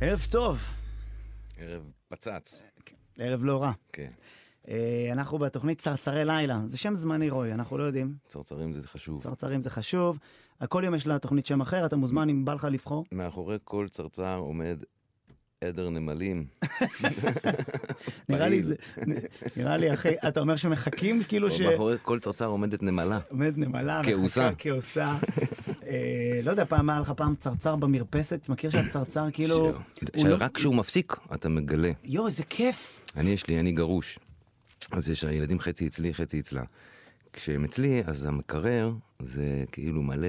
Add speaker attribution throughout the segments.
Speaker 1: ערב טוב,
Speaker 2: ערב פצץ.
Speaker 1: ערב לא רע.
Speaker 2: כן.
Speaker 1: אה, אנחנו בתוכנית צרצרי לילה, זה שם זמני רוי, אנחנו לא יודעים,
Speaker 2: צרצרים זה חשוב.
Speaker 1: צרצרים זה חשוב, על כל יום יש לתוכנית שם אחר, אתה מוזמן אם בא לך לבחור.
Speaker 2: מאחורי כל צרצר עומד עדר נמלים.
Speaker 1: נראה לי
Speaker 2: פעיל.
Speaker 1: זה, נראה לי אחי, אתה אומר שמחכים כאילו ש...
Speaker 2: מאחורי כל צרצר עומדת נמלה.
Speaker 1: עומד נמלה,
Speaker 2: כעוסה.
Speaker 1: מחכה, כעוסה. אה, לא יודע, פעם היה לך פעם צרצר במרפסת, מכיר שהצרצר כאילו...
Speaker 2: ש-
Speaker 1: הוא לא-
Speaker 2: שרק כשהוא מפסיק אתה מגלה.
Speaker 1: יואו, איזה כיף.
Speaker 2: אני יש לי, אני גרוש. אז יש הילדים חצי אצלי, חצי אצלה. כשהם אצלי, אז המקרר זה כאילו מלא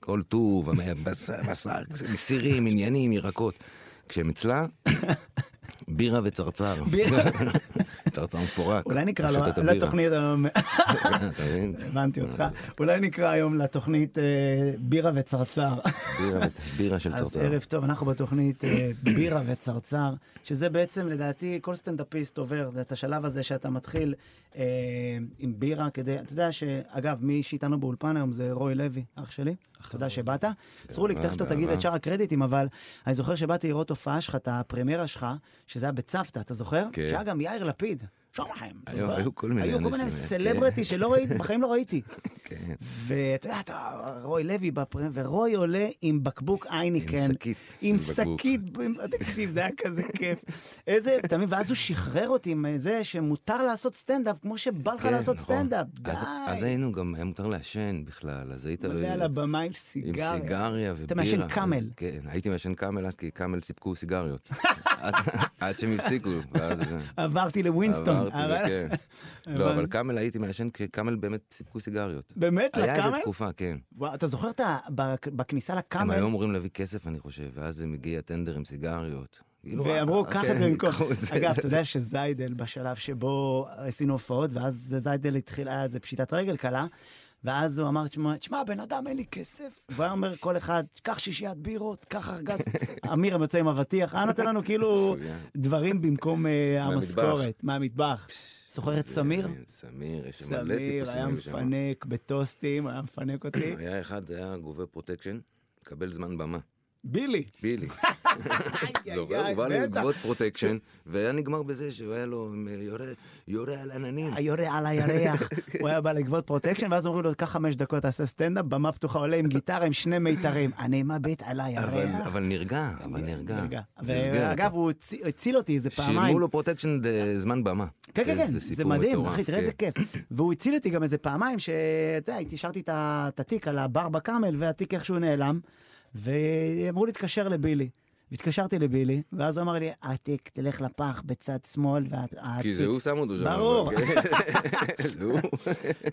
Speaker 2: בכל טוב, המ- בשר, בשר, סירים, עניינים, ירקות. כשהם אצלה, בירה וצרצר.
Speaker 1: בירה.
Speaker 2: צרצר מפורק.
Speaker 1: אולי נקרא לו- לא
Speaker 2: שותת הבירה.
Speaker 1: לתוכנית היום,
Speaker 2: אתה מבין?
Speaker 1: הבנתי אותך, אולי נקרא היום לתוכנית אה, בירה וצרצר.
Speaker 2: בירה ו- בירה של
Speaker 1: אז
Speaker 2: צרצר.
Speaker 1: ערב טוב, אנחנו בתוכנית אה, בירה וצרצר, שזה בעצם לדעתי כל סטנדאפיסט עובר את השלב הזה שאתה מתחיל אה, עם בירה כדי, אתה יודע שאגב, מי שאיתנו באולפן היום זה רוי לוי, אח שלי, תודה שבאת. סרוליק, תכף אתה
Speaker 2: באהבה.
Speaker 1: תגיד את שאר הקרדיטים, אבל אני זוכר שבאתי לראות הופעה שלך, את הפרמיירה שלך, שזה היה בצוותא, אתה זוכר?
Speaker 2: כן.
Speaker 1: שהיה גם יאיר לפיד. שלום לכם. אתה
Speaker 2: היו-
Speaker 1: זוכר?
Speaker 2: היו כל מיני
Speaker 1: היו כל
Speaker 2: אנשים,
Speaker 1: מיני
Speaker 2: כן.
Speaker 1: סלברטי שלא ראיתי, בחיים לא ראיתי.
Speaker 2: כן.
Speaker 1: ואתה יודע, אתה, רוי לוי בפרמ... ורוי עולה עם בקבוק אייניקן.
Speaker 2: שקית
Speaker 1: עם
Speaker 2: של בקבוק.
Speaker 1: שקית. עם- תקשיב, זה היה כזה כיף. איזה, אתה מבין? ואז הוא שחרר אותי עם זה שמותר לעשות סטנדאפ כמו שבא לך
Speaker 2: כן,
Speaker 1: לעשות
Speaker 2: נכון.
Speaker 1: סטנדאפ. די.
Speaker 2: אז- אז היינו גם, היה מותר לעשן בכלל, אז היית...
Speaker 1: מלא על הבמה עם
Speaker 2: עם
Speaker 1: סיגריה.
Speaker 2: סיגריה ובירה.
Speaker 1: אתה מעשן
Speaker 2: אז-
Speaker 1: קאמל.
Speaker 2: כן, הייתי מעשן קאמל אז, כי קאמל סיפקו סיגריות. עד- עד שהם הפסיקו. ואז- אה,
Speaker 1: עברתי לווינסטון. אבל-
Speaker 2: עברתי, כן. לא,
Speaker 1: אבל-
Speaker 2: אבל קאמל הייתי מעשן, כי קאמל באמת סיפקו סיגריות.
Speaker 1: באמת,
Speaker 2: היה איזו
Speaker 1: לקאמל?
Speaker 2: תקופה, כן.
Speaker 1: וואו, אתה זוכר את ה- בכ- בכניסה
Speaker 2: הם
Speaker 1: לקאמל?
Speaker 2: היו אמורים להביא כסף, אני חושב, ואז הם הגיע טנדר עם סיגריות. כאילו,
Speaker 1: ואמרו,
Speaker 2: אה,
Speaker 1: קח
Speaker 2: כן,
Speaker 1: את זה במקום.
Speaker 2: קחו את זה.
Speaker 1: אגב, אתה יודע שזיידל בשלב שבו עשינו הופעות, ואז זיידל התחיל, היה איזה פשיטת רגל קלה, ואז הוא אמר, "תשמע, תשמע, בן אדם, אין לי כסף. והוא היה אומר, כל אחד, קח שישיית בירות, קח ארגז. אמיר הם יוצא עם אבטיח, היה נותן לנו כאילו
Speaker 2: מצוין.
Speaker 1: דברים במקום אה,
Speaker 2: מהמטבח.
Speaker 1: המשכורת, מהמטבח. זוכר את
Speaker 2: זה-
Speaker 1: סמיר?
Speaker 2: כן, סמיר, יש שם מלא
Speaker 1: סמיר
Speaker 2: טיפוסים.
Speaker 1: היה
Speaker 2: היו שם.
Speaker 1: מפנק בטוסטים, היה מפנק אותי.
Speaker 2: היה אחד, היה גובה פרוטקשן, קבל זמן במה.
Speaker 1: בילי.
Speaker 2: בילי. זוכר, הוא בא
Speaker 1: בטח.
Speaker 2: לגבות פרוטקשן, והיה נגמר בזה שהוא היה לו עם, אה, יורה- יורה על עננים.
Speaker 1: היורה על הירח, הוא היה בא לגבות פרוטקשן, ואז אומרים לו, קח חמש דקות, תעשה סטנדאפ, במה פתוחה עולה עם גיטרה עם שני מיתרים, אני מביט על
Speaker 2: אבל-
Speaker 1: הירח.
Speaker 2: אבל נרגע, אבל נרגע. זה נרגע.
Speaker 1: ואגב, הוא הצ- הציל אותי איזה פעמיים.
Speaker 2: שילמו לו פרוטקשן זמן במה.
Speaker 1: כן, כן, כן,
Speaker 2: איזה
Speaker 1: זה
Speaker 2: סיפור
Speaker 1: מדהים,
Speaker 2: מטורף,
Speaker 1: אחי, תראה
Speaker 2: כן.
Speaker 1: איזה כיף. והוא הציל אותי גם איזה פעמיים, שאתה יודע, השארתי את ה- את התיק על הבר בקאמל, והתיק איכשהו נעלם, ואמרו להתקשר לבילי. והתקשרתי לבילי, ואז הוא אמר לי, התיק, תלך לפח בצד שמאל, והתיק...
Speaker 2: כי זה הוא שם אותו שם.
Speaker 1: ברור.
Speaker 2: אבל- כן. זה הוא.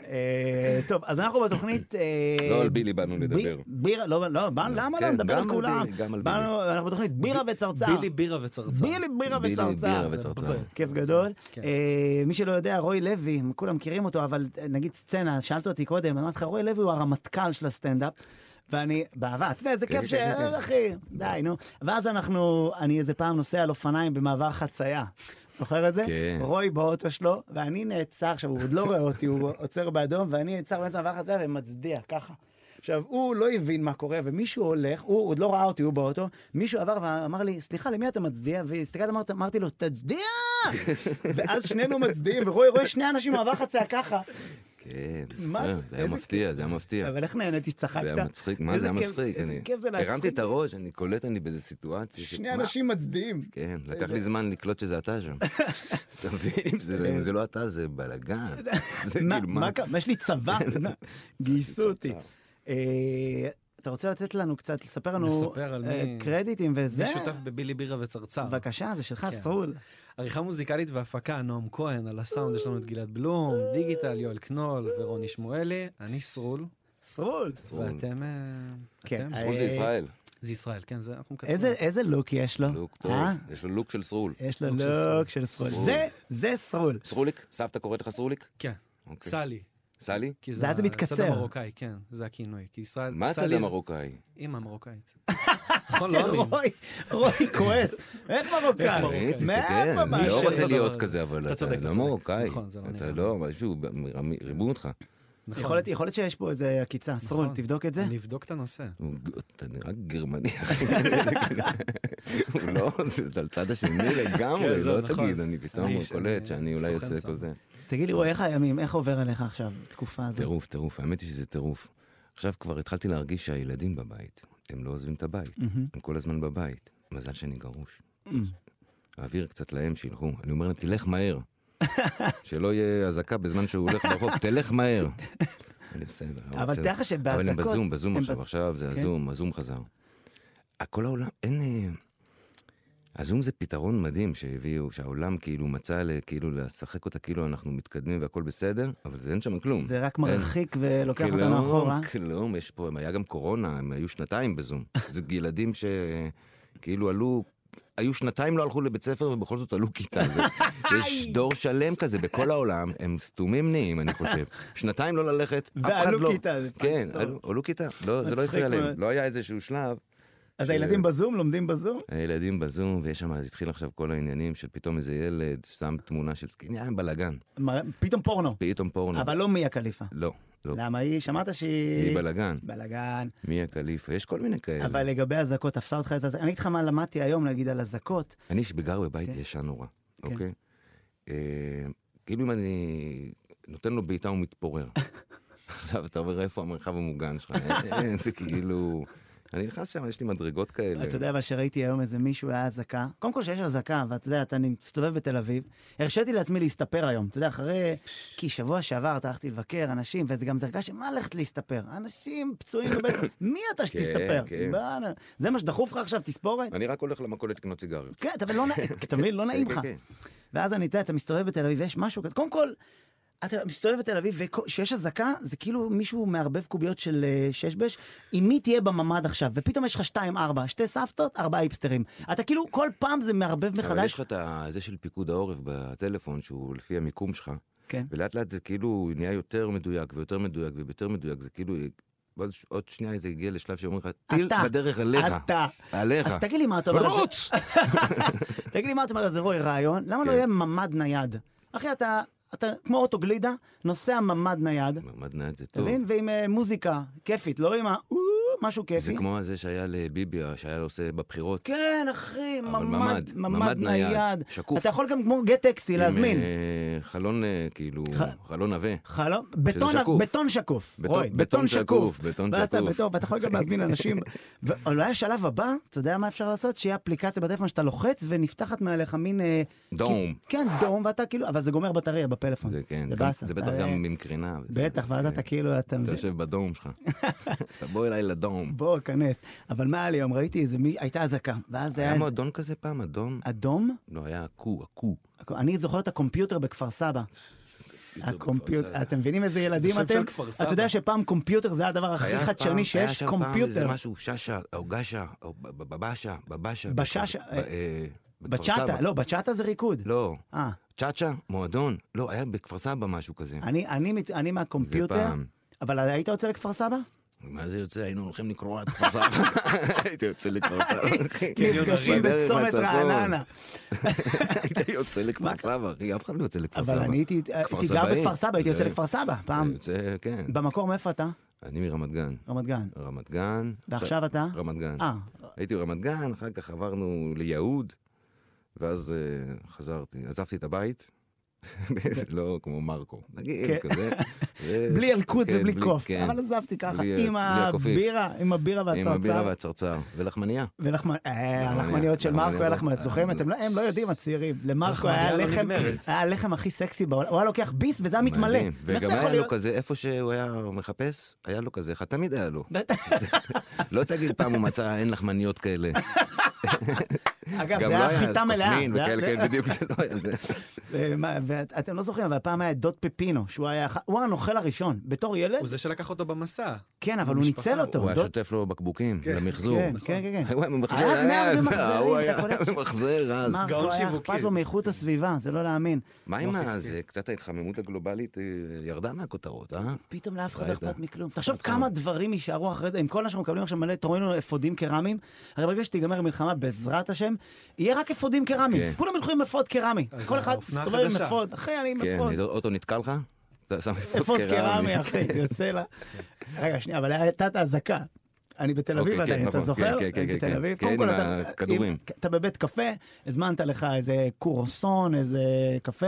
Speaker 1: אה, טוב, אז אנחנו בתוכנית... אה,
Speaker 2: לא על בילי באנו
Speaker 1: ב-
Speaker 2: לדבר.
Speaker 1: בירה, לא, לא, בא- למה לא
Speaker 2: כן,
Speaker 1: נדבר
Speaker 2: גם
Speaker 1: על
Speaker 2: על
Speaker 1: כולם?
Speaker 2: בילי, גם על
Speaker 1: באנו- אנחנו בתוכנית בירה וצרצר.
Speaker 3: בילי בירה וצרצר.
Speaker 1: בילי בירה
Speaker 2: בילי,
Speaker 1: וצרצר.
Speaker 2: בירה
Speaker 1: זה
Speaker 2: וצרצר.
Speaker 1: ב- כיף גדול.
Speaker 3: כן.
Speaker 1: אה, מי שלא יודע, רוי לוי, כולם מכירים אותו, אבל אה, נגיד סצנה, שאלת אותי קודם, אמרתי לך, רוי לוי הוא הרמטכ"ל של הסטנדאפ. ואני, באהבה, אתה יודע, איזה
Speaker 2: כן,
Speaker 1: כיף ש...
Speaker 2: כן, כן, כן.
Speaker 1: אחי, די, נו. ואז אנחנו, אני איזה פעם נוסע על אופניים במעבר חצייה. זוכר את זה?
Speaker 2: כן.
Speaker 1: רוי באוטו שלו, ואני נעצר, עכשיו הוא עוד לא רואה אותי, הוא עוצר באדום, ואני נעצר באמצע מעבר חצייה ומצדיע, ככה. עכשיו, הוא לא הבין מה קורה, ומישהו הולך, הוא עוד לא ראה אותי, הוא באוטו, מישהו עבר ואמר לי, סליחה, למי אתה מצדיע? והסתכלתי, אמרתי, אמרתי לו, תצדיע! ואז שנינו מצדיעים, ורוי רואה שני אנשים במעבר חצייה ככה.
Speaker 2: כן,
Speaker 1: מה
Speaker 2: זוכר,
Speaker 1: זה?
Speaker 2: זה היה
Speaker 1: איזה
Speaker 2: מפתיע, זה היה מפתיע.
Speaker 1: אבל איך נהניתי, צחקת?
Speaker 2: זה היה מצחיק, מה
Speaker 1: איזה
Speaker 2: זה היה
Speaker 1: כיף-
Speaker 2: מצחיק?
Speaker 1: איזה
Speaker 2: אני-
Speaker 1: כיף זה להצחיק.
Speaker 2: הרמתי את הראש, אני קולט, אני באיזה סיטואציה. ש-
Speaker 1: שני
Speaker 2: מה?
Speaker 1: אנשים מצדיעים.
Speaker 2: כן,
Speaker 3: אה,
Speaker 2: לקח לי זמן לקלוט שזה אתה שם. אתה מבין? זה- אם זה לא אתה, זה בלאגן. זה
Speaker 1: מה-
Speaker 2: כאילו,
Speaker 1: מה
Speaker 2: מה?
Speaker 1: קרה? יש לי צבא, מה? גייסו אותי.
Speaker 2: צרצר.
Speaker 1: אה, אתה רוצה לתת לנו קצת, לספר לנו
Speaker 3: נספר על
Speaker 1: אה,
Speaker 3: מי-
Speaker 1: קרדיטים וזה?
Speaker 3: מי שותף בבילי בירה וצרצר.
Speaker 1: בבקשה, זה שלך,
Speaker 3: כן.
Speaker 1: סרול.
Speaker 3: עריכה מוזיקלית והפקה, נועם כהן, על הסאונד יש לנו את גלעד בלום, דיגיטל, יואל קנול ורוני שמואלי, אני סרול,
Speaker 1: סרול.
Speaker 2: סרול.
Speaker 3: ואתם... אה,
Speaker 1: כן.
Speaker 3: אתם?
Speaker 2: סרול זה ישראל.
Speaker 3: זה ישראל, כן, זה אנחנו מקצרים.
Speaker 1: איזה איזה לוק יש לו?
Speaker 2: לוק טוב.
Speaker 1: אה?
Speaker 2: יש לו לוק של סרול.
Speaker 1: יש לו
Speaker 3: לוק של סרול.
Speaker 1: לוק של סרול.
Speaker 2: סרול.
Speaker 1: זה, זה סרול.
Speaker 2: סרוליק? סבתא קוראת לך סרוליק?
Speaker 3: כן,
Speaker 2: אוקיי.
Speaker 3: סלי.
Speaker 2: סלי?
Speaker 3: כי
Speaker 1: זה אז זה
Speaker 3: הצד
Speaker 1: מתקצר.
Speaker 3: המרוקאי, כן, זה הכינוי. כי ישראל...
Speaker 2: מה הצד
Speaker 3: סלי זה- אה,
Speaker 2: המרוקאי?
Speaker 3: אימא מרוקאית. נכון, לא אוהבים.
Speaker 1: רוי, רוי כועס. איך מרוקאי?
Speaker 3: איך מרוקאי?
Speaker 2: תסתכל,
Speaker 1: מאיפה
Speaker 2: אני
Speaker 1: בא?
Speaker 2: לא
Speaker 3: של-
Speaker 2: רוצה
Speaker 3: לא,
Speaker 2: להיות
Speaker 3: לא,
Speaker 2: כזה, אבל
Speaker 3: אתה צודק,
Speaker 2: אתה
Speaker 3: אתה
Speaker 2: לא
Speaker 3: צודק.
Speaker 2: מרוקאי.
Speaker 3: נכון, זה לא
Speaker 2: אתה
Speaker 3: נראה.
Speaker 2: לא, משהו, ב- מ- רימו אותך.
Speaker 3: נכון.
Speaker 1: יכול להיות- יכול להיות שיש פה איזה עקיצה, סרול,
Speaker 3: נכון.
Speaker 1: תבדוק את זה.
Speaker 3: אני אבדוק את הנושא.
Speaker 2: הוא ג- אתה נראה גרמני, אחי. הוא לא, זה על צד השני
Speaker 3: כן,
Speaker 2: לגמרי,
Speaker 3: זה
Speaker 2: לא
Speaker 3: נכון.
Speaker 2: תגיד, אני פתאום
Speaker 3: אני-
Speaker 2: קולט שאני אולי
Speaker 3: סוכן
Speaker 2: יוצא
Speaker 3: סם.
Speaker 2: כזה.
Speaker 1: תגיד לי, רועי, איך הימים, איך עובר עליך עכשיו, תקופה הזאת?
Speaker 2: טירוף, טירוף, האמת היא שזה טירוף. עכשיו כבר התחלתי להרגיש שהילדים בבית, הם לא עוזבים את הבית,
Speaker 1: מהמם.
Speaker 2: הם כל הזמן בבית. מזל שאני גרוש.
Speaker 1: מהמם.
Speaker 2: לא אעביר קצת להם, שילכו. אני אומר להם, תלך מהר. שלא יהיה אזעקה בזמן שהוא הולך ברחוב, תלך מהר. אני בסדר,
Speaker 1: אבל
Speaker 2: בסדר.
Speaker 1: תאר לך
Speaker 2: אבל הם
Speaker 1: שבאזעקות...
Speaker 2: בזום, בזום
Speaker 1: הם
Speaker 2: עכשיו,
Speaker 1: בז-
Speaker 2: עכשיו זה
Speaker 1: כן.
Speaker 2: הזום, הזום חזר. כל העולם, אין... אה, הזום זה פתרון מדהים שהביאו, שהעולם כאילו מצא, ל- כאילו לשחק אותה כאילו אנחנו מתקדמים והכל בסדר, אבל זה אין שם כלום. כן. כאילו, אוקיי.
Speaker 1: זה רק מרחיק ולוקח אותנו אחורה.
Speaker 2: כלום, יש פה, הם היה גם קורונה, הם היו שנתיים בזום. זה ילדים שכאילו עלו, היו שנתיים לא הלכו לבית ספר ובכל זאת עלו כיתה. זה, יש דור שלם כזה בכל העולם, הם סתומים נהיים, אני חושב. שנתיים לא ללכת, אף אחד
Speaker 1: ועלו
Speaker 2: לא.
Speaker 1: כיתה, זה פאנץ'
Speaker 2: כן,
Speaker 1: טוב.
Speaker 2: עלו- עלו כיתה, לא, זה לא
Speaker 1: מצחיק
Speaker 2: הפריע להם,
Speaker 1: מאוד.
Speaker 2: לא היה איזשהו שלב.
Speaker 1: אז
Speaker 2: ש-
Speaker 1: הילדים בזום, לומדים בזום?
Speaker 2: הילדים בזום, ויש שם, אז התחיל עכשיו כל העניינים של פתאום איזה ילד שם תמונה של זקני, היה בלאגן,
Speaker 1: מראה- פתאום פורנו.
Speaker 2: פתאום פורנו.
Speaker 1: אבל לא מיה קליפה.
Speaker 2: לא, לא,
Speaker 1: למה היא? שמעת
Speaker 2: היא
Speaker 1: שהיא...
Speaker 2: בלאגן,
Speaker 1: בלאגן.
Speaker 2: מיה קליפה, יש כל מיני כאלה.
Speaker 1: אבל לגבי אזעקות, תפסה אותך איזה... אזעקה? אני אגיד לך מה למדתי היום, נגיד, על אזעקות.
Speaker 2: אני שגר בבית
Speaker 1: כן.
Speaker 2: ישן נורא,
Speaker 1: כן.
Speaker 2: אוקיי? אה, כאילו אם אני נותן לו בעיטה הוא מתפורר. עכשיו אתה אומר איפה המרחב המוגן שלך? אין, אין, זה כאילו... אני נכנס שם, יש לי מדרגות כאלה.
Speaker 1: אתה יודע, אבל שראיתי היום איזה מישהו, היה אזעקה. קודם כל שיש אזעקה, ואתה יודע, אתה אני מסתובב בתל אביב. הרשיתי לעצמי להסתפר היום. אתה יודע, אחרי... כי שבוע שעבר אתה הלכתי לבקר אנשים, וזה גם זה הרגש, מה ללכת להסתפר? אנשים פצועים בבית... מי אתה שתסתפר?
Speaker 2: כן.
Speaker 1: מה, זה מה שדחוף לך עכשיו, תספורת?
Speaker 2: אני רק הולך למכולת לקנות סיגריות.
Speaker 1: כן, אתה לא נעים, אתה מבין? לא נעים
Speaker 2: כן,
Speaker 1: לך.
Speaker 2: כן,
Speaker 1: ואז אני, אתה יודע, אתה מסתובב בתל אביב ויש משהו כזה. קודם כל, אתה מסתובב בתל אביב וכשיש אזעקה, זה כאילו מישהו מערבב קוביות של אה, ששבש, עם מי תהיה בממ"ד עכשיו? ופתאום יש לך שתיים, ארבע, שתי סבתות, ארבעה היפסטרים. אתה כאילו, כל פעם זה מערבב
Speaker 2: כן. אבל
Speaker 1: מחדש.
Speaker 2: יש לך את ה- זה של פיקוד העורף בטלפון, שהוא לפי המיקום שלך,
Speaker 1: כן.
Speaker 2: ולאט לאט זה כאילו נהיה יותר מדויק ויותר מדויק ויותר מדויק, זה כאילו... עוד ש- עוד שנייה זה הגיע לשלב שאומרים לך, טיל
Speaker 1: אתה.
Speaker 2: בדרך עליך,
Speaker 1: אתה.
Speaker 2: עליך.
Speaker 1: אז תגיד לי מה אתה אומר על זה.
Speaker 2: רוץ!
Speaker 1: תגיד לי מה אתה אומר על זה, רועי, רעיון? למה לא
Speaker 2: כן.
Speaker 1: יהיה ממ"ד נייד? אחי, אתה... אתה כמו אוטוגלידה, נוסע ממ"ד נייד,
Speaker 2: מעמד נהג זה
Speaker 1: אתה
Speaker 2: טוב.
Speaker 1: מבין? ועם אה, מוזיקה כיפית, לא עם ה... "או", משהו כיפי.
Speaker 2: זה כמו הזה שהיה לביבי, שהיה לו עושה בבחירות.
Speaker 1: כן, אחי,
Speaker 2: אבל
Speaker 1: ממ"ד, ממ"ד נייד.
Speaker 2: שקוף.
Speaker 1: אתה יכול גם כמו גט טקסי
Speaker 2: עם,
Speaker 1: להזמין.
Speaker 2: אה, חלון, אה, כאילו,
Speaker 1: ח-
Speaker 2: חלון עבה.
Speaker 1: חלום, בטון,
Speaker 2: שקוף.
Speaker 1: בטון שקוף,
Speaker 2: בטון-
Speaker 1: רוי,
Speaker 2: בטון שקוף, בטון
Speaker 1: ואז אתה
Speaker 2: שקוף.
Speaker 1: בטון, ואתה יכול גם להזמין אנשים. ואולי השלב הבא, אתה יודע מה אפשר לעשות? שיהיה אפליקציה בטלפון שאתה לוחץ ונפתחת מעליך מין... אה,
Speaker 2: דום.
Speaker 1: כי- כן, דום, ואתה כאילו, אבל זה גומר בטריה בפלאפון.
Speaker 2: זה כן.
Speaker 1: זה
Speaker 2: גם-
Speaker 1: באסה.
Speaker 2: זה בטח
Speaker 1: אתה-
Speaker 2: גם עם קרינה. וזה.
Speaker 1: בטח, ואז
Speaker 2: כן.
Speaker 1: אתה כאילו, אתה
Speaker 2: אתה
Speaker 1: מבין,
Speaker 2: יושב בדום שלך. אתה בוא אליי לדום.
Speaker 1: בוא, כנס. אבל מה היה לי היום? ראיתי איזה, מי- הייתה אזעקה, ואז היה
Speaker 2: היה
Speaker 1: איזה
Speaker 2: מועדון כזה פעם, אדום?
Speaker 1: אדום.
Speaker 2: לא, היה עקו, עקו.
Speaker 1: אני זוכר את הקומפיוטר בכפר סבא. הקומפיוטר, אתם מבינים איזה ילדים
Speaker 3: שם
Speaker 1: אתם?
Speaker 3: של כפר
Speaker 1: אתה יודע
Speaker 3: סבא.
Speaker 1: שפעם קומפיוטר זה הדבר הכי
Speaker 2: היה פעם-
Speaker 1: חדשני
Speaker 2: היה
Speaker 1: שיש,
Speaker 2: שם פעם איזה
Speaker 1: קומפיוטר.
Speaker 2: משהו, ששה, או גשה, או ב- ב- בבשה, בבשה.
Speaker 1: בששה,
Speaker 2: בכפר- ב- אה, בכפר
Speaker 1: בצ'אטה,
Speaker 2: סבא.
Speaker 1: לא, בצ'אטה זה ריקוד.
Speaker 2: לא.
Speaker 1: אה,
Speaker 2: צ'אצ'ה, מועדון, לא, היה בכפר סבא משהו כזה.
Speaker 1: אני- אני מת- אני
Speaker 2: כן. זה
Speaker 1: מהקומפיוטר,
Speaker 2: פעם.
Speaker 1: אבל היית יוצא לכפר סבא?
Speaker 2: מה זה יוצא? היינו הולכים לקרוע את כפר סבא. הייתי יוצא לכפר סבא, אחי.
Speaker 1: נפגשים
Speaker 2: כן, בדרך
Speaker 1: בצומת
Speaker 2: לצפון.
Speaker 1: רעננה.
Speaker 2: הייתי יוצא לכפר
Speaker 1: מה-
Speaker 2: סבא, אחי, אף אחד לא יוצא לכפר סבא.
Speaker 1: אבל אני הייתי
Speaker 2: כפר
Speaker 1: הייתי גר
Speaker 2: סבאי.
Speaker 1: בכפר סבא, הייתי יוצא
Speaker 2: זה-
Speaker 1: לכפר סבא.
Speaker 2: אני
Speaker 1: פעם,
Speaker 2: יוצא, כן.
Speaker 1: במקור מאיפה אתה?
Speaker 2: אני מרמת גן.
Speaker 1: רמת גן.
Speaker 2: רמת גן.
Speaker 1: ועכשיו אתה?
Speaker 2: רמת גן.
Speaker 1: אה,
Speaker 2: הייתי ברמת גן, אחר כך עברנו ליהוד, ואז אה, חזרתי, עזבתי את הבית. לא כמו מרקו, נגיד
Speaker 1: כן.
Speaker 2: כזה. ו-
Speaker 1: בלי ילקוט
Speaker 2: כן,
Speaker 1: ובלי
Speaker 2: בלי-
Speaker 1: קוף,
Speaker 2: כן.
Speaker 1: אבל עזבתי ככה,
Speaker 2: בלי-
Speaker 1: עם
Speaker 2: בלי הקופיף.
Speaker 1: הבירה, עם הבירה
Speaker 2: עם הבירה
Speaker 1: והצרצר.
Speaker 2: והצרצר, ולחמניה.
Speaker 1: ולחמנ- אה,
Speaker 2: לחמניה,
Speaker 1: הלחמניות של
Speaker 2: לחמניה
Speaker 1: מרקו היה
Speaker 2: לא-
Speaker 1: לחמניות, זוכרים? אתם לא- הם לא יודעים, הצעירים. למרקו היה
Speaker 3: לחמניה לא
Speaker 1: לחם,
Speaker 3: נגמרת.
Speaker 1: היה הלחם הכי סקסי בעולם, הוא היה לוקח ביס וזה היה מתמלא.
Speaker 2: מדהים.
Speaker 1: איך זה לא
Speaker 2: וגם
Speaker 1: יכול
Speaker 2: היה לו
Speaker 1: להיות?
Speaker 2: כזה, איפה שהוא היה מחפש, היה לו כזה אחד, תמיד היה לו. לא תגיד פעם הוא מצא, אין לחמניות כאלה.
Speaker 1: אגב,
Speaker 2: גם
Speaker 1: זה
Speaker 2: לא
Speaker 1: היה חיטה מלאה.
Speaker 2: קוסמין
Speaker 1: זה היה-
Speaker 2: וכאלה,
Speaker 1: זה-
Speaker 2: כן, בדיוק, זה לא היה זה.
Speaker 1: אה, מה, ואתם לא זוכרים, אבל פעם היה את דוד פפינו, שהוא היה, הח- הוא הנוכל הראשון, בתור ילד,
Speaker 3: הוא זה שלקח אותו במסע.
Speaker 1: כן, אבל הוא
Speaker 3: המשפחה.
Speaker 1: ניצל אותו.
Speaker 2: הוא היה
Speaker 1: דוד-
Speaker 2: שוטף לו בקבוקים,
Speaker 3: כן.
Speaker 2: למחזור.
Speaker 1: כן, כן, כן, כן.
Speaker 2: הוא היה ממחזר
Speaker 1: היה מאה
Speaker 2: אז,
Speaker 1: וממחזרים,
Speaker 2: ההוא
Speaker 1: אתה
Speaker 2: היה
Speaker 1: קולט?
Speaker 2: ממחזר אז.
Speaker 1: מרקו
Speaker 3: גאון
Speaker 1: היה
Speaker 3: שיווקי.
Speaker 1: אכפת לו מאיכות הסביבה, זה לא להאמין.
Speaker 2: מה עם
Speaker 3: לא
Speaker 2: הזה? קצת ההתחממות הגלובלית אה, ירדה מהכותרות, אה?
Speaker 1: פתאום לאף אחד לא
Speaker 2: ראית?
Speaker 1: אכפת מכלום. תחשוב כמה דברים יישארו אחרי זה, עם כל מה שאנחנו מקבלים עכשיו מלא טרוינו אפודים קרמיים, הרי ברגע שתיגמר המלחמה, בעזרת השם, יהיה רק אפודים קרמיים.
Speaker 2: כן.
Speaker 1: כולם ילכו עם אפוד קרמי.
Speaker 3: אז
Speaker 1: כל אחד
Speaker 3: האופנה
Speaker 1: מסתובב עם
Speaker 3: החדשה.
Speaker 1: אפוד, אחי, אני עם
Speaker 2: כן,
Speaker 1: אפוד.
Speaker 2: אוטו נתקע לך? אתה שם אפוד
Speaker 1: אפוד קרמי,
Speaker 2: קרמי.
Speaker 1: אחי, יוצא לה. רגע, שנייה, אבל הייתה את האזעקה. אני בתל אביב
Speaker 2: אוקיי, כן,
Speaker 1: עדיין, אתה
Speaker 2: נכון,
Speaker 1: זוכר?
Speaker 2: כן, כן,
Speaker 1: אני
Speaker 2: כן,
Speaker 1: בתל
Speaker 2: כן.
Speaker 1: אביב.
Speaker 2: כן,
Speaker 1: קודם כל,
Speaker 2: עם
Speaker 1: אתה-
Speaker 2: הכדורים.
Speaker 1: אם- אתה בבית קפה, הזמנת לך איזה קורסון, איזה קפה,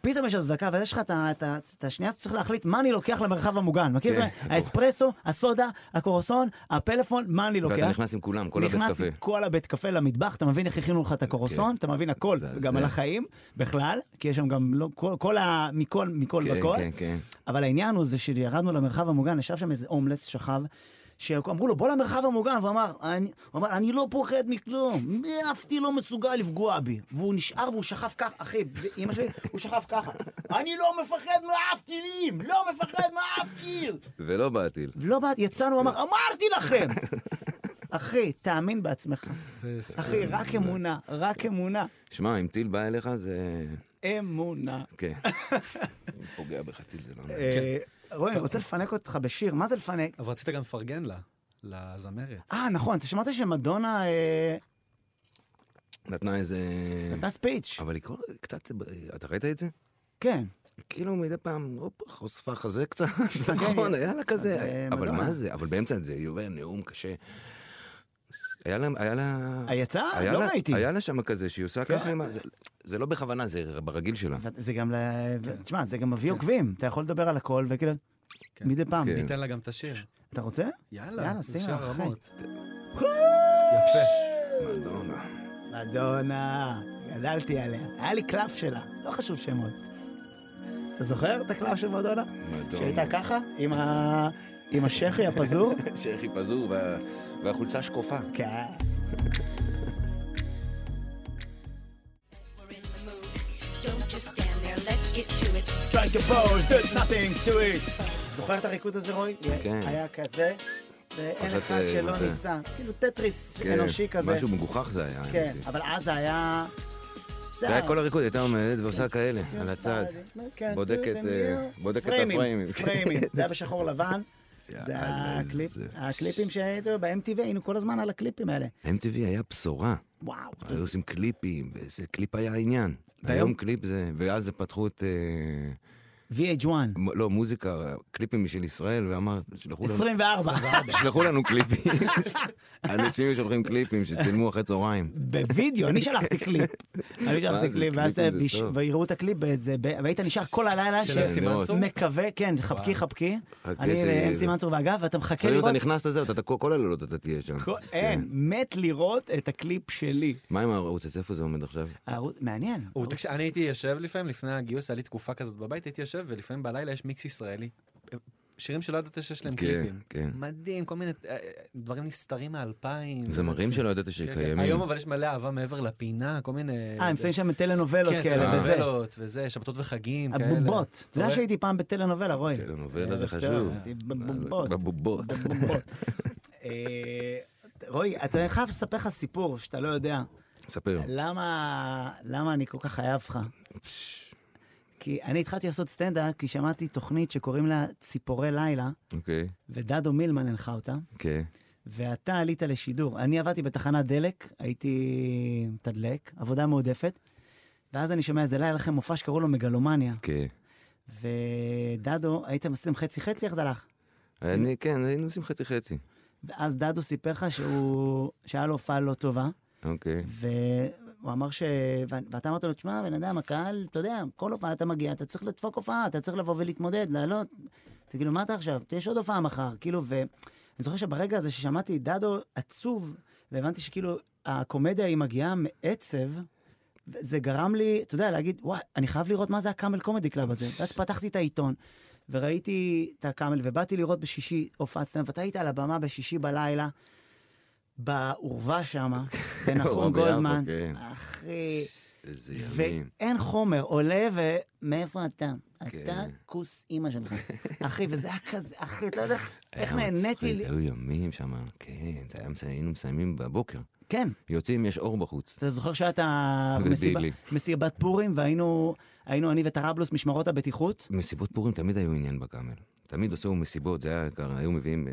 Speaker 1: פתאום יש אזעקה, ואז יש לך את ה- את ה- את השנייה שצריך להחליט מה אני לוקח למרחב המוגן. מכיר?
Speaker 2: כן,
Speaker 1: את זה? האספרסו, הסודה, הקורסון, הפלאפון, מה אני לוקח?
Speaker 2: ואתה נכנס עם כולם, כל הבית
Speaker 1: אוקיי. נכנס
Speaker 2: קפה.
Speaker 1: עם כל הבית קפה למטבח, אתה מבין איך הכינו לך את הקורסון,
Speaker 2: כן.
Speaker 1: אתה מבין הכל,
Speaker 2: זה-
Speaker 1: גם
Speaker 2: זה-
Speaker 1: על החיים בכלל, כי יש שם גם לא, כל, כל ה... מכל, מכל
Speaker 2: כן,
Speaker 1: וכל.
Speaker 2: כן, כן.
Speaker 1: אבל העניין הוא זה שירדנו למרחב המוגן, ישב שם איזה הומלס, שכב, שאמרו לו, בוא למרחב המוגן, והוא אמר, אני, הוא אמר, אני לא פוחד מכלום, אף טיל לא מסוגל לפגוע בי. והוא נשאר והוא שכב ככה, אחי, אמא שלי, הוא שכב ככה, אני לא מפחד מאף טילים, לא מפחד מאף טיל.
Speaker 2: ולא בעטיל.
Speaker 1: לא באתי, יצאנו, הוא אמר, אמרתי לכם! אחי, תאמין בעצמך.
Speaker 3: זה סיפור.
Speaker 1: אחי, רק אמונה, רק אמונה.
Speaker 2: שמע, אם טיל בא אליך זה...
Speaker 1: אמונה.
Speaker 2: כן. אם פוגע בך טיל זה לא נעים.
Speaker 1: אה, רועי, אני רוצה לפנק אותך בשיר, מה זה לפנק?
Speaker 3: אבל רצית גם לפרגן לה, לזמרת.
Speaker 1: אה, נכון, אתה שמעת שמדונה אה,
Speaker 2: נתנה איזה...
Speaker 1: נתנה ספיץ'.
Speaker 2: כן. אבל היא כל... קצת... אתה ראית את זה?
Speaker 1: כן.
Speaker 2: כאילו מדי פעם, הופ, חושפה חזה קצת,
Speaker 1: כן,
Speaker 2: נכון,
Speaker 1: כן.
Speaker 2: היה לה כזה,
Speaker 1: אז, אה,
Speaker 2: אבל
Speaker 1: מדונה.
Speaker 2: מה זה, אבל באמצע זה יובל נאום קשה. היה לה, היה לה,
Speaker 1: יצא?
Speaker 2: היה
Speaker 1: לא
Speaker 2: לה-
Speaker 1: ראיתי.
Speaker 2: היה לה שם כזה שהיא עושה
Speaker 1: כן.
Speaker 2: ככה עם ה... זה- זה לא בכוונה, זה ברגיל שלה.
Speaker 1: אבל זה גם, ל-
Speaker 2: כן.
Speaker 1: תשמע, זה גם מביא עוקבים, אתה יכול לדבר על הכל, וכאילו,
Speaker 3: כן.
Speaker 1: מדי פעם.
Speaker 2: כן.
Speaker 3: ניתן לה גם את השיר.
Speaker 1: אתה רוצה?
Speaker 3: יאללה,
Speaker 1: יאללה,
Speaker 3: זה
Speaker 1: שים
Speaker 3: שיר
Speaker 1: לה, אחי.
Speaker 3: רמות. יפה.
Speaker 2: מדונה.
Speaker 1: מדונה, גדלתי עליה, היה לי קלף שלה, לא חשוב שמות. אתה זוכר את הקלף של מדונה?
Speaker 2: לא.
Speaker 1: שהייתה
Speaker 2: מדונה.
Speaker 1: ככה, עם ה... עם השחי הפזור?
Speaker 2: שכי פזור וה- והחולצה שקופה.
Speaker 1: כן.
Speaker 4: We're in the mood. Don't just stand there, let's get to it.
Speaker 1: Strike a pose, there's nothing to it. זוכר את הריקוד הזה, רוי?
Speaker 2: כן.
Speaker 1: היה כזה, ואין
Speaker 2: פחות,
Speaker 1: אחד
Speaker 2: אה,
Speaker 1: שלא
Speaker 2: מתי.
Speaker 1: ניסה. כאילו טטריס
Speaker 2: כן,
Speaker 1: אנושי כזה.
Speaker 2: משהו מגוחך זה היה.
Speaker 1: כן,
Speaker 2: האמת.
Speaker 1: אבל אז זה היה...
Speaker 2: זה היה כל הריקוד, הייתה עומדת ועושה כאלה, על הצד.
Speaker 1: כן,
Speaker 2: בודקת,
Speaker 1: כן,
Speaker 2: אה, בודקת את הפריימים.
Speaker 1: פריימים, זה היה בשחור לבן. זה
Speaker 2: יאללה,
Speaker 1: הקליפ,
Speaker 2: זה-
Speaker 1: הקליפים שהיינו ב-MTV, היינו כל הזמן על הקליפים האלה.
Speaker 2: MTV היה בשורה.
Speaker 1: וואו.
Speaker 2: היו עושים קליפים, ואיזה קליפ היה העניין.
Speaker 1: והיום?
Speaker 2: היום קליפ זה, ואז פתחו את, אה,
Speaker 1: VH1,
Speaker 2: מ- לא, מוזיקה, קליפים משל ישראל, ואמר, שלחו לנו,
Speaker 1: 24,
Speaker 2: שלחו לנו קליפים. אנשים שולחים קליפים שצילמו אחרי צהריים.
Speaker 1: כן, בווידאו, אני שלחתי קליפ. אני שלחתי
Speaker 2: זה,
Speaker 1: קליפ, ואז
Speaker 2: קליפים זה
Speaker 1: ביש-
Speaker 2: טוב.
Speaker 1: ויראו את הקליפ באיזה, ב- והיית נשאר כל הלילה,
Speaker 3: של
Speaker 1: ש-
Speaker 3: יוסי
Speaker 2: מאוד.
Speaker 3: מנצור?
Speaker 1: מקווה, כן, חבקי חבקי.
Speaker 2: חכה
Speaker 1: אני אה,
Speaker 2: ש-
Speaker 1: ואמסי מנצור ואגב, ואתה מחכה
Speaker 2: לפעמים אתה
Speaker 1: לראות,
Speaker 2: נכנס לזה, אתה תקוע כל הלילות, אתה תהיה שם.
Speaker 1: כל-
Speaker 2: כן.
Speaker 1: אין, מת לראות את הקליפ שלי.
Speaker 2: מה עם הערוץ? אז איפה זה עומד עכשיו?
Speaker 1: הערוץ- מעניין.
Speaker 2: לא
Speaker 3: הוא, תקשיב, אני הייתי יושב לפעמים, לפני הגיוס, היה לי תקופה כזאת בבית, הייתי יושב, ולפעמים בלילה יש מיקס ישראלי. שירים שלא ידעת שיש להם
Speaker 2: כן,
Speaker 3: קליפים.
Speaker 2: כן.
Speaker 3: מדהים, כל מיני אה, אה, דברים נסתרים מהאלפיים.
Speaker 2: זמרים שלא ידעת
Speaker 3: כן, כן.
Speaker 2: שקיימים.
Speaker 3: היום אבל יש מלא אהבה מעבר לפינה, כל מיני...
Speaker 1: אה, הם שמים שם טלנובלות
Speaker 3: כן,
Speaker 1: כאלה וזה.
Speaker 3: טלנובלות וזה, שבתות וחגים כאלה.
Speaker 1: הבובות. אתה יודע
Speaker 3: רואה?
Speaker 1: שהייתי פעם בטלנובלה, רוי.
Speaker 2: טלנובלה זה
Speaker 1: ערב טוב,
Speaker 2: חשוב.
Speaker 1: הייתי אה, בבובות.
Speaker 2: בבובות.
Speaker 1: בבובות. אה, רוי, אתה אני חייב לספר לך סיפור שאתה לא יודע.
Speaker 2: ספר.
Speaker 1: אה. למה, למה אני כל כך חייב לך? כי אני התחלתי לעשות סטנדאפ כי שמעתי תוכנית שקוראים לה ציפורי לילה,
Speaker 2: אוקיי,
Speaker 1: ודדו מילמן הנחה אותה,
Speaker 2: כן.
Speaker 1: ואתה עלית לשידור. אני עבדתי בתחנת דלק, הייתי מתדלק, עבודה מועדפת, ואז אני שומע איזה לילה לכם מופע שקראו לו מגלומניה,
Speaker 2: כן.
Speaker 1: ודדו, הייתם עשיתם חצי חצי, איך זה הלך?
Speaker 2: אני, כן, היינו עושים חצי חצי.
Speaker 1: ואז דדו סיפר לך שהוא, שהיה לו הופעה לא טובה,
Speaker 2: אוקיי.
Speaker 1: והוא אמר ש... ו- ואתה אמרת לו, תשמע, בן אדם, הקהל, אתה יודע, כל הופעה אתה מגיע, אתה צריך לדפוק הופעה, אתה צריך לבוא ולהתמודד, לעלות. זה כאילו, מה אתה עכשיו? יש עוד הופעה מחר. כאילו, ואני זוכר שברגע הזה ששמעתי את דדו עצוב, והבנתי שכאילו, הקומדיה היא מגיעה מעצב, זה גרם לי, אתה יודע, להגיד, וואי, אני חייב לראות מה זה הקאמל קומדי קלאב הזה. ואז פתחתי את העיתון, וראיתי את הקאמל, ובאתי לראות בשישי הופעת סטנדאפ, ואתה היית על הבמה בשישי בלילה, באורווה שמה,
Speaker 2: אורווה
Speaker 1: בנחום
Speaker 2: ביפו,
Speaker 1: גולדמן,
Speaker 2: כן.
Speaker 1: אחי,
Speaker 2: איזה ימים.
Speaker 1: ואין חומר, עולה ו... מאיפה אתה? אתה
Speaker 2: כן.
Speaker 1: כוס אימא שלך. אחי, וזה היה כזה, אחי, אתה יודע איך- איך
Speaker 2: היה
Speaker 1: נהניתי...
Speaker 2: מצחיק,
Speaker 1: ל-
Speaker 2: היו ימים שם, כן, זה היה מסיים- היינו מסיימים בבוקר.
Speaker 1: כן.
Speaker 2: יוצאים, יש אור בחוץ.
Speaker 1: אתה זוכר שהיה את המסיבה-
Speaker 2: בדיוק.
Speaker 1: מסיבת פורים, והיינו היינו אני וטראבלוס משמרות הבטיחות?
Speaker 2: מסיבות פורים תמיד היו עניין בקאמל. תמיד עשו מסיבות, זה היה, ככה, היו מביאים אה,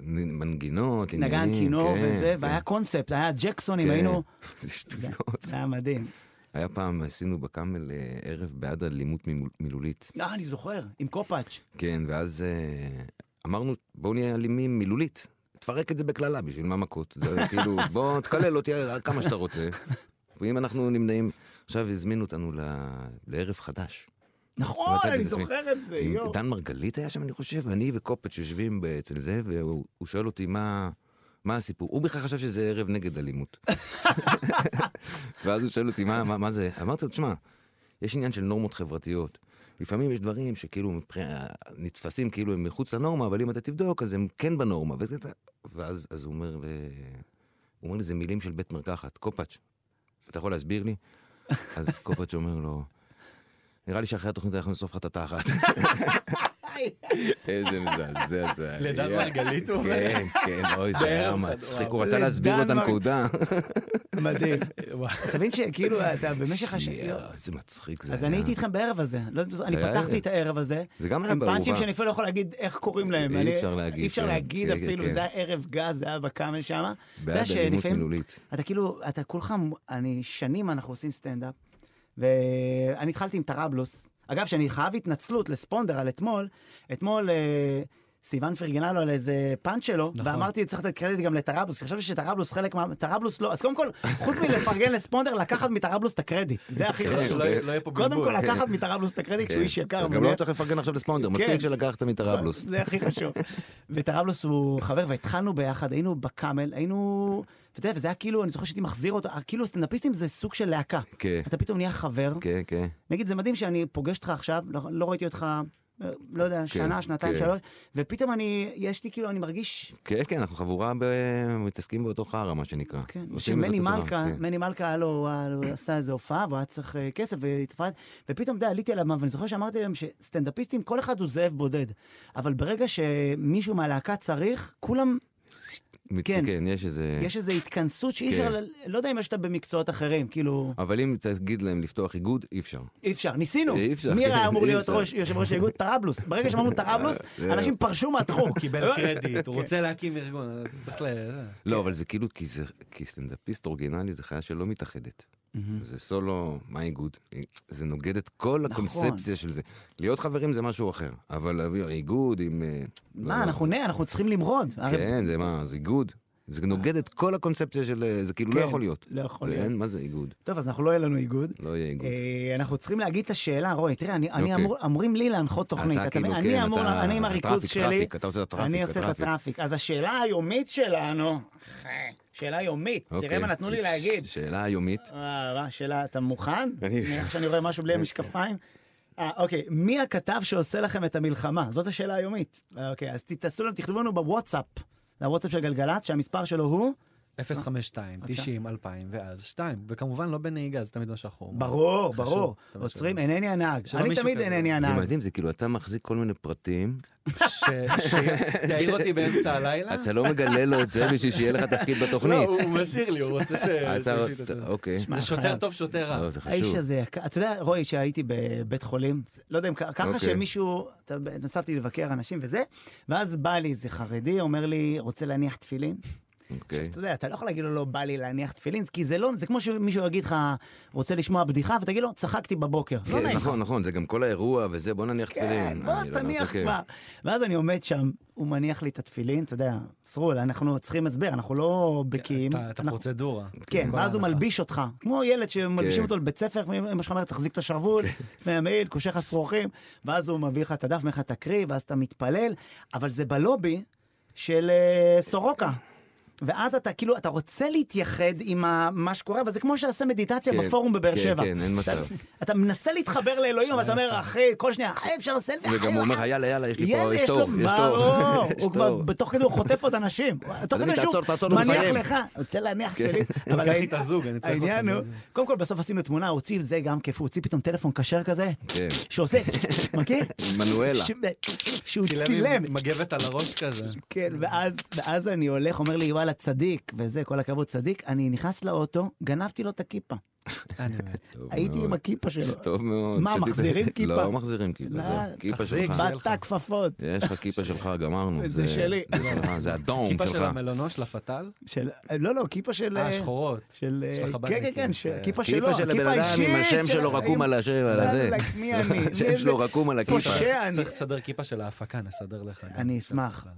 Speaker 2: מנגינות,
Speaker 1: נגן
Speaker 2: עניינים,
Speaker 1: כינור
Speaker 2: כן,
Speaker 1: וזה,
Speaker 2: כן,
Speaker 1: והיה קונספט, היה ג'קסונים,
Speaker 2: כן.
Speaker 1: היינו...
Speaker 2: זה שטויות.
Speaker 1: זה היה מדהים.
Speaker 2: היה פעם, עשינו בקאמל אה, ערב בעד אלימות מימול- מילולית.
Speaker 1: אה, אני זוכר, עם קופאץ'.
Speaker 2: כן, ואז אה, אמרנו, בואו נהיה אלימים מילולית. תפרק את זה בקללה, בשביל מה מכות? זה היה כאילו, בוא, תקלל אותי אה, כמה שאתה רוצה. ואם אנחנו נמנעים... עכשיו הזמינו אותנו ל- לערב חדש.
Speaker 1: נכון,
Speaker 2: מצאתי
Speaker 1: אני
Speaker 2: את עצמי.
Speaker 1: זוכר את זה,
Speaker 2: עם
Speaker 1: יואו.
Speaker 2: דן מרגלית היה שם, אני חושב, אני וקופץ' יושבים אצל זה, והוא הוא שואל אותי מה, מה הסיפור. הוא בכלל חשב שזה ערב נגד אלימות. ואז הוא שואל אותי, מה, מה, מה זה? אמרתי לו, תשמע, יש עניין של נורמות חברתיות. לפעמים יש דברים שכאילו מבחינה- נתפסים כאילו הם מחוץ לנורמה, אבל אם אתה תבדוק, אז הם כן בנורמה. ואתה- ואז אז הוא אומר, ל... הוא אומר לי, זה מילים של בית מרקחת, קופץ', אתה יכול להסביר לי? אז קופץ' אומר לו, נראה לי שאחרי התוכנית אנחנו נאסוף לך את התחת. איזה מזעזע זה היה.
Speaker 1: לדן מרגלית הוא אומר?
Speaker 2: כן, כן, אוי, זה היה
Speaker 1: בערב אחד,
Speaker 2: מצחיק,
Speaker 1: וואו.
Speaker 2: הוא רצה להסביר לו את
Speaker 1: לדן מר-
Speaker 2: הנקודה.
Speaker 1: מדהים. אתה מבין שכאילו, אתה במשך
Speaker 2: שנייה,
Speaker 1: השנים...
Speaker 2: איזה מצחיק זה
Speaker 1: אז
Speaker 2: היה.
Speaker 1: אני הייתי איתכם בערב הזה, לא יודעת, אני
Speaker 2: היה
Speaker 1: פתחתי
Speaker 2: ערב.
Speaker 1: את הערב הזה,
Speaker 2: זה גם היה אה?
Speaker 1: עם
Speaker 2: באהובה.
Speaker 1: פאנצ'ים שאני אפילו לא יכול להגיד איך קוראים להם,
Speaker 2: אי
Speaker 1: אני-
Speaker 2: אפשר להגיד,
Speaker 1: אי אפשר
Speaker 2: כן.
Speaker 1: להגיד
Speaker 2: כן, כן,
Speaker 1: אפילו,
Speaker 2: כן.
Speaker 1: זה היה ערב גז, זה היה בקאמל שם,
Speaker 2: בעד אלימות מילולית.
Speaker 1: אתה כאילו, אתה כולך, מ- אני, שנים אנחנו עושים סטנדאפ, ואני התחלתי עם טראבלוס. אגב, שאני חייב התנצלות לספונדר על אתמול, אתמול אה, סיוון פרגנה לו על איזה פאנץ' שלו,
Speaker 3: נכון.
Speaker 1: ואמרתי, צריך לתת קרדיט גם לטראבלוס, כי חשבתי שטראבלוס חלק מה... טראבלוס לא, אז קודם כל, חוץ מלפרגן לספונדר, לקחת מטראבלוס את הקרדיט, זה הכי
Speaker 2: כן,
Speaker 1: חשוב.
Speaker 3: שלא יהיה- לא יהיה פה
Speaker 1: קודם כל,
Speaker 3: בלבול.
Speaker 1: לקחת מטראבלוס את הקרדיט, שהוא איש יקר.
Speaker 2: גם
Speaker 1: באמת.
Speaker 2: לא צריך לפרגן עכשיו לספונדר,
Speaker 1: כן. אה?
Speaker 2: מספיק שלקחת מטראבלוס.
Speaker 1: זה הכי חשוב. וטראבלוס הוא חבר, והתחלנו ביחד, היינו בקאמל, היינו... ואתה יודע, וזה היה כאילו, אני זוכר שהייתי מחזיר אותו, כאילו סטנדאפיסטים זה סוג של להקה.
Speaker 2: כן,
Speaker 1: אתה פתאום נהיה חבר.
Speaker 2: כן, כן.
Speaker 1: נגיד, זה מדהים שאני פוגש אותך עכשיו, לא, לא ראיתי אותך, אה, לא יודע, שנה, שנתיים,
Speaker 2: כן.
Speaker 1: שלוש, ופתאום אני, יש לי כאילו, אני מרגיש,
Speaker 2: כן, כן, אנחנו חבורה ב... מתעסקים באותו חרא, מה שנקרא.
Speaker 1: כן,
Speaker 2: עושים את
Speaker 1: שמני
Speaker 2: אותו דבר,
Speaker 1: מלכה,
Speaker 2: כן.
Speaker 1: מני מלכה, היה לו, הוא היה- הוא עשה איזה הופעה, והוא היה צריך אה, כסף, והתפרד, ופתאום, אתה יודע, עליתי עליו, ואני זוכר שאמרתי להם שסטנדאפיסטים, כל אחד הוא זאב בודד, אבל ברגע שמישהו מהלהקה צריך, כולם
Speaker 2: מת-
Speaker 1: כן.
Speaker 2: כן, יש איזה...
Speaker 1: יש איזו התכנסות שאי אפשר,
Speaker 2: כן.
Speaker 1: ל- לא יודע אם יש אותה במקצועות אחרים, כאילו,
Speaker 2: אבל אם תגיד להם לפתוח איגוד, אי אפשר.
Speaker 1: אי אפשר, ניסינו.
Speaker 2: אי אפשר,
Speaker 1: מי היה
Speaker 2: כן,
Speaker 1: אמור
Speaker 2: אי
Speaker 1: להיות
Speaker 2: אפשר. אה,
Speaker 1: ראש- יושב ראש האיגוד? טראבלוס. ברגע שאמרנו טראבלוס,
Speaker 2: זהו.
Speaker 1: אנשים פרשו מהתחום. כן.
Speaker 3: הוא קיבל קרדיט, הוא רוצה להקים ארגון, אז צריך
Speaker 1: אה,
Speaker 3: ל... אה,
Speaker 2: לא, אבל זה כאילו, כי זה... כי סטנדאפיסט אורגינלי זה חיה שלא מתאחדת. זה סולו, מה איגוד? זה נוגד את כל
Speaker 1: נכון.
Speaker 2: הקונספציה של זה. להיות חברים זה משהו אחר, אבל להביא איגוד עם... אה,
Speaker 1: מה,
Speaker 2: לא,
Speaker 1: אנחנו נה, אנחנו צריכים למרוד. הרי-
Speaker 2: כן, זה מה, זה איגוד. זה נוגד את כל הקונספציה של... אה, זה כאילו לא
Speaker 1: כן,
Speaker 2: יכול להיות.
Speaker 1: לא יכול
Speaker 2: זה
Speaker 1: להיות.
Speaker 2: אין, מה זה איגוד?
Speaker 1: טוב, אז אנחנו לא יהיה לנו איגוד.
Speaker 2: לא יהיה איגוד.
Speaker 1: אה, אנחנו צריכים להגיד את השאלה, רועי, תראה, אני- אני
Speaker 2: אוקיי.
Speaker 1: אמור- אמורים לי להנחות תוכנית.
Speaker 2: אתה
Speaker 1: אתה
Speaker 2: כאילו,
Speaker 1: מבין?
Speaker 2: כן,
Speaker 1: אני אמור,
Speaker 2: אתה-
Speaker 1: אני עם הריכוז
Speaker 2: הטראפיק,
Speaker 1: שלי,
Speaker 2: טראפיק, אתה עושה את הטראפיק,
Speaker 1: אני עושה את
Speaker 2: הטראפיק.
Speaker 1: הטראפיק. אז השאלה היומית שלנו, אחי, שאלה יומית, תראה
Speaker 2: אוקיי.
Speaker 1: מה נתנו לי
Speaker 2: ש-
Speaker 1: להגיד.
Speaker 2: ש- שאלה יומית.
Speaker 1: אה, מה, שאלה, אתה מוכן?
Speaker 2: אני-
Speaker 1: נראה שאני רואה משהו בלי המשקפיים. אה, אוקיי, מי הכתב שעושה לכם את המלחמה? זאת השאלה היומית. אה, אוקיי, אז ת- תעשו לנו, תכתבו לנו בוואטסאפ. זה הוואטסאפ של גלגלצ, שהמספר שלו הוא?
Speaker 3: 052,
Speaker 1: אוקיי.
Speaker 3: 90, 2000, ואז 2. וכמובן לא בנהיגה, זה תמיד מה שאנחנו אומרים.
Speaker 1: ברור,
Speaker 3: חשוב,
Speaker 1: ברור.
Speaker 3: תמיד
Speaker 1: עוצרים, אינני הנהג.
Speaker 3: שלא
Speaker 1: אני
Speaker 3: מישהו
Speaker 1: תמיד
Speaker 3: כזה.
Speaker 1: אינני
Speaker 2: זה
Speaker 1: הנהג.
Speaker 2: מדהים, זה כאילו, אתה מחזיק כל מיני פרטים,
Speaker 3: ש- שתעיר אותי באמצע הלילה?
Speaker 2: אתה לא מגלה לו את זה בשביל שיהיה לך תפקיד
Speaker 3: לא,
Speaker 2: בתוכנית.
Speaker 3: הוא משאיר לי, הוא רוצה ש...
Speaker 1: אה,
Speaker 2: אתה
Speaker 3: שהוא
Speaker 2: רוצה,
Speaker 3: ישאיר לי את
Speaker 2: אוקיי.
Speaker 3: זה. זה שוטר טוב, שוטר רע.
Speaker 2: לא, זה
Speaker 1: האיש
Speaker 2: חשוב.
Speaker 1: הזה יקר. אתה יודע, רועי, שהייתי בבית חולים, לא יודע אם כ- ככה
Speaker 2: אוקיי.
Speaker 1: שמישהו, אתה- נסעתי לבקר אנשים וזה, ואז בא לי איזה חרדי, אומר לי, רוצה להניח תפילין? עכשיו,
Speaker 2: אוקיי.
Speaker 1: אתה יודע, אתה לא יכול להגיד לו, לא בא לי להניח תפילין, כי זה לא, זה כמו שמישהו יגיד לך, רוצה לשמוע בדיחה, ותגיד לו, צחקתי בבוקר. לא
Speaker 2: כן,
Speaker 1: נעים לך.
Speaker 2: נכון, נכון, זה גם כל האירוע וזה, בוא נניח
Speaker 1: כן,
Speaker 2: תפילין.
Speaker 1: בוא
Speaker 2: אני לא יודע,
Speaker 1: תניח
Speaker 2: אוקיי.
Speaker 1: כבר. ואז אני עומד שם, הוא מניח לי את התפילין, אתה יודע, סרול, אנחנו צריכים הסבר, אנחנו לא בקיאים.
Speaker 3: כן, אתה- את
Speaker 1: אנחנו-
Speaker 3: הפרוצדורה.
Speaker 1: כן,
Speaker 3: כל
Speaker 1: ואז הוא
Speaker 3: ההנחה.
Speaker 1: מלביש אותך, כמו ילד שמלבישים
Speaker 2: כן.
Speaker 1: אותו לבית ספר, כמו אמא שלך אומרת, תחזיק את השרוול, לפני המעיל, קושי לך שרוכים, ואז הוא מביא לך את הדף, אומר לך תקריא, ואז אתה מתפלל, אבל זה בלובי של אה, סורוקה. ואז אתה כאילו, אתה רוצה להתייחד עם ה- מה שקורה, אבל זה כמו שעושה מדיטציה
Speaker 2: כן,
Speaker 1: בפורום בבאר
Speaker 2: כן,
Speaker 1: שבע.
Speaker 2: כן, אין מצב.
Speaker 1: אתה- אתה מנסה להתחבר לאלוהים, אבל אתה אומר, אחי, כל שנייה, אחי, אפשר אה, סלפי, אחי,
Speaker 2: וגם הוא אומר לך, יאללה, יאללה, יש לי פה,
Speaker 1: ילד,
Speaker 2: יש תור, יש תור.
Speaker 1: ברור,
Speaker 2: יש
Speaker 1: הוא כבר,
Speaker 2: תור.
Speaker 1: בתוך כדי הוא חוטף עוד אנשים. תוך
Speaker 2: אדוני,
Speaker 1: כדי שהוא
Speaker 2: תעצור, תעצור, כן. הוא
Speaker 1: מניח
Speaker 2: מסיים.
Speaker 1: לך, רוצה להניח שלי.
Speaker 2: אוקיי,
Speaker 3: לוקח לי
Speaker 1: העניין-
Speaker 3: את הזוג, אני צריך
Speaker 1: העניין
Speaker 3: אותו.
Speaker 1: הוא, קודם כל בסוף עשינו תמונה, הוא הוציא זה גם כיף, הוא הוציא פתאום טלפון כשר כזה,
Speaker 2: כן.
Speaker 1: שעושה, מכיר?
Speaker 2: מנואלה.
Speaker 1: ש- שהוא
Speaker 3: צילם עם
Speaker 1: צילם.
Speaker 3: מגבת על הראש כזה.
Speaker 1: כן, ואז, ואז אני הולך, אומר לי, וואלה, וואלה, צדיק, וזה, כל הכבוד, צדיק. אני נכנס לאוטו, גנבתי לו את הכיפה.
Speaker 3: אני מת.
Speaker 2: טוב
Speaker 1: הייתי עם
Speaker 2: מאוד.
Speaker 1: הכיפה שלו.
Speaker 2: טוב מאוד.
Speaker 1: מה,
Speaker 2: שתדע-
Speaker 1: מחזירים כיפה?
Speaker 2: לא מחזירים כיפה,
Speaker 1: לא,
Speaker 2: זה כיפה
Speaker 3: תחזיק,
Speaker 2: שלך.
Speaker 3: שיהיה לך.
Speaker 1: באת כפפות.
Speaker 2: יש לך כיפה שלך, גמרנו.
Speaker 1: זה שלי.
Speaker 2: זה שלך, זה הדום
Speaker 3: כיפה של
Speaker 2: שלך.
Speaker 3: המלונו של הפתל?
Speaker 1: של... לא, לא, כיפה של...
Speaker 3: אה, שחורות.
Speaker 1: של...
Speaker 3: של
Speaker 1: כן,
Speaker 3: החב"דניקים.
Speaker 1: כן, כן, ש-
Speaker 3: אה,
Speaker 1: כיפה שלו.
Speaker 2: כיפה של הבן
Speaker 1: הכיפה
Speaker 2: אדם עם
Speaker 1: האישית
Speaker 2: השם
Speaker 1: של-
Speaker 2: שלו רקום
Speaker 1: עם-
Speaker 2: על השם, על הזה.
Speaker 1: וואלכ, לא, מי אני? מי
Speaker 2: השם
Speaker 1: זה?
Speaker 2: שלו רקום על הכיפה.
Speaker 1: פושע. אני-
Speaker 3: צריך לסדר כיפה של ההפקה, נסדר לך. גם.
Speaker 1: אני אשמח.
Speaker 3: זה-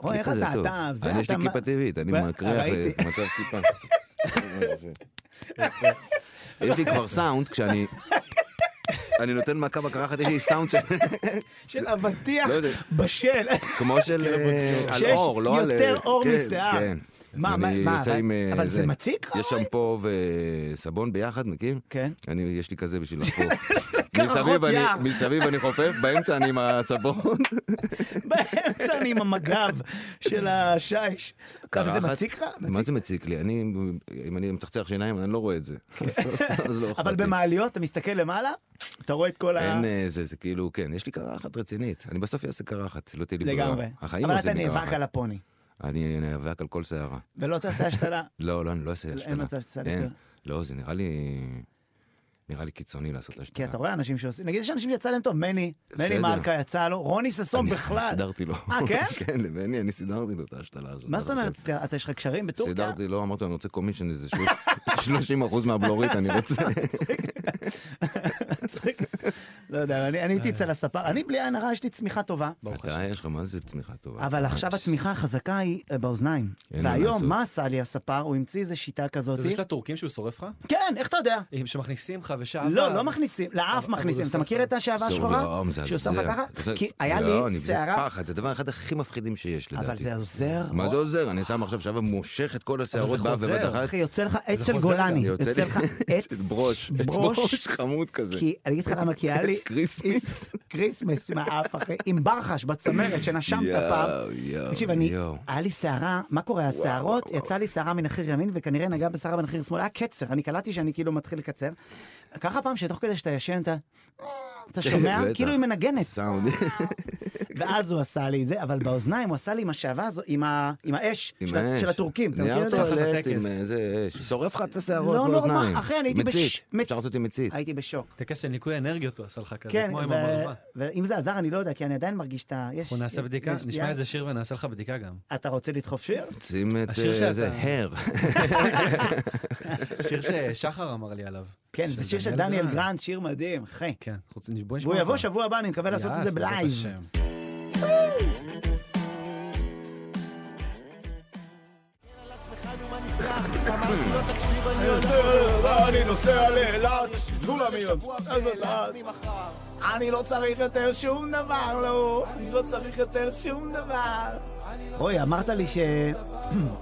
Speaker 1: רועי, איך
Speaker 2: כיפה זה
Speaker 1: אתה,
Speaker 2: טוב.
Speaker 1: אתה, זה
Speaker 2: אני יש לי
Speaker 1: אתה-
Speaker 2: כיפה טבעית, אני
Speaker 1: ו-
Speaker 2: מקריח אה,
Speaker 1: ראיתי.
Speaker 2: מצב כיפה. יש לי כבר סאונד כשאני... אני נותן מכה בקרחת, יש לי סאונד של...
Speaker 1: של אבטיח
Speaker 2: לא יודע.
Speaker 1: בשל.
Speaker 2: כמו של... אה, על
Speaker 1: שיש
Speaker 2: אור, לא על...
Speaker 1: יותר
Speaker 2: אה,
Speaker 1: אור
Speaker 2: כן,
Speaker 1: משיער.
Speaker 2: כן.
Speaker 1: מה, מה,
Speaker 2: אני
Speaker 1: מה,
Speaker 2: עושה
Speaker 1: אבל-
Speaker 2: עם, אה,
Speaker 1: אבל זה מציק לך?
Speaker 2: יש שמפו וסבון ביחד, מכיר?
Speaker 1: כן.
Speaker 2: אני, יש לי כזה בשביל לחפור.
Speaker 1: קרחות
Speaker 2: מסביב אני-
Speaker 1: יער.
Speaker 2: מסביב אני חופף, באמצע אני עם הסבון.
Speaker 1: באמצע אני עם המג"ב של השיש. אבל זה
Speaker 2: קרחת.
Speaker 1: מציק לך?
Speaker 2: מה זה מציק לי? אני, אם אני מצחצח שיניים, אני לא רואה את זה. אז- אז- אז לא
Speaker 1: אבל
Speaker 2: אכפת לי.
Speaker 1: במעליות, אתה מסתכל למעלה, אתה רואה את כל ה...
Speaker 2: אין אה, זה, זה כאילו, כן, יש לי קרחת רצינית. אני בסוף אעשה קרחת, לא תהיה לי ברירה.
Speaker 1: לגמרי.
Speaker 2: החיים לא
Speaker 1: אבל אתה
Speaker 2: עושים לי
Speaker 1: נאבק
Speaker 2: קרחת.
Speaker 1: על הפוני,
Speaker 2: אני נאבק על כל שערה.
Speaker 1: ולא תעשה השתלה.
Speaker 2: לא, לא, אני לא אעשה השתלה.
Speaker 1: מצב שתעשה כן.
Speaker 2: אין.
Speaker 1: יותר.
Speaker 2: לא, זה נראה לי... נראה לי קיצוני לעשות השתלה.
Speaker 1: כי אתה רואה אנשים שעושים, נגיד יש אנשים שיצא להם טוב, מני, מני
Speaker 2: בסדר.
Speaker 1: מלכה יצא לו, רוני ששון
Speaker 2: אני- אני
Speaker 1: בכלל.
Speaker 2: סידרתי לו.
Speaker 1: אה, כן?
Speaker 2: כן, לבני, אני סידרתי לו את ההשתלה הזאת.
Speaker 1: מה זאת
Speaker 2: עד
Speaker 1: אומרת,
Speaker 2: עכשיו.
Speaker 1: אתה יש לך קשרים בטורקיה?
Speaker 2: סידרתי לו, אמרתי לו, אני רוצה קומישן איזה שלוש- 30 אחוז מהבלורית, אני רוצה.
Speaker 1: לא מצחיק. לא יודע, אני אני הייתי אצל הספר, אני בלי עין הרע יש לי צמיחה טובה,
Speaker 3: ברוך השם.
Speaker 2: אתה, יש לך, מה זה צמיחה טובה?
Speaker 1: אבל עכשיו הצמיחה החזקה היא אה, באוזניים.
Speaker 2: אין מה
Speaker 1: והיום,
Speaker 2: לעשות.
Speaker 1: מה עשה לי הספר? הוא המציא איזו שיטה כזאת.
Speaker 3: זה של הטורקים שהוא שורף לך?
Speaker 1: כן, איך אתה יודע?
Speaker 3: אם שמכניסים לך ושעבר.
Speaker 1: לא, לא מכניסים, לאף
Speaker 3: אבל- אבל
Speaker 1: מכניסים.
Speaker 3: זה
Speaker 1: אתה מכיר
Speaker 3: סחר.
Speaker 1: את השעבה השחורה?
Speaker 2: יום, זה
Speaker 1: שהוא שם לך
Speaker 2: עוזר.
Speaker 1: ככה?
Speaker 2: זה-
Speaker 1: כי היה
Speaker 2: לא, אני-
Speaker 1: לי
Speaker 2: זה
Speaker 1: שערה,
Speaker 2: פחד, זה הדבר אחד הכי מפחידים שיש, לדעתי.
Speaker 1: אבל זה עוזר.
Speaker 2: מה זה עוזר? אני שם עכשיו שעבר, מושך את כל השערות בה
Speaker 3: חוזר.
Speaker 2: בבת אחת.
Speaker 1: אחי, יוצא לך עץ
Speaker 3: זה
Speaker 1: של
Speaker 3: חוזר
Speaker 1: גולני,
Speaker 3: גם.
Speaker 2: יוצא
Speaker 1: יוצא
Speaker 2: לי-
Speaker 1: לך עץ
Speaker 2: ברוש, עץ ברוש חמוד כזה.
Speaker 1: כי אני אגיד לך למה, כי היה לי
Speaker 2: עץ כריסמס.
Speaker 1: כריסמס מהאף אחי, עם ברחש בצמרת שנשמת
Speaker 2: יואו,
Speaker 1: פעם.
Speaker 2: יואו,
Speaker 1: תקשיב, אני,
Speaker 2: יואו.
Speaker 1: היה לי שערה, מה קורה, השערות, יצא לי שערה מנחיר ימין וכנראה נגע בשערה מנחיר שמאל, היה קצר, אני קלטתי שאני כאילו מתחיל לקצר. ככה פעם שתוך כדי שאתה ישן אתה... אתה שומע?
Speaker 2: כן, בטח.
Speaker 1: כאילו היא מנגנת.
Speaker 2: סאונד.
Speaker 1: ואז הוא עשה לי את זה, אבל באוזניים הוא עשה לי עם השעווה הזו, עם ה- עם האש
Speaker 2: עם
Speaker 1: של ה-
Speaker 2: האש.
Speaker 1: של הטורקים. אתה מכיר
Speaker 2: נייר
Speaker 1: את זה?
Speaker 2: טואלט עם אה,
Speaker 3: בטקס.
Speaker 2: איזה אש. שורף לך את השערות
Speaker 1: לא
Speaker 2: באוזניים.
Speaker 1: נורמל, אחי, אני הייתי בש-
Speaker 2: מצית,
Speaker 1: מצ-
Speaker 2: אפשר לעשות עם מצית.
Speaker 1: הייתי בשוק.
Speaker 3: טקס של ניקוי אנרגיות הוא עשה לך כזה,
Speaker 1: כן,
Speaker 3: כמו עם
Speaker 1: ו-
Speaker 3: המרווה.
Speaker 1: ואם זה עזר, אני לא יודע, כי אני עדיין מרגיש את ה... יש-
Speaker 3: אנחנו נעשה
Speaker 1: יש-
Speaker 3: בדיקה,
Speaker 1: יש-
Speaker 3: נשמע
Speaker 1: יש-
Speaker 3: איזה שיר ונעשה לך בדיקה גם.
Speaker 1: אתה רוצה לדחוף שיר?
Speaker 2: שים את
Speaker 3: השיר
Speaker 2: אה,
Speaker 3: שאתה-
Speaker 2: זה הר.
Speaker 3: שיר ששחר אמר לי עליו.
Speaker 1: כן, זה שיר של דניאל גרנד, שיר מדהים, אחי.
Speaker 3: כן, אנחנו רוצים- בוא נשמע
Speaker 1: והוא יבוא
Speaker 3: אותו.
Speaker 1: שבוע הבא, אני מקווה לעשות את
Speaker 3: יעש,
Speaker 1: זה
Speaker 3: בעזרת
Speaker 1: בלייב.
Speaker 3: השם.
Speaker 1: אני נוסע לאילת, זולה אני לא צריך יותר שום דבר, לא. אני לא צריך יותר שום דבר. רועי, אמרת לי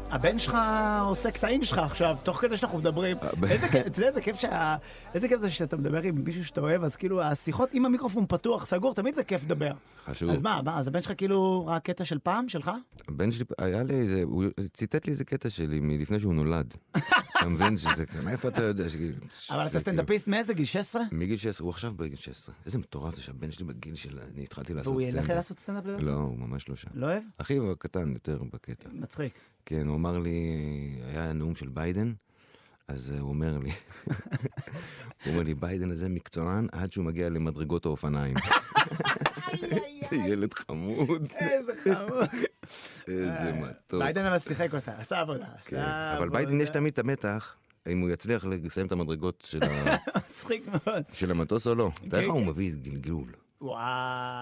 Speaker 1: שהבן שלך עושה קטעים שלך עכשיו, תוך כדי שאנחנו מדברים.
Speaker 2: הבן-
Speaker 1: איזה כיף, אתה יודע איזה כיף שה- איזה כיף זה שאתה מדבר עם מישהו שאתה אוהב, אז כאילו השיחות, אם המיקרופון פתוח, סגור, תמיד זה כיף לדבר.
Speaker 2: חשוב.
Speaker 1: אז מה, מה, אז הבן שלך כאילו רק קטע של פעם, שלך?
Speaker 2: הבן שלי, היה לי איזה, הוא ציטט לי איזה קטע שלי מלפני שהוא נולד. אתה מבין שזה, כ- מאיפה אתה יודע? שכאילו-
Speaker 1: אבל אתה
Speaker 2: זה כאילו-
Speaker 1: סטנדאפיסט מאיזה גיל? 16?
Speaker 2: מגיל 16, הוא עכשיו בגיל 16. איזה מטורף זה שהבן שלי בגיל של... אני התחלתי לעשות
Speaker 1: והוא
Speaker 2: סטנדאפ.
Speaker 1: ילך לעשות סטנדאפ לדעתך?
Speaker 2: לא, הוא ממש לא שם.
Speaker 1: לא אוהב?
Speaker 2: אחיו הקטן יותר בקטע.
Speaker 1: מצחיק.
Speaker 2: כן, הוא אמר לי, היה נאום של ביידן, אז אה, הוא אומר לי, הוא אומר לי, ביידן הזה מקצוען עד שהוא מגיע למדרגות האופניים. זה ילד חמוד,
Speaker 1: איזה חמוד.
Speaker 2: איזה מתוק.
Speaker 1: ביידן אה, אבל שיחק אותה, עשה עבודה.
Speaker 2: כן, אבל ביידן יש תמיד את המתח, אם הוא יצליח לסיים את המדרגות של ה-
Speaker 1: מצחיק מאוד.
Speaker 2: של המטוס או לא. אתה יודע איך
Speaker 1: כן,
Speaker 2: הוא
Speaker 1: כן.
Speaker 2: מביא גלגול.
Speaker 1: וואו.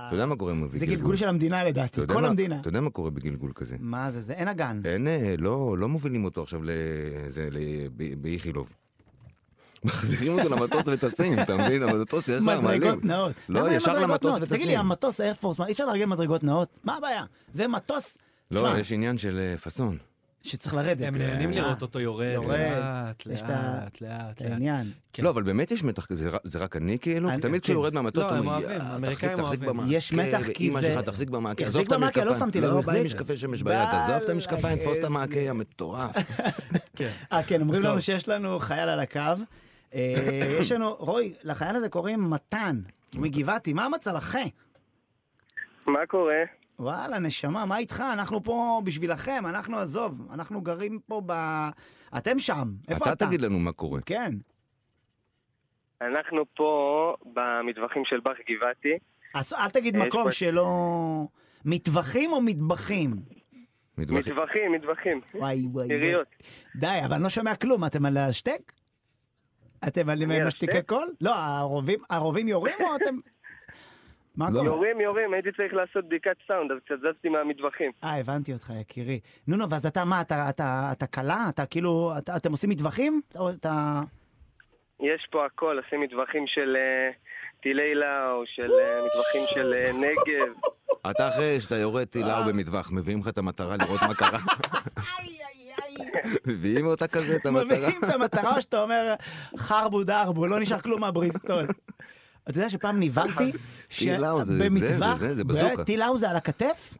Speaker 2: אתה יודע מה קורה אם הוא מביא
Speaker 1: זה
Speaker 2: גלגול?
Speaker 1: גלגול של המדינה לדעתי,
Speaker 2: אתה יודע
Speaker 1: כל
Speaker 2: מה-
Speaker 1: המדינה.
Speaker 2: אתה יודע מה קורה בגלגול כזה?
Speaker 1: מה זה, זה אין אגן.
Speaker 2: אין, אה, לא, לא מובילים אותו עכשיו לזה, ל- ב- באיכילוב. מחזירים אותו למטוס וטסים, אתה מבין? המטוס יש להם
Speaker 1: מדרגות נאות. למה
Speaker 2: לא,
Speaker 1: אין
Speaker 2: ישר
Speaker 1: מדרגות
Speaker 2: למטוס
Speaker 1: נאות? תגיד לי,
Speaker 2: וטסים.
Speaker 1: המטוס איירפורס, מה, אי אפשר לארגן מדרגות נאות? מה הבעיה? זה מטוס,
Speaker 2: לא,
Speaker 1: תשמע,
Speaker 2: יש עניין של אה, פאסון.
Speaker 1: שצריך לרדת.
Speaker 3: הם נהנים
Speaker 1: אה,
Speaker 3: לראות אותו יורד,
Speaker 1: יורד.
Speaker 3: לאט,
Speaker 1: יש
Speaker 3: לאט,
Speaker 1: את ה-
Speaker 3: לאט, לאט.
Speaker 1: את העניין.
Speaker 3: כן.
Speaker 2: לא, אבל באמת יש מתח כזה, זה ר- זה רק אני כאילו?
Speaker 1: אני-
Speaker 2: תמיד
Speaker 1: כן.
Speaker 2: כשהוא יורד מהמטוס,
Speaker 3: לא,
Speaker 2: אתה
Speaker 3: הם
Speaker 2: אומר,
Speaker 3: אוהבים,
Speaker 2: "יאה, תחזיק-
Speaker 3: האמריקאים
Speaker 2: תחזיק
Speaker 3: אוהבים."
Speaker 2: במעקה,
Speaker 1: יש מתח כי
Speaker 2: ואימא
Speaker 1: זה-
Speaker 2: שלך תחזיק במעקה,
Speaker 1: החזיק
Speaker 2: עזוב את
Speaker 1: במעקה, לא
Speaker 2: המשקפיים.
Speaker 1: שמתי לב,
Speaker 2: לא,
Speaker 1: זה
Speaker 2: בא עם
Speaker 1: זה.
Speaker 2: משקפי שמש ביד, עזוב את
Speaker 1: וואלה,
Speaker 2: המשקפיים, תפוס את המעקה המטורף. אוקיי.
Speaker 1: אה, כן, אומרים
Speaker 3: טוב.
Speaker 1: לנו שיש לנו חייל על הקו. אה, יש לנו, רועי, לחייל הזה קוראים מתן, מגבעתי, מה המצב, אחי?
Speaker 5: מה קורה?
Speaker 1: וואלה, נשמה, מה איתך? אנחנו פה בשבילכם, אנחנו עזוב, אנחנו גרים פה ב... אתם שם, איפה אתה?
Speaker 2: אתה תגיד לנו מה קורה.
Speaker 1: כן.
Speaker 6: אנחנו פה במטווחים של בר גבעתי.
Speaker 1: אז אל תגיד
Speaker 6: יש
Speaker 1: מקום
Speaker 6: פה-
Speaker 1: שלא... מטווחים או מטבחים?
Speaker 2: מתווכח.
Speaker 6: מטווחים, מטווחים.
Speaker 2: אה,
Speaker 1: וואי, וואי, וואי.
Speaker 6: עיריות.
Speaker 1: די, אבל אני לא שומע כלום, אתם על השטק? אתם
Speaker 6: אני
Speaker 1: על
Speaker 6: על
Speaker 1: משתיקי
Speaker 6: השתק?
Speaker 1: קול? לא, הרובים, הרובים יורים או אתם... מה
Speaker 2: לא.
Speaker 1: קורה?
Speaker 6: יורים, יורים, הייתי צריך לעשות בדיקת סאונד, אז קצת זזתי מהמטווחים.
Speaker 1: אה, הבנתי אותך, יקירי. נו, נו, ואז אתה מה, אתה, אתה, אתה קלה? אתה כאילו, אתה, אתם עושים מטווחים? או אתה...
Speaker 6: יש פה הכל, עושים מטווחים של אה, טילי לאו, של אה, מטווחים של אה, נגב.
Speaker 2: אתה אחרי שאתה יורד טילה במטווח, מביאים לך את המטרה לראות מה קרה. מביאים אותה כזה, את המטרה.
Speaker 1: מבינים את המטרה שאתה אומר, חרבו דרבו, לא נשאר כלום מהבריסטול. אתה יודע שפעם נבהלתי
Speaker 2: לאו זה-
Speaker 1: שבמטווח,
Speaker 2: זה- זה- זה בזוקה.
Speaker 1: טיל לאו זה על הכתף?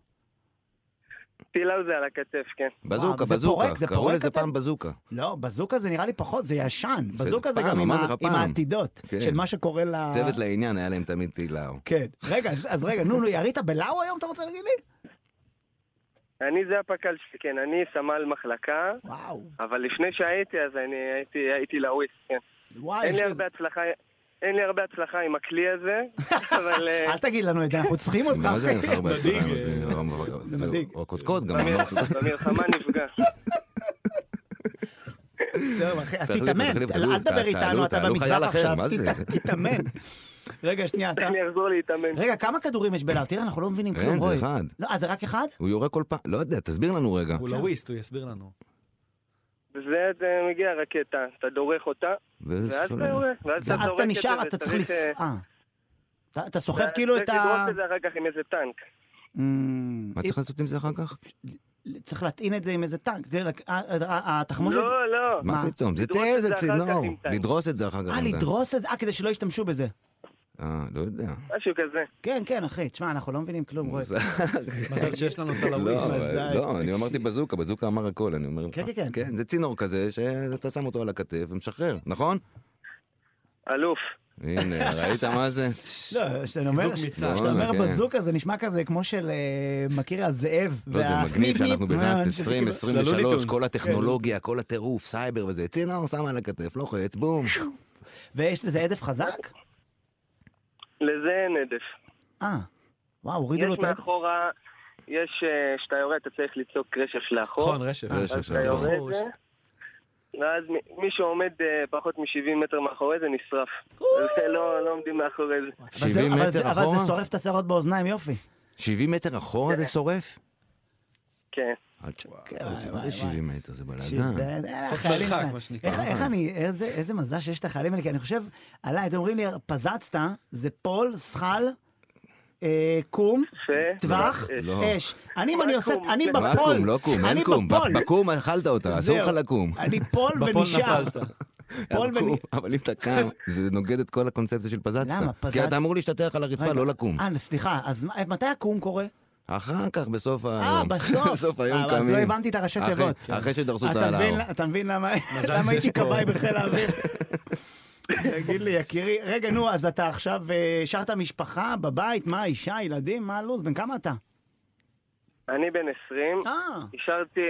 Speaker 6: טיל לאו זה על הכתף, כן.
Speaker 2: בזוקה,
Speaker 1: וואו, זה פורק,
Speaker 2: בזוקה.
Speaker 1: זה
Speaker 2: קראו
Speaker 1: פורק
Speaker 2: לזה
Speaker 1: אתם?
Speaker 2: פעם בזוקה.
Speaker 1: לא, בזוקה זה נראה לי פחות, זה ישן.
Speaker 2: זה
Speaker 1: בזוקה זה
Speaker 2: פעם,
Speaker 1: גם עם
Speaker 2: אמרתי
Speaker 1: ה-
Speaker 2: לך
Speaker 1: עם
Speaker 2: פעם.
Speaker 1: העתידות,
Speaker 2: כן.
Speaker 1: של מה שקורה ל...
Speaker 2: צוות לעניין היה להם תמיד טילאו.
Speaker 1: כן. רגע, אז רגע, נו, נו, ירית בלאו היום, אתה רוצה להגיד לי?
Speaker 6: אני זה הפק"ל שלי, כן, אני סמל מחלקה,
Speaker 1: וואו.
Speaker 6: אבל לפני שהייתי, אז אני הייתי, הייתי לאוויסט, כן.
Speaker 1: וואי,
Speaker 6: אין
Speaker 1: יש
Speaker 6: לי
Speaker 1: לזה-
Speaker 6: הרבה הצלחה. אין לי הרבה הצלחה עם הכלי הזה, אבל אה,
Speaker 1: אל תגיד לנו את זה, אנחנו צריכים אותך.
Speaker 2: מה זה אין לך הרבה
Speaker 3: מדאיג.
Speaker 2: הצלחה? זה לא-
Speaker 1: זה מדאיג.
Speaker 2: או קודקוד גם.
Speaker 6: במל-
Speaker 2: לא-
Speaker 6: במלחמה נפגע.
Speaker 1: זהו, אחי, אז
Speaker 2: תחליף,
Speaker 1: תתאמן,
Speaker 2: תחליף,
Speaker 1: אל אל
Speaker 2: תעלו,
Speaker 1: תדבר איתנו,
Speaker 2: תעלו,
Speaker 1: אתה
Speaker 2: תעלו חייל
Speaker 1: במטווח
Speaker 2: אחר,
Speaker 1: עכשיו,
Speaker 2: מה זה?
Speaker 1: תת- תתאמן. רגע, שנייה, אתה...
Speaker 6: אני אחזור להתאמן.
Speaker 1: רגע, כמה כדורים יש בלאו? תראה, אנחנו לא מבינים
Speaker 2: אין,
Speaker 1: כלום,
Speaker 2: כן, זה
Speaker 1: רוי.
Speaker 2: אחד.
Speaker 1: לא, אה, זה רק אחד?
Speaker 2: הוא יורה כל פעם, לא יודע, תסביר לנו רגע.
Speaker 3: הוא לא לואיסט, הוא יסביר לנו.
Speaker 6: זה זה מגיע רקטה, אתה דורך אותה, ואז לא אתה יורה. ואז אתה
Speaker 1: אז
Speaker 6: זורק
Speaker 1: אתה
Speaker 6: את
Speaker 1: נשאר,
Speaker 6: זה,
Speaker 1: אתה צריך לס...
Speaker 6: וצריך, אה,
Speaker 1: אה. אתה- אתה סוחב כאילו את
Speaker 6: צריך
Speaker 1: ה...
Speaker 6: לדרוס את זה אחר כך עם איזה טנק.
Speaker 1: Mm,
Speaker 2: מה צריך לעשות עם זה אחר כך?
Speaker 1: צריך להטעין את זה עם איזה טנק. תראה, ה- ה- ה- אה, התחמושת...
Speaker 6: לא, לא.
Speaker 2: מה
Speaker 1: מה?
Speaker 2: פתאום? זה
Speaker 6: לדרוס
Speaker 2: תה,
Speaker 6: את
Speaker 2: זה
Speaker 6: זה אחר כך
Speaker 2: צינור.
Speaker 6: עם טנק.
Speaker 2: לדרוס את זה לא אחר כך.
Speaker 1: אה,
Speaker 2: עם טנק.
Speaker 1: לדרוס את זה? אה, כדי שלא ישתמשו בזה.
Speaker 2: אה, לא יודע.
Speaker 6: משהו כזה.
Speaker 1: כן, כן, אחי, תשמע, אנחנו לא מבינים כלום, רוי.
Speaker 2: מוזר.
Speaker 3: מזל שיש לנו את
Speaker 2: לא,
Speaker 3: הלואיסט.
Speaker 1: מזל,
Speaker 2: אבל-
Speaker 1: תקשיב.
Speaker 2: לא, אני אמרתי בזוקה, בזוקה אמר הכל, אני אומר לך.
Speaker 1: כן, כן, כן.
Speaker 2: כן, זה צינור כזה שאתה שם אותו על הכתף ומשחרר, נכון?
Speaker 6: אלוף.
Speaker 2: הנה, ראית מה זה?
Speaker 1: לא, כשאתה אומר-
Speaker 3: חיזוק מצה"ל.
Speaker 1: כשאתה אומר
Speaker 2: כן.
Speaker 1: בזוקה, זה נשמע כזה כמו של אה, מכיר הזאב.
Speaker 2: לא, זה
Speaker 1: וה-
Speaker 2: מגניב שאנחנו בשנת
Speaker 1: שזה כאילו-
Speaker 2: 2023,
Speaker 3: טונס.
Speaker 2: כל הטכנולוגיה, כל הטירוף, סייבר וזה, צינור שם על הכתף, לוחץ, בום.
Speaker 1: ויש לזה הדף חזק?
Speaker 6: לזה אין עדף.
Speaker 1: אה, וואו, הורידו לו
Speaker 6: יש
Speaker 1: את ההדף.
Speaker 6: מאחורה, יש, אה, כשאתה יורד אתה צריך לצעוק רשף לאחור.
Speaker 3: נכון, רשף.
Speaker 2: אה, רשף,
Speaker 6: אז
Speaker 1: לא
Speaker 6: אתה
Speaker 2: רשף.
Speaker 6: יורד,
Speaker 1: נכון.
Speaker 3: לאחור, רשף.
Speaker 6: ואז מ- מי שעומד אה, פחות מ-70 מטר מאחורי זה נשרף. אז זה לא לא עומדים מאחורי זה.
Speaker 1: אבל זה-
Speaker 2: 70
Speaker 1: אבל
Speaker 2: מטר
Speaker 1: זה- אבל
Speaker 2: אחורה?
Speaker 1: זה שורף את השערות באוזניים, יופי.
Speaker 2: 70 מטר אחורה זה שורף?
Speaker 6: כן.
Speaker 2: אל תשקר אותי, מה זה 70 מטר? זה בלאגן.
Speaker 1: שזה- אה,
Speaker 3: חוץ
Speaker 1: החיילים
Speaker 3: מרחק,
Speaker 1: שלהם.
Speaker 3: מה שנקרא.
Speaker 1: איך- איך אני, איזה- איזה מזל שיש את החיילים האלה, כי אני חושב, עליי, אתם אומרים לי, פזצת, זה פול, שחל, אה, קום,
Speaker 6: יפה.
Speaker 1: טווח,
Speaker 2: לא.
Speaker 1: אש. אני, אם אני
Speaker 6: מה
Speaker 1: עושה,
Speaker 6: קום?
Speaker 1: אני
Speaker 2: מה
Speaker 1: בפול,
Speaker 2: קום? לא קום,
Speaker 1: אני
Speaker 2: אין קום.
Speaker 1: בפול.
Speaker 2: בקום אכלת אותה, אסור לך
Speaker 1: זהו.
Speaker 2: לקום.
Speaker 1: אני פול
Speaker 3: בפול
Speaker 1: ונשאר.
Speaker 3: נפלת.
Speaker 1: פול ונ-
Speaker 2: אבל קום, אבל אם אתה קם, זה נוגד את כל הקונספציה של פזצת.
Speaker 1: למה?
Speaker 2: כי
Speaker 1: פזצת-
Speaker 2: אתה אמור להשתטח על הרצפה,
Speaker 1: רגע.
Speaker 2: לא לקום.
Speaker 1: אה, סליחה, אז מה- מתי הקום קורה?
Speaker 2: אחר כך, בסוף היום.
Speaker 1: אה, בסוף.
Speaker 2: בסוף היום
Speaker 1: אה,
Speaker 2: קמים.
Speaker 1: אז לא הבנתי את הראשי
Speaker 2: אחרי-
Speaker 1: תיבות.
Speaker 2: אחרי שדרסו את
Speaker 1: אתה מבין-
Speaker 2: ההעלאה.
Speaker 1: אתה מבין למה
Speaker 3: מזל
Speaker 1: למה הייתי
Speaker 3: שיש פה-
Speaker 1: כבאי בחיל האוויר? תגיד לי, יקירי, רגע, נו, אז אתה עכשיו אה, שרת משפחה בבית, מה, אישה, ילדים, מה הלו"ז? בן כמה אתה?
Speaker 6: אני בן 20,
Speaker 1: אה,
Speaker 6: אישרתי,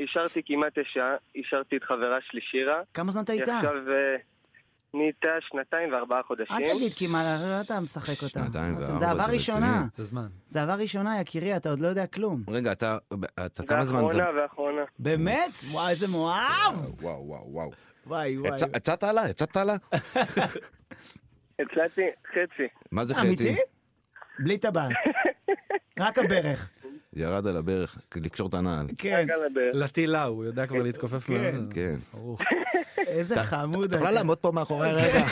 Speaker 6: אישרתי כמעט אישה, אישרתי את חברה שלי שירה.
Speaker 1: כמה זמן אתה
Speaker 6: היא
Speaker 1: איתה?
Speaker 6: עכשיו אה, נהייתה שנתיים וארבעה חודשים.
Speaker 1: אל תגיד, כי מה, לא אתה משחק אותה.
Speaker 2: שנתיים
Speaker 1: אתה-
Speaker 2: וארבע,
Speaker 1: זה עבר
Speaker 2: זה
Speaker 1: ראשונה,
Speaker 2: רציני.
Speaker 3: זה זמן.
Speaker 1: זה עבר ראשונה, יקירי, אתה עוד לא יודע כלום.
Speaker 2: רגע, אתה אתה כמה זמן...
Speaker 6: ואחרונה
Speaker 2: אתה-
Speaker 6: ואחרונה.
Speaker 1: באמת? וואי, איזה מואב!
Speaker 2: וואו, וואו, וואו.
Speaker 1: וואי, וואי.
Speaker 2: הצ- הצעת עלה? הצעת עלה?
Speaker 6: הצלחתי חצי.
Speaker 2: מה זה חצי?
Speaker 1: אמיתי? בלי טבעת. רק הברך.
Speaker 2: ירד על הברך, לקשור את הנעל.
Speaker 1: כן.
Speaker 6: רק על הברך.
Speaker 3: לטיל לאו, הוא יודע כבר להתכופף
Speaker 1: כן.
Speaker 3: מזה.
Speaker 2: כן.
Speaker 3: ברוך.
Speaker 1: איזה חמוד
Speaker 2: את יכולה
Speaker 1: אתה.
Speaker 2: לעמוד פה מאחורי
Speaker 1: כן.
Speaker 2: רגע?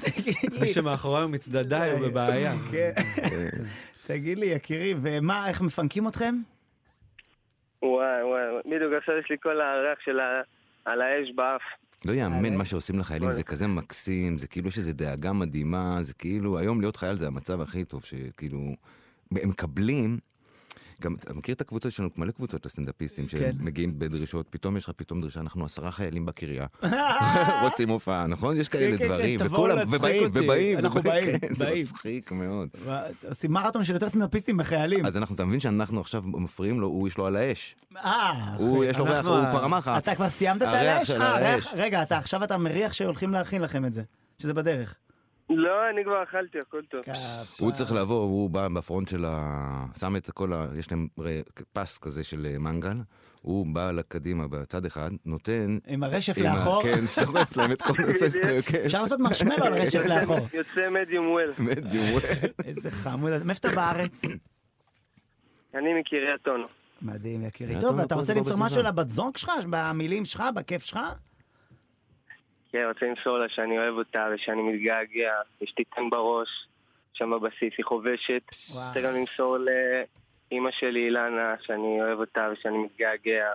Speaker 1: תגיד לי,
Speaker 3: מי שמאחורי הוא מצדדיי הוא בבעיה.
Speaker 1: כאילו. כן. תגיד לי, יקירי, ומה, איך מפנקים אתכם?
Speaker 6: וואי וואי, בדיוק עכשיו יש לי כל הריח של ה... על האש באף.
Speaker 2: לא יאמן מה שעושים
Speaker 1: לא,
Speaker 2: לחיילים, זה כזה מקסים, זה כאילו שזה דאגה מדהימה, זה כאילו, היום להיות חייל זה המצב הכי טוב, שכאילו, הם מקבלים, גם אתה מכיר את הקבוצות, יש לנו מלא קבוצות לסטנדאפיסטים
Speaker 1: כן.
Speaker 2: שמגיעים בדרישות, פתאום יש לך פתאום דרישה, אנחנו עשרה חיילים בקריה, רוצים הופעה, נכון? יש כאלה
Speaker 1: אה! כן, כן,
Speaker 2: דברים,
Speaker 1: תבואו
Speaker 2: וכולם,
Speaker 1: להצחיק
Speaker 2: ובאים,
Speaker 1: אותי.
Speaker 2: ובאים,
Speaker 1: אנחנו
Speaker 2: ובאים,
Speaker 1: באים,
Speaker 2: כן, זה
Speaker 1: באים.
Speaker 2: מצחיק מאוד.
Speaker 1: עושים מרתון של יותר סטנדאפיסטים מחיילים.
Speaker 2: אז אנחנו, אתה מבין שאנחנו עכשיו מפריעים לו, הוא יש לו על האש.
Speaker 1: אה,
Speaker 2: הוא, יש לו ריח,
Speaker 3: אנחנו
Speaker 2: הוא
Speaker 3: ה-
Speaker 2: כבר אמר לך.
Speaker 1: אתה כבר סיימת את
Speaker 2: הריח
Speaker 1: הרעש?
Speaker 2: של
Speaker 1: אה,
Speaker 2: הרעש.
Speaker 1: ריח- רגע, אתה עכשיו אתה מריח שהולכים להכין לכם את זה, שזה בדרך.
Speaker 5: לא, אני כבר אכלתי, הכל טוב.
Speaker 1: כן.
Speaker 2: הוא צריך לבוא, הוא בא בפרונט של ה... שם את כל ה... יש להם ר- פס כזה של אה, מנגל, הוא בא לקדימה בצד אחד, נותן...
Speaker 1: עם הרשף
Speaker 2: עם ה-
Speaker 1: לאחור.
Speaker 2: כן, שורף להם את כל הסט, כן.
Speaker 1: אפשר לעשות מרשמלו על רשף לאחור.
Speaker 5: יוצא מדיום וויל.
Speaker 2: מדיום.
Speaker 1: איזה חמוד. אתה- מאיפה אתה בארץ?
Speaker 5: אני מקריית אונו.
Speaker 1: מדהים, יקירי.
Speaker 2: היה
Speaker 1: טוב,
Speaker 2: טוב
Speaker 1: אתה
Speaker 2: פה,
Speaker 1: רוצה
Speaker 2: זה לא
Speaker 1: למצוא
Speaker 2: בסדר.
Speaker 1: משהו לבת זוג שלך? במילים שלך? בכיף שלך?
Speaker 5: כן, רוצה למסור לה שאני אוהב אותה ושאני מתגעגע. יש לי טן בראש, שם בבסיס, היא חובשת.
Speaker 1: וואו.
Speaker 5: רוצה גם למסור לאימא שלי, אילנה, שאני אוהב אותה ושאני מתגעגע.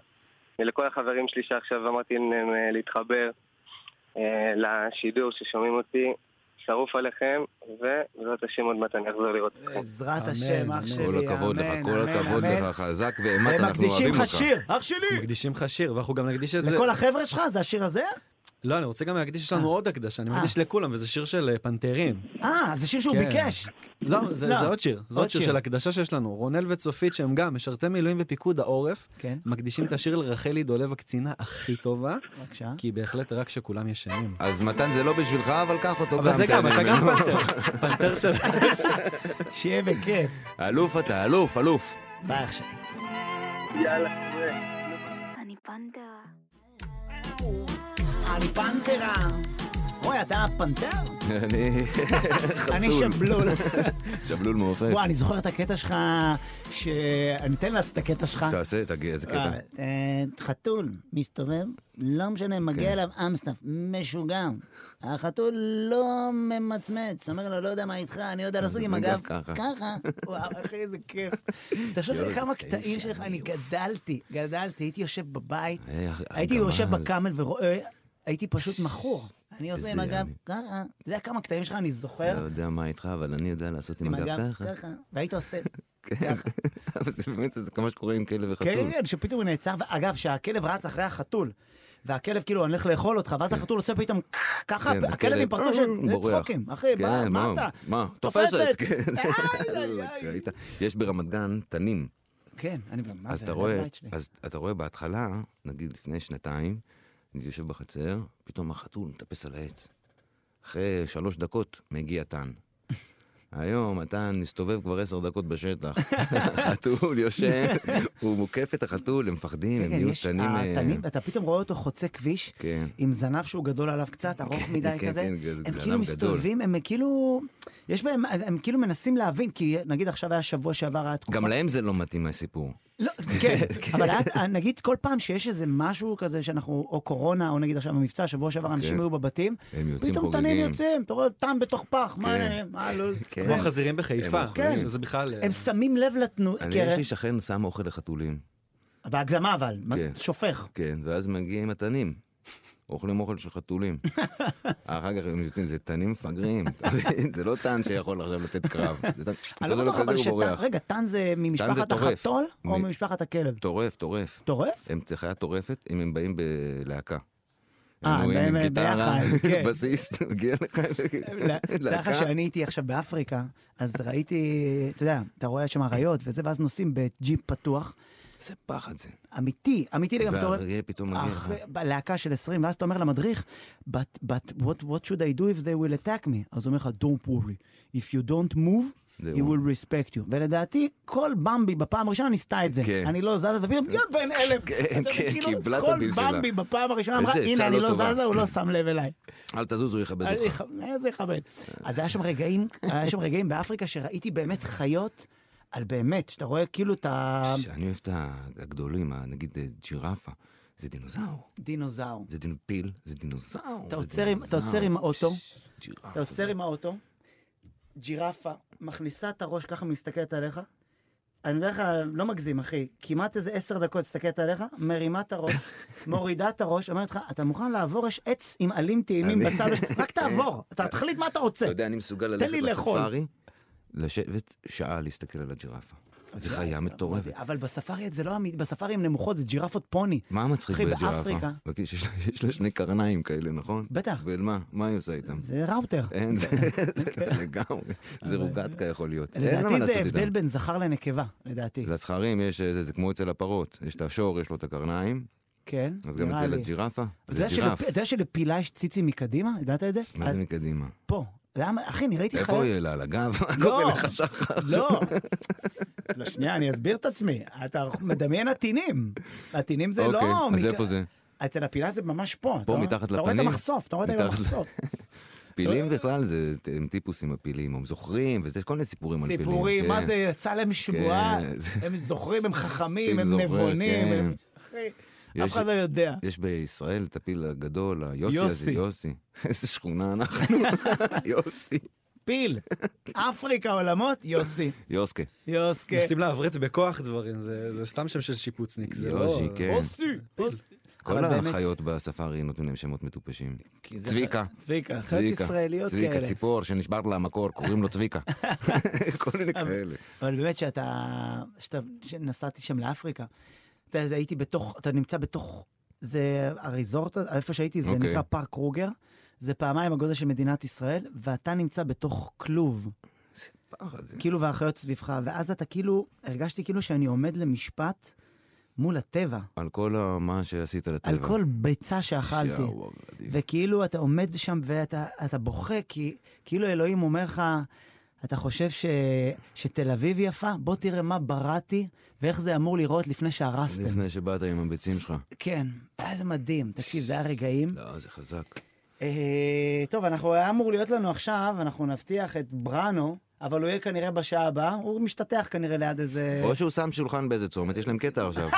Speaker 5: ולכל החברים שלי שעכשיו אמרתי להם אה, להתחבר אה, לשידור ששומעים אותי. שרוף עליכם, ובעזרת השם עוד מעט אני אחזור לראות אתכם.
Speaker 1: בעזרת
Speaker 3: אמן,
Speaker 1: השם, אח
Speaker 3: אמן.
Speaker 1: שלי,
Speaker 2: כל
Speaker 1: אמן,
Speaker 2: הכבוד לך, כל
Speaker 1: אמן,
Speaker 2: הכבוד
Speaker 1: אמן.
Speaker 2: לך, חזק ואמץ,
Speaker 1: הם
Speaker 2: אנחנו
Speaker 1: מקדישים
Speaker 2: אוהבים
Speaker 1: לך
Speaker 2: אותך.
Speaker 1: שיר, אח שלי!
Speaker 3: מקדישים לך שיר, ואנחנו גם נקדיש את זה.
Speaker 1: לכל החבר'ה שלך? זה השיר הזה?
Speaker 3: לא, אני רוצה גם להקדיש, יש
Speaker 1: אה.
Speaker 3: לנו עוד הקדשה, אני
Speaker 1: אה.
Speaker 3: מקדיש לכולם, וזה שיר של אה, פנתרים.
Speaker 1: אה, זה שיר שהוא
Speaker 3: כן.
Speaker 1: ביקש.
Speaker 3: לא, זה
Speaker 1: לא.
Speaker 3: זה עוד שיר, זה
Speaker 1: עוד
Speaker 3: עוד שיר
Speaker 1: שיר.
Speaker 3: של הקדשה שיש לנו. רונל וצופית, שהם גם משרתי מילואים בפיקוד העורף,
Speaker 1: כן,
Speaker 3: מקדישים את השיר לרחלי דולב, הקצינה הכי טובה,
Speaker 1: בבקשה.
Speaker 3: כי בהחלט רק שכולם ישנים.
Speaker 2: אז מתן זה לא בשבילך, אבל קח אותו גם.
Speaker 3: אבל זה גם,
Speaker 2: תהנה
Speaker 3: אתה גם
Speaker 2: ממנו.
Speaker 3: פנתר, פנתר של...
Speaker 1: שיהיה בכיף.
Speaker 2: אלוף אתה, אלוף, אלוף.
Speaker 1: ביי אח שלי.
Speaker 5: יאללה, ביי.
Speaker 7: אני פנתרה.
Speaker 1: אני פנתרה. אוי, אתה פנתר?
Speaker 2: אני
Speaker 1: אני
Speaker 2: חתול.
Speaker 1: שבלול.
Speaker 2: שבלול מעופף.
Speaker 1: וואי, אני זוכר את הקטע שלך, ש... אני אתן לה את הקטע שלך.
Speaker 2: תעשה, תגיד, איזה קטע.
Speaker 1: אה, אה, חתול מסתובב, לא משנה,
Speaker 2: כן.
Speaker 1: מגיע אליו אמסטף, משוגע. החתול לא ממצמץ, אומר לו, לא יודע מה איתך, אני
Speaker 2: אה,
Speaker 1: יודע לעשות עם
Speaker 2: מגב
Speaker 1: הגב
Speaker 2: לא ככה.
Speaker 1: ככה. וואו, אחי, איזה כיף. תחשוב
Speaker 2: יואו,
Speaker 1: לי כמה
Speaker 2: איזה
Speaker 1: קטעים שלך, אני גדלתי, גדלתי, הייתי יושב בבית,
Speaker 2: היי, אח-
Speaker 1: הייתי
Speaker 2: הגמל.
Speaker 1: יושב בקאמל ורואה, הייתי פשוט מכור. אני עושה עם
Speaker 2: אה. איזה
Speaker 1: הגב
Speaker 2: יעני.
Speaker 1: ככה. אתה יודע כמה קטעים שלך אני
Speaker 2: לא
Speaker 1: זוכר?
Speaker 2: יודע מה איתך, אבל אני יודע לעשות עם
Speaker 1: עם
Speaker 2: הגב
Speaker 1: הגב
Speaker 2: ככה.
Speaker 1: ככה. והיית עושה...
Speaker 2: כן, אבל זה באמת, זה כמו שקורה עם כלב
Speaker 1: כן,
Speaker 2: וחתול.
Speaker 1: כן, שפתאום הוא נעצר, ואגב, שהכלב רץ אחרי החתול, והכלב כאילו, אני הולך לאכול אותך, ואז החתול עושה פתאום ככה,
Speaker 2: כן,
Speaker 1: הכלב עם פרצוף של
Speaker 2: אה, בורח.
Speaker 1: צחוקים, אחי, מה-
Speaker 2: כן,
Speaker 1: מה אתה?
Speaker 2: מה?
Speaker 1: תופסת.
Speaker 2: תופסת. כן.
Speaker 1: איי, איי, איי.
Speaker 2: ראית? יש ברמת גן תנים.
Speaker 1: כן, אני מה
Speaker 2: אז
Speaker 1: זה,
Speaker 2: אתה
Speaker 1: אני
Speaker 2: רואה,
Speaker 1: בבית שלי.
Speaker 2: אז אתה רואה בהתחלה, נגיד לפני שנתיים, אני יושב בחצר, פתאום החתול מטפס על העץ. אחרי שלוש דקות מגיע תן. היום מתן מסתובב כבר עשר דקות בשטח. החתול יושב, הוא מוקף את החתול, הם מפחדים,
Speaker 1: כן,
Speaker 2: הם
Speaker 1: כן,
Speaker 2: נהיו
Speaker 1: יש
Speaker 2: תנים. אה,
Speaker 1: התנים, ואתה פתאום רואה אותו חוצה כביש,
Speaker 2: כן.
Speaker 1: עם זנב שהוא גדול עליו קצת, ארוך
Speaker 2: כן,
Speaker 1: מדי
Speaker 2: כן,
Speaker 1: כזה.
Speaker 2: כן, גדול,
Speaker 1: הם
Speaker 2: זנב
Speaker 1: כאילו
Speaker 2: גדול.
Speaker 1: מסתובבים, הם כאילו, יש בהם, הם כאילו מנסים להבין, כי נגיד עכשיו היה שבוע שעבר, היה תקופה
Speaker 2: גם להם זה לא מתאים הסיפור.
Speaker 1: לא, כן, אבל היה- נגיד כל פעם שיש איזה משהו כזה שאנחנו, או קורונה, או נגיד עכשיו המבצע, שבוע שעבר אנשים
Speaker 2: כן.
Speaker 1: היו בבתים,
Speaker 2: הם יוצאים
Speaker 1: פתאום תנים
Speaker 2: חוגגים.
Speaker 1: יוצאים, אתה רואה אותם בתוך פח, מה
Speaker 2: כן.
Speaker 1: העניינים, מה הלו"ז?
Speaker 2: כן.
Speaker 3: כמו חזירים בחיפה,
Speaker 2: הם אוכלים.
Speaker 3: שזה בכלל... אה,
Speaker 1: הם שמים לב לתנועה,
Speaker 2: אני, יש לי שכן שם אוכל לחתולים.
Speaker 1: בהגזמה אבל, מה-
Speaker 2: כן.
Speaker 1: שופך.
Speaker 2: כן, ואז מגיעים התנים. אוכלים אוכל של חתולים. אחר כך הם יוצאים, זה תנים מפגרים. אתה מבין? זה לא תן שיכול עכשיו לתת קרב. זה תן,
Speaker 1: אני לא
Speaker 2: אתה
Speaker 1: בטוח
Speaker 2: זורק
Speaker 1: אבל
Speaker 2: לזה, הוא
Speaker 1: שטן,
Speaker 2: בורח.
Speaker 1: רגע, טן זה ממשפחת
Speaker 2: טורף.
Speaker 1: החתול, או
Speaker 2: מ-
Speaker 1: ממשפחת הכלב?
Speaker 2: טורף, טורף.
Speaker 1: טורף?
Speaker 2: הם חיה טורפת אם הם באים בלהקה.
Speaker 1: אה,
Speaker 2: הם רואים
Speaker 1: הם-
Speaker 2: עם
Speaker 1: הם
Speaker 2: גיטרה,
Speaker 1: ביחד, כן.
Speaker 2: בסיסט, מגיע לך
Speaker 1: תדע לך שאני הייתי עכשיו באפריקה, אז ראיתי, אתה יודע, אתה רואה שם אריות וזה, ואז נוסעים בג'יפ פתוח,
Speaker 2: זה פחד כן. זה.
Speaker 1: אמיתי, אמיתי לגמרי. אתה רואה-
Speaker 2: והאריה פתאום מגיע לך.
Speaker 1: אח- בלהקה של 20, ואז אתה אומר למדריך, but, but what, what should I do if they will attack me? אז הוא אומר לך, don't worry, if you don't move,
Speaker 2: זה
Speaker 1: he
Speaker 2: הוא.
Speaker 1: will respect you. ולדעתי, כל במבי בפעם הראשונה ניסתה את זה.
Speaker 2: כן.
Speaker 1: אני לא זזה, ופתאום, יו, בן אלף.
Speaker 2: כן,
Speaker 1: אתה
Speaker 2: כן,
Speaker 1: כאילו,
Speaker 2: קיבלה את הביס שלה.
Speaker 1: כל במבי בפעם הראשונה אמרה,
Speaker 2: איזה
Speaker 1: הנה,
Speaker 2: עצה
Speaker 1: אני
Speaker 2: לא
Speaker 1: לא
Speaker 2: טובה."
Speaker 1: זזה, הוא לא שם לב אליי.
Speaker 2: אל תזוז, הוא יכבד
Speaker 1: אני
Speaker 2: אותך.
Speaker 1: ח- איזה יכבד. אז היה שם רגעים, היה שם רגעים באפריקה שראיתי באמת חיות על באמת, שאתה רואה כאילו את
Speaker 2: שאני אוהב את הגדולים, ה- נגיד אה, ג'ירפה. זה דינוזאור.
Speaker 1: הדינוזאור.
Speaker 2: זה דין- פיל, זה דינוזאור.
Speaker 1: אתה
Speaker 2: זה
Speaker 1: עוצר עם- אתה עוצר עם
Speaker 2: דינוזאור.
Speaker 1: האוטו,
Speaker 2: ש- ג'ירפה.
Speaker 1: אתה עוצר עם האוטו, ג'ירפה, מכניסה את הראש ככה, מסתכלת עליך. אני אומר לך, לא מגזים, אחי, כמעט איזה עשר דקות מסתכלת עליך, מרימה את הראש, מורידה את הראש, אומרת לך, אתה מוכן לעבור, יש עץ עם עלים טעימים
Speaker 2: אני- כן.
Speaker 1: בצד, השני, רק תעבור, אתה תחליט מה אתה רוצה.
Speaker 2: אתה יודע, אני מסוגל
Speaker 1: תן לי
Speaker 2: ללכת
Speaker 1: לאכול.
Speaker 2: לספארי, לשבת שעה להסתכל על הג'ירפה. זה
Speaker 1: לא,
Speaker 2: חיה מטורפת.
Speaker 1: אבל בספארי זה לא אמיתי, בספארי הן נמוכות, זה ג'ירפות פוני.
Speaker 2: מה המצחיק
Speaker 1: אחי,
Speaker 2: בג'ירפה?
Speaker 1: באפריקה.
Speaker 2: וכי שיש לה- יש לה שני קרניים כאלה, נכון?
Speaker 1: בטח.
Speaker 2: ומה? מה היא עושה איתם?
Speaker 1: זה ראוטר.
Speaker 2: אין, זה זה לא לגמרי, זה רוגטקה יכול להיות. אין לה מה
Speaker 1: לדעתי
Speaker 2: לעשות
Speaker 1: זה הבדל
Speaker 2: איתם.
Speaker 1: בין זכר לנקבה, לדעתי.
Speaker 2: לזכרים יש, אה, זה זה כמו אצל הפרות, יש את השור, יש לו את הקרניים,
Speaker 1: כן,
Speaker 2: אז גם
Speaker 1: נראה
Speaker 2: אצל
Speaker 1: לי.
Speaker 2: הג'ירפה,
Speaker 1: אתה
Speaker 2: זה
Speaker 1: יודע
Speaker 2: ג'ירף.
Speaker 1: שלפ- אתה יודע שלפילה יש ציצים מקדימה? ידעת את זה?
Speaker 2: מה זה מקדימה?
Speaker 1: פה. למה? אחי, אני ראיתי
Speaker 2: איפה
Speaker 1: חיה-
Speaker 2: יהיה לה? על הגב? מה
Speaker 1: לא.
Speaker 2: קורה לך שחר?
Speaker 1: לא. לא, שנייה, אני אסביר את עצמי. אתה מדמיין עטינים. עטינים זה לא...
Speaker 2: אוקיי, אז
Speaker 1: מק-
Speaker 2: איפה זה?
Speaker 1: אצל הפילה זה ממש פה.
Speaker 2: פה
Speaker 1: אתה-
Speaker 2: מתחת
Speaker 1: אתה רואה את
Speaker 2: לפנים?
Speaker 1: המחשוף, אתה רואה את
Speaker 2: מתחת-
Speaker 1: המחשוף.
Speaker 2: פילים בכלל זה, הם טיפוסים הפילים, הם זוכרים, וזה כל מיני סיפורים על פילים.
Speaker 1: סיפורים, מה
Speaker 2: כן.
Speaker 1: זה יצא להם שבועה,
Speaker 2: כן, זה-
Speaker 1: הם זוכרים, הם חכמים,
Speaker 2: פיל
Speaker 1: הם
Speaker 2: זוכר,
Speaker 1: נבונים,
Speaker 2: כן.
Speaker 1: הם... אחי, אף
Speaker 2: יש-
Speaker 1: אחד לא יודע.
Speaker 2: יש בישראל את הפיל הגדול, היוסי
Speaker 1: יוסי.
Speaker 2: הזה, יוסי. איזה שכונה אנחנו, יוסי.
Speaker 1: פיל, אפריקה עולמות, יוסי. כן.
Speaker 2: יוסקה.
Speaker 1: יוסקה.
Speaker 3: אה, מנסים לעברת בכוח דברים, זה זה סתם שם של שיפוצניק, זה לא...
Speaker 2: יוז'י, כן.
Speaker 1: פיל.
Speaker 2: כל
Speaker 1: אבל באמת-
Speaker 2: החיות בספארי נותנים להם שמות מטופשים.
Speaker 1: כי זה-
Speaker 2: צביקה.
Speaker 1: צביקה, חיות
Speaker 2: צביקה,
Speaker 1: ישראליות
Speaker 2: צביקה,
Speaker 1: כאלה.
Speaker 2: ציפור שנשבר לה המקור, קוראים לו צביקה. כל מיני כאלה.
Speaker 1: אבל באמת שאתה, שאתה, שנסעתי שם לאפריקה, אתה יודע, הייתי בתוך, אתה נמצא בתוך, זה הריזורט, איפה שהייתי, זה
Speaker 2: אוקיי.
Speaker 1: נקרא פארק קרוגר, זה פעמיים הגודל של מדינת ישראל, ואתה נמצא בתוך כלוב,
Speaker 2: פחד זה.
Speaker 1: כאילו והחיות סביבך, ואז אתה כאילו, הרגשתי כאילו שאני עומד למשפט מול הטבע,
Speaker 2: על כל ה- מה שעשית לטבע.
Speaker 1: על כל ביצה שאכלתי.
Speaker 2: יאו, עבדי.
Speaker 1: וכאילו אתה עומד שם ואתה אתה בוכה, כי כאילו אלוהים אומר לך, אתה חושב ש, שתל אביב יפה? בוא תראה מה בראתי ואיך זה אמור להיראות לפני שהרסתם.
Speaker 2: לפני שבאת עם הביצים שלך.
Speaker 1: כן, היה זה מדהים, תקשיב, זה היה רגעים.
Speaker 2: לא, זה חזק.
Speaker 1: אה, טוב, אנחנו, היה אמור להיות לנו עכשיו, אנחנו נבטיח את בראנו, אבל הוא יהיה כנראה בשעה הבאה, הוא משתטח כנראה ליד איזה...
Speaker 2: או שהוא שם שולחן באיזה צומת, יש להם קטע עכשיו.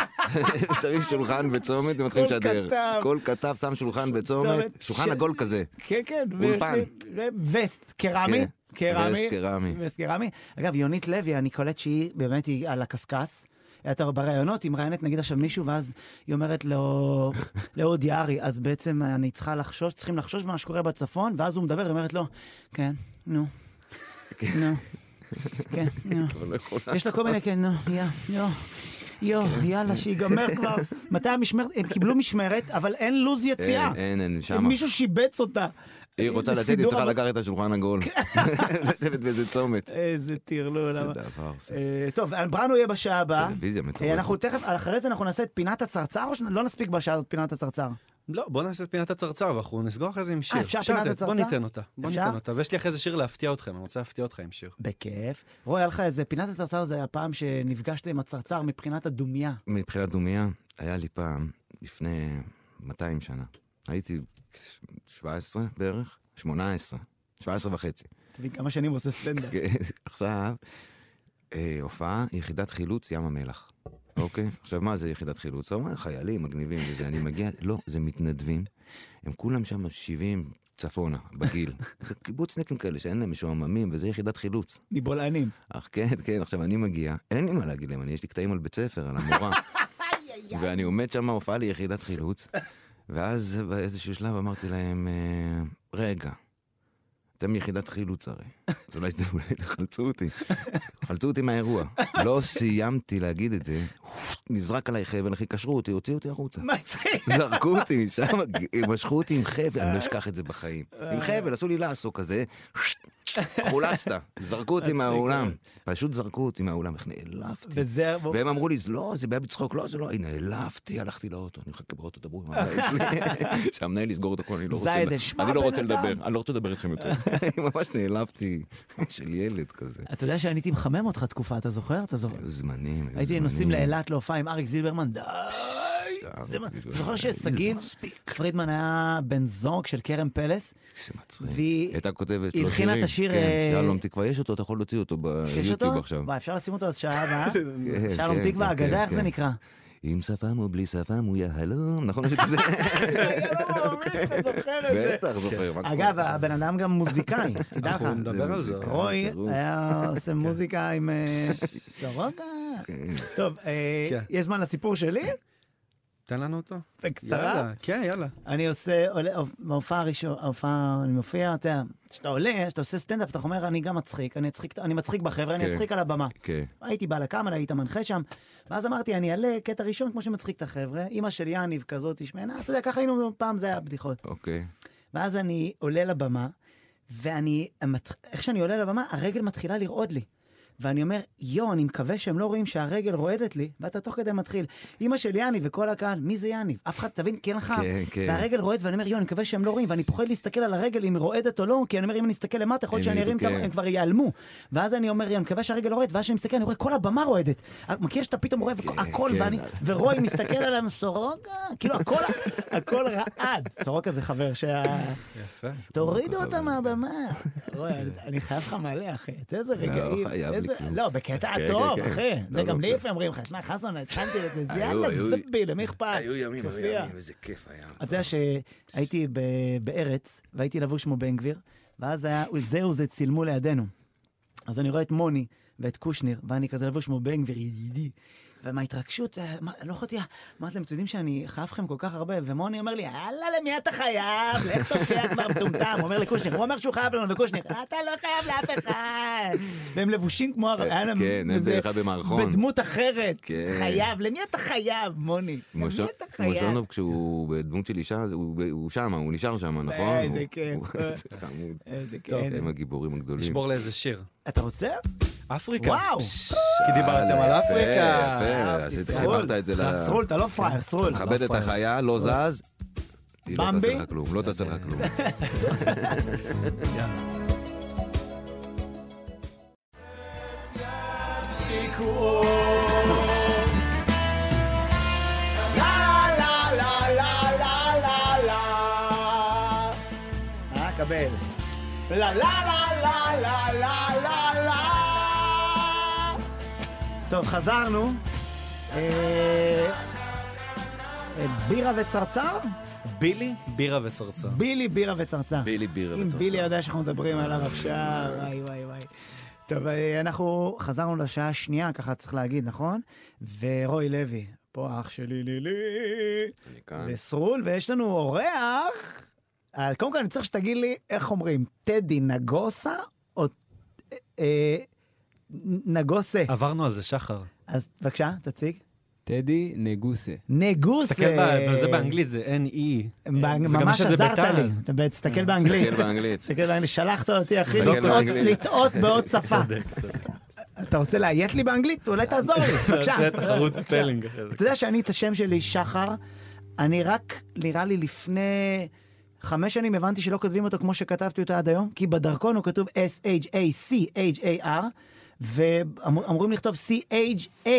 Speaker 2: שמים שולחן בצומת ומתחילים
Speaker 1: כל
Speaker 2: לשדר.
Speaker 1: כתב.
Speaker 2: כל כתב שם שולחן בצומת,
Speaker 1: צומת, ש-
Speaker 2: שולחן עגול כזה.
Speaker 1: כן, כן. ו-
Speaker 2: אולפן.
Speaker 1: ו- וסט קרמי.
Speaker 2: כן,
Speaker 1: קרמי.
Speaker 2: וסט קרמי.
Speaker 1: וסט קרמי. אגב, יונית לוי, אני קולט שהיא באמת היא על הקשקש. אתה בראיונות, היא מראיינת נגיד עכשיו מישהו, ואז היא אומרת לו, לאודי ארי, אז בעצם אני צריכה לחשוש, צריכים לחשוש ממה שקורה בצפון, ואז הוא מדבר, היא אומרת לו, כן, נו, נו, כן, נו.
Speaker 2: לא
Speaker 1: יש לה כל מיני, כן, נו, יא, יו. יו,
Speaker 2: כן.
Speaker 1: יאללה, שיגמר כבר. מתי המשמרת? הם קיבלו משמרת, אבל אין לו"ז יציאה.
Speaker 2: אין, אה, אין, אין,
Speaker 1: אם
Speaker 2: שמה.
Speaker 1: מישהו שיבץ אותה.
Speaker 2: היא רוצה לצאת, היא
Speaker 1: לסידור
Speaker 2: צריכה
Speaker 1: עבוד-
Speaker 2: לקחת את השולחן עגול.
Speaker 1: כן.
Speaker 2: לשבת באיזה צומת.
Speaker 1: איזה טרלול.
Speaker 2: זה
Speaker 1: אבל-
Speaker 2: דבר, זה-
Speaker 1: לא. אה, טוב, בראנו יהיה בשעה הבאה.
Speaker 2: טלוויזיה
Speaker 1: אה, אנחנו
Speaker 2: מטורפת.
Speaker 1: תכף, אחרי זה אנחנו נעשה את פינת הצרצר, או שלא נספיק בשעה הזאת פינת הצרצר?
Speaker 3: לא, בוא נעשה את פינת הצרצר ואנחנו נסגור אחרי זה עם שיר.
Speaker 1: אה, אפשר פינת
Speaker 3: לתת, בוא
Speaker 1: הצרצר?
Speaker 3: ניתן אותה. בוא
Speaker 1: אפשר?
Speaker 3: ניתן אותה. ויש לי אחרי זה שיר להפתיע אתכם, אני רוצה להפתיע אותך עם שיר.
Speaker 1: בכיף. רועי, היה לך איזה פינת הצרצר, זה הפעם שנפגשת עם הצרצר מבחינת הדומייה.
Speaker 2: מבחינת דומייה, היה לי פעם, לפני 200 שנה, הייתי 17 בערך, 18, 17 וחצי.
Speaker 1: אתה מבין כמה שנים הוא עושה סטנדאפ.
Speaker 2: כן, עכשיו, אה, הופעה, יחידת חילוץ ים המלח. אוקיי? עכשיו, מה זה יחידת חילוץ? אתה אומר, חיילים מגניבים וזה, אני מגיע, לא, זה מתנדבים. הם כולם שם 70 צפונה, בגיל. זה קיבוצניקים כאלה שאין להם משועממים, וזה יחידת חילוץ.
Speaker 1: מבולענים.
Speaker 2: אך כן, כן, עכשיו אני מגיע, אין לי מה להגיד להם, אני, יש לי קטעים על בית ספר, על המורה. ואני עומד שם, הופעה ליחידת חילוץ, ואז באיזשהו שלב אמרתי להם, "אה, רגע, אתם יחידת חילוץ הרי, אז אולי ת- אולי תחלצו אותי. חלצו אותי מהאירוע. לא סיימתי להגיד את זה, נזרק עליי חבל, אחי, קשרו אותי, הוציאו אותי החוצה.
Speaker 1: מה הצחיק?
Speaker 2: זרקו אותי משם, משכו אותי עם חבל,
Speaker 1: אה.
Speaker 2: אני לא אשכח את זה בחיים. עם חבל, עשו לי לעסו כזה, חולצת, זרקו אותי
Speaker 1: אה.
Speaker 2: מהאולם. פשוט זרקו אותי מהאולם, איך נעלבתי.
Speaker 1: וזה...
Speaker 2: והם אמרו לי, "זה לא, זה בעיה בצחוק, לא, זה לא, הנה, העלבתי, הלכתי לאוטו, אני מחכה באוטו, דברו עם המנהל שלי, שהמנהל יסגור את הכל, אני לא רוצה
Speaker 1: זייד,
Speaker 2: לדבר,
Speaker 1: שמע,
Speaker 2: אני לא
Speaker 1: בן
Speaker 2: רוצה
Speaker 1: אדם.
Speaker 2: לדבר, אני לא רוצה לדבר איתכם יותר. ממש נעלבתי של ילד כזה.
Speaker 1: אתה יודע שאני הייתי מחמם אותך תקופה, אתה זוכר? אתה זוכר?
Speaker 2: היו זמנים, היו
Speaker 1: הייתי
Speaker 2: זמנים.
Speaker 1: נוסעים לאילת להופעה עם אריק זילברמן, די!
Speaker 2: שם,
Speaker 1: זה מה-
Speaker 2: זה-
Speaker 1: אתה זוכר
Speaker 2: זה
Speaker 1: ששגיב פרידמן היה בן זוג של כרם פלס?
Speaker 2: זה מצחיק.
Speaker 1: והיא-
Speaker 2: הייתה כותבת
Speaker 1: היא
Speaker 2: לו שירים.
Speaker 1: הלחינה את השיר,
Speaker 2: כן,
Speaker 1: אה,
Speaker 2: שלום תקווה, יש אותו, אתה יכול להוציא אותו
Speaker 1: יש אותו?
Speaker 2: ביוטיוב אה, עכשיו.
Speaker 1: מה, אפשר לשים אותו אז שעה הבאה?
Speaker 2: כן,
Speaker 1: שלום
Speaker 2: כן,
Speaker 1: תקווה,
Speaker 2: כן,
Speaker 1: אגדה, איך
Speaker 2: כן.
Speaker 1: זה נקרא?
Speaker 2: עם שפם או בלי שפם הוא יהלום, נכון? משהו כזה?
Speaker 3: אוקיי,
Speaker 2: בטח, זוכר. מה קורה
Speaker 1: אגב,
Speaker 2: עכשיו?
Speaker 1: הבן אדם גם מוזיקאי, תדע לך.
Speaker 3: אנחנו נדבר על זה.
Speaker 2: מוזיקה.
Speaker 1: רוי
Speaker 2: טירוף.
Speaker 1: היה עושה
Speaker 2: כן.
Speaker 1: מוזיקה עם אה, סורוקה. טוב, אה,
Speaker 3: כן.
Speaker 1: יש זמן לסיפור שלי?
Speaker 3: תן לנו אותו.
Speaker 1: בקצרה.
Speaker 3: יאללה, כן, יאללה.
Speaker 1: אני עושה, עולה- בהופעה הראשונה, ההופעה, אני מופיע, אתה יודע, כשאתה עולה, כשאתה עושה סטנדאפ, אתה אומר, אני גם מצחיק, אני אצחיק- אני מצחיק בחבר'ה, אני
Speaker 2: כן.
Speaker 1: אצחיק על הבמה.
Speaker 2: כן.
Speaker 1: הייתי בא לקאמל, הייתי מנחה שם, ואז אמרתי, אני אעלה קטע ראשון כמו שמצחיק את החבר'ה. אימא של יניב כזאת, שמנה, אתה יודע, ככה היינו, פעם זה היה בדיחות.
Speaker 2: אוקיי.
Speaker 1: ואז אני עולה לבמה, ואני, המת- איך שאני עולה לבמה, הרגל מתחילה לרעוד לי. ואני אומר, יואו, אני מקווה שהם לא רואים שהרגל רועדת לי, ואתה תוך כדי מתחיל. אימא של יניב וכל הקהל, מי זה יניב? אף אחד, תבין, כי אין לך...
Speaker 2: כן, כן.
Speaker 1: והרגל רועד, ואני אומר, יואו, אני מקווה שהם לא רואים, ואני פוחד להסתכל על הרגל אם היא רועדת או לא, כי אני אומר, אם אני אסתכל למטה, יכול להיות
Speaker 2: הם
Speaker 1: שאני
Speaker 2: ידעו,
Speaker 1: ארים,
Speaker 2: כן.
Speaker 1: כן. הם כבר ייעלמו. ואז אני אומר, אני מקווה שהרגל לא רועדת, ואז כשאני מסתכל, אני רואה, כל הבמה רועדת. מכיר שאתה פתאום רואה
Speaker 2: כן,
Speaker 1: הכל,
Speaker 2: כן.
Speaker 1: ואני, ורוי מסתכל עליהם, סורוקה, כאילו הכל, הכל רעד. סורוקה זה חבר שה...
Speaker 3: יפה.
Speaker 1: תורידו אותה
Speaker 2: אבל-
Speaker 1: מהבמה. רוי, אני- אני חייב לך מלא, אחי. את איזה
Speaker 2: לא
Speaker 1: רגעים.
Speaker 2: חייב לי
Speaker 1: איזה-
Speaker 2: כלום.
Speaker 1: לא, בקטע
Speaker 2: כן,
Speaker 1: הטוב,
Speaker 2: כן, כן.
Speaker 1: אחי. זה
Speaker 2: לא,
Speaker 1: גם
Speaker 2: לא,
Speaker 1: לי
Speaker 2: זה-
Speaker 1: לפעמים אומרים לך, שמע, חסון, התחלתי את זה, זה
Speaker 2: היו-
Speaker 1: יאללה
Speaker 2: היו-
Speaker 1: זבי, למי אכפת?
Speaker 2: היו ימים, היו
Speaker 1: תופיע.
Speaker 2: ימים, איזה כיף היה.
Speaker 1: אתה יודע שהייתי ב- בארץ, והייתי לבוש כמו בן גביר, ואז היה, זהו זה צילמו לידינו. אז אני רואה את מוני ואת קושניר, ואני כזה לבוש כמו בן גביר, ידידי. ומההתרגשות, אה, מה- לא יכולתי, אה, אמרתי להם, אתם יודעים שאני חייב לכם כל כך הרבה, ומוני אומר לי, יאללה, למי אתה חייב? לך תופיע כבר מטומטם, הוא אומר לקושניר, הוא אומר שהוא חייב לנו, וקושניר, אתה לא חייב לאף אחד. והם לבושים כמו, הר- היה להם
Speaker 2: כן, הם
Speaker 1: איזה-
Speaker 2: באחד במערכון.
Speaker 1: בדמות אחרת,
Speaker 2: כן.
Speaker 1: חייב, למי אתה חייב, מוני? למי
Speaker 2: משה-
Speaker 1: אתה חייב?
Speaker 2: מושונוב, כשהוא בדמות של אישה, אז הוא הוא שם, הוא נשאר שם, נכון?
Speaker 1: אה, איזה
Speaker 2: הוא-
Speaker 1: כיף.
Speaker 2: הוא- איזה חמוד.
Speaker 1: איזה
Speaker 3: טוב,
Speaker 1: כן.
Speaker 2: הם הגיבורים הגדולים.
Speaker 3: נשבור לאיזה שיר.
Speaker 1: אתה רוצה?
Speaker 3: אפריקה.
Speaker 1: וואו!
Speaker 3: כי דיברתם
Speaker 2: יפה,
Speaker 3: על אפריקה.
Speaker 2: יפה, אז
Speaker 1: אהבתי,
Speaker 2: חיברת את זה ל... כן.
Speaker 1: סרול, אתה לא פראייר, סרול.
Speaker 2: מכבד את החיה, לא זז. היא לא
Speaker 1: במבי?
Speaker 2: תעשה לך כלום, לא תעשה לך כלום.
Speaker 1: אה, קבל. טוב, חזרנו. אה, אה, בירה וצרצר?
Speaker 3: בילי, בירה וצרצר.
Speaker 1: בילי בירה וצרצר.
Speaker 2: בילי בירה
Speaker 1: אם
Speaker 2: וצרצר.
Speaker 1: בילי יודע שאנחנו מדברים עליו עכשיו, וואי וואי וואי. טוב, אה, אנחנו חזרנו לשעה השנייה, ככה צריך להגיד, נכון? ורוי לוי, פה אח שלי לילי,
Speaker 2: אני
Speaker 3: אה.
Speaker 2: כאן.
Speaker 1: וסרול, ויש לנו אורח. אה, קודם כל אני צריך שתגיד לי, איך אומרים, טדי נגוסה או אה, נגוסה?
Speaker 8: אה.
Speaker 3: עברנו על זה, שחר.
Speaker 1: אז בבקשה, תציג.
Speaker 8: טדי נגוסה.
Speaker 1: נגוסה.
Speaker 3: תסתכל, ב- כן, זה באנגלית, זה N-E.
Speaker 1: באנג-
Speaker 3: זה אה. גם
Speaker 1: ממש
Speaker 3: יש את זה
Speaker 1: עזרת לי,
Speaker 3: בתע"ש.
Speaker 1: אתה- תסתכל באנגלית.
Speaker 2: תסתכל באנגלית.
Speaker 1: תסתכל, כאילו, אני שלחת אותי, אחי,
Speaker 2: תסתכל
Speaker 1: לטעות-
Speaker 2: באנגלית.
Speaker 1: לטעות בעוד שפה. אתה רוצה לאיית לי באנגלית? אולי תעזור לי, בבקשה.
Speaker 3: זה תחרות ספלינג. אחרי זה.
Speaker 1: אתה יודע שאני, את השם שלי שחר, אני רק, נראה לי לפני חמש שנים הבנתי שלא כותבים אותו כמו שכתבתי אותו עד היום, כי בדרכון הוא כתוב S-H-A-C-H-A-R, ואמורים לכתוב C-H-A.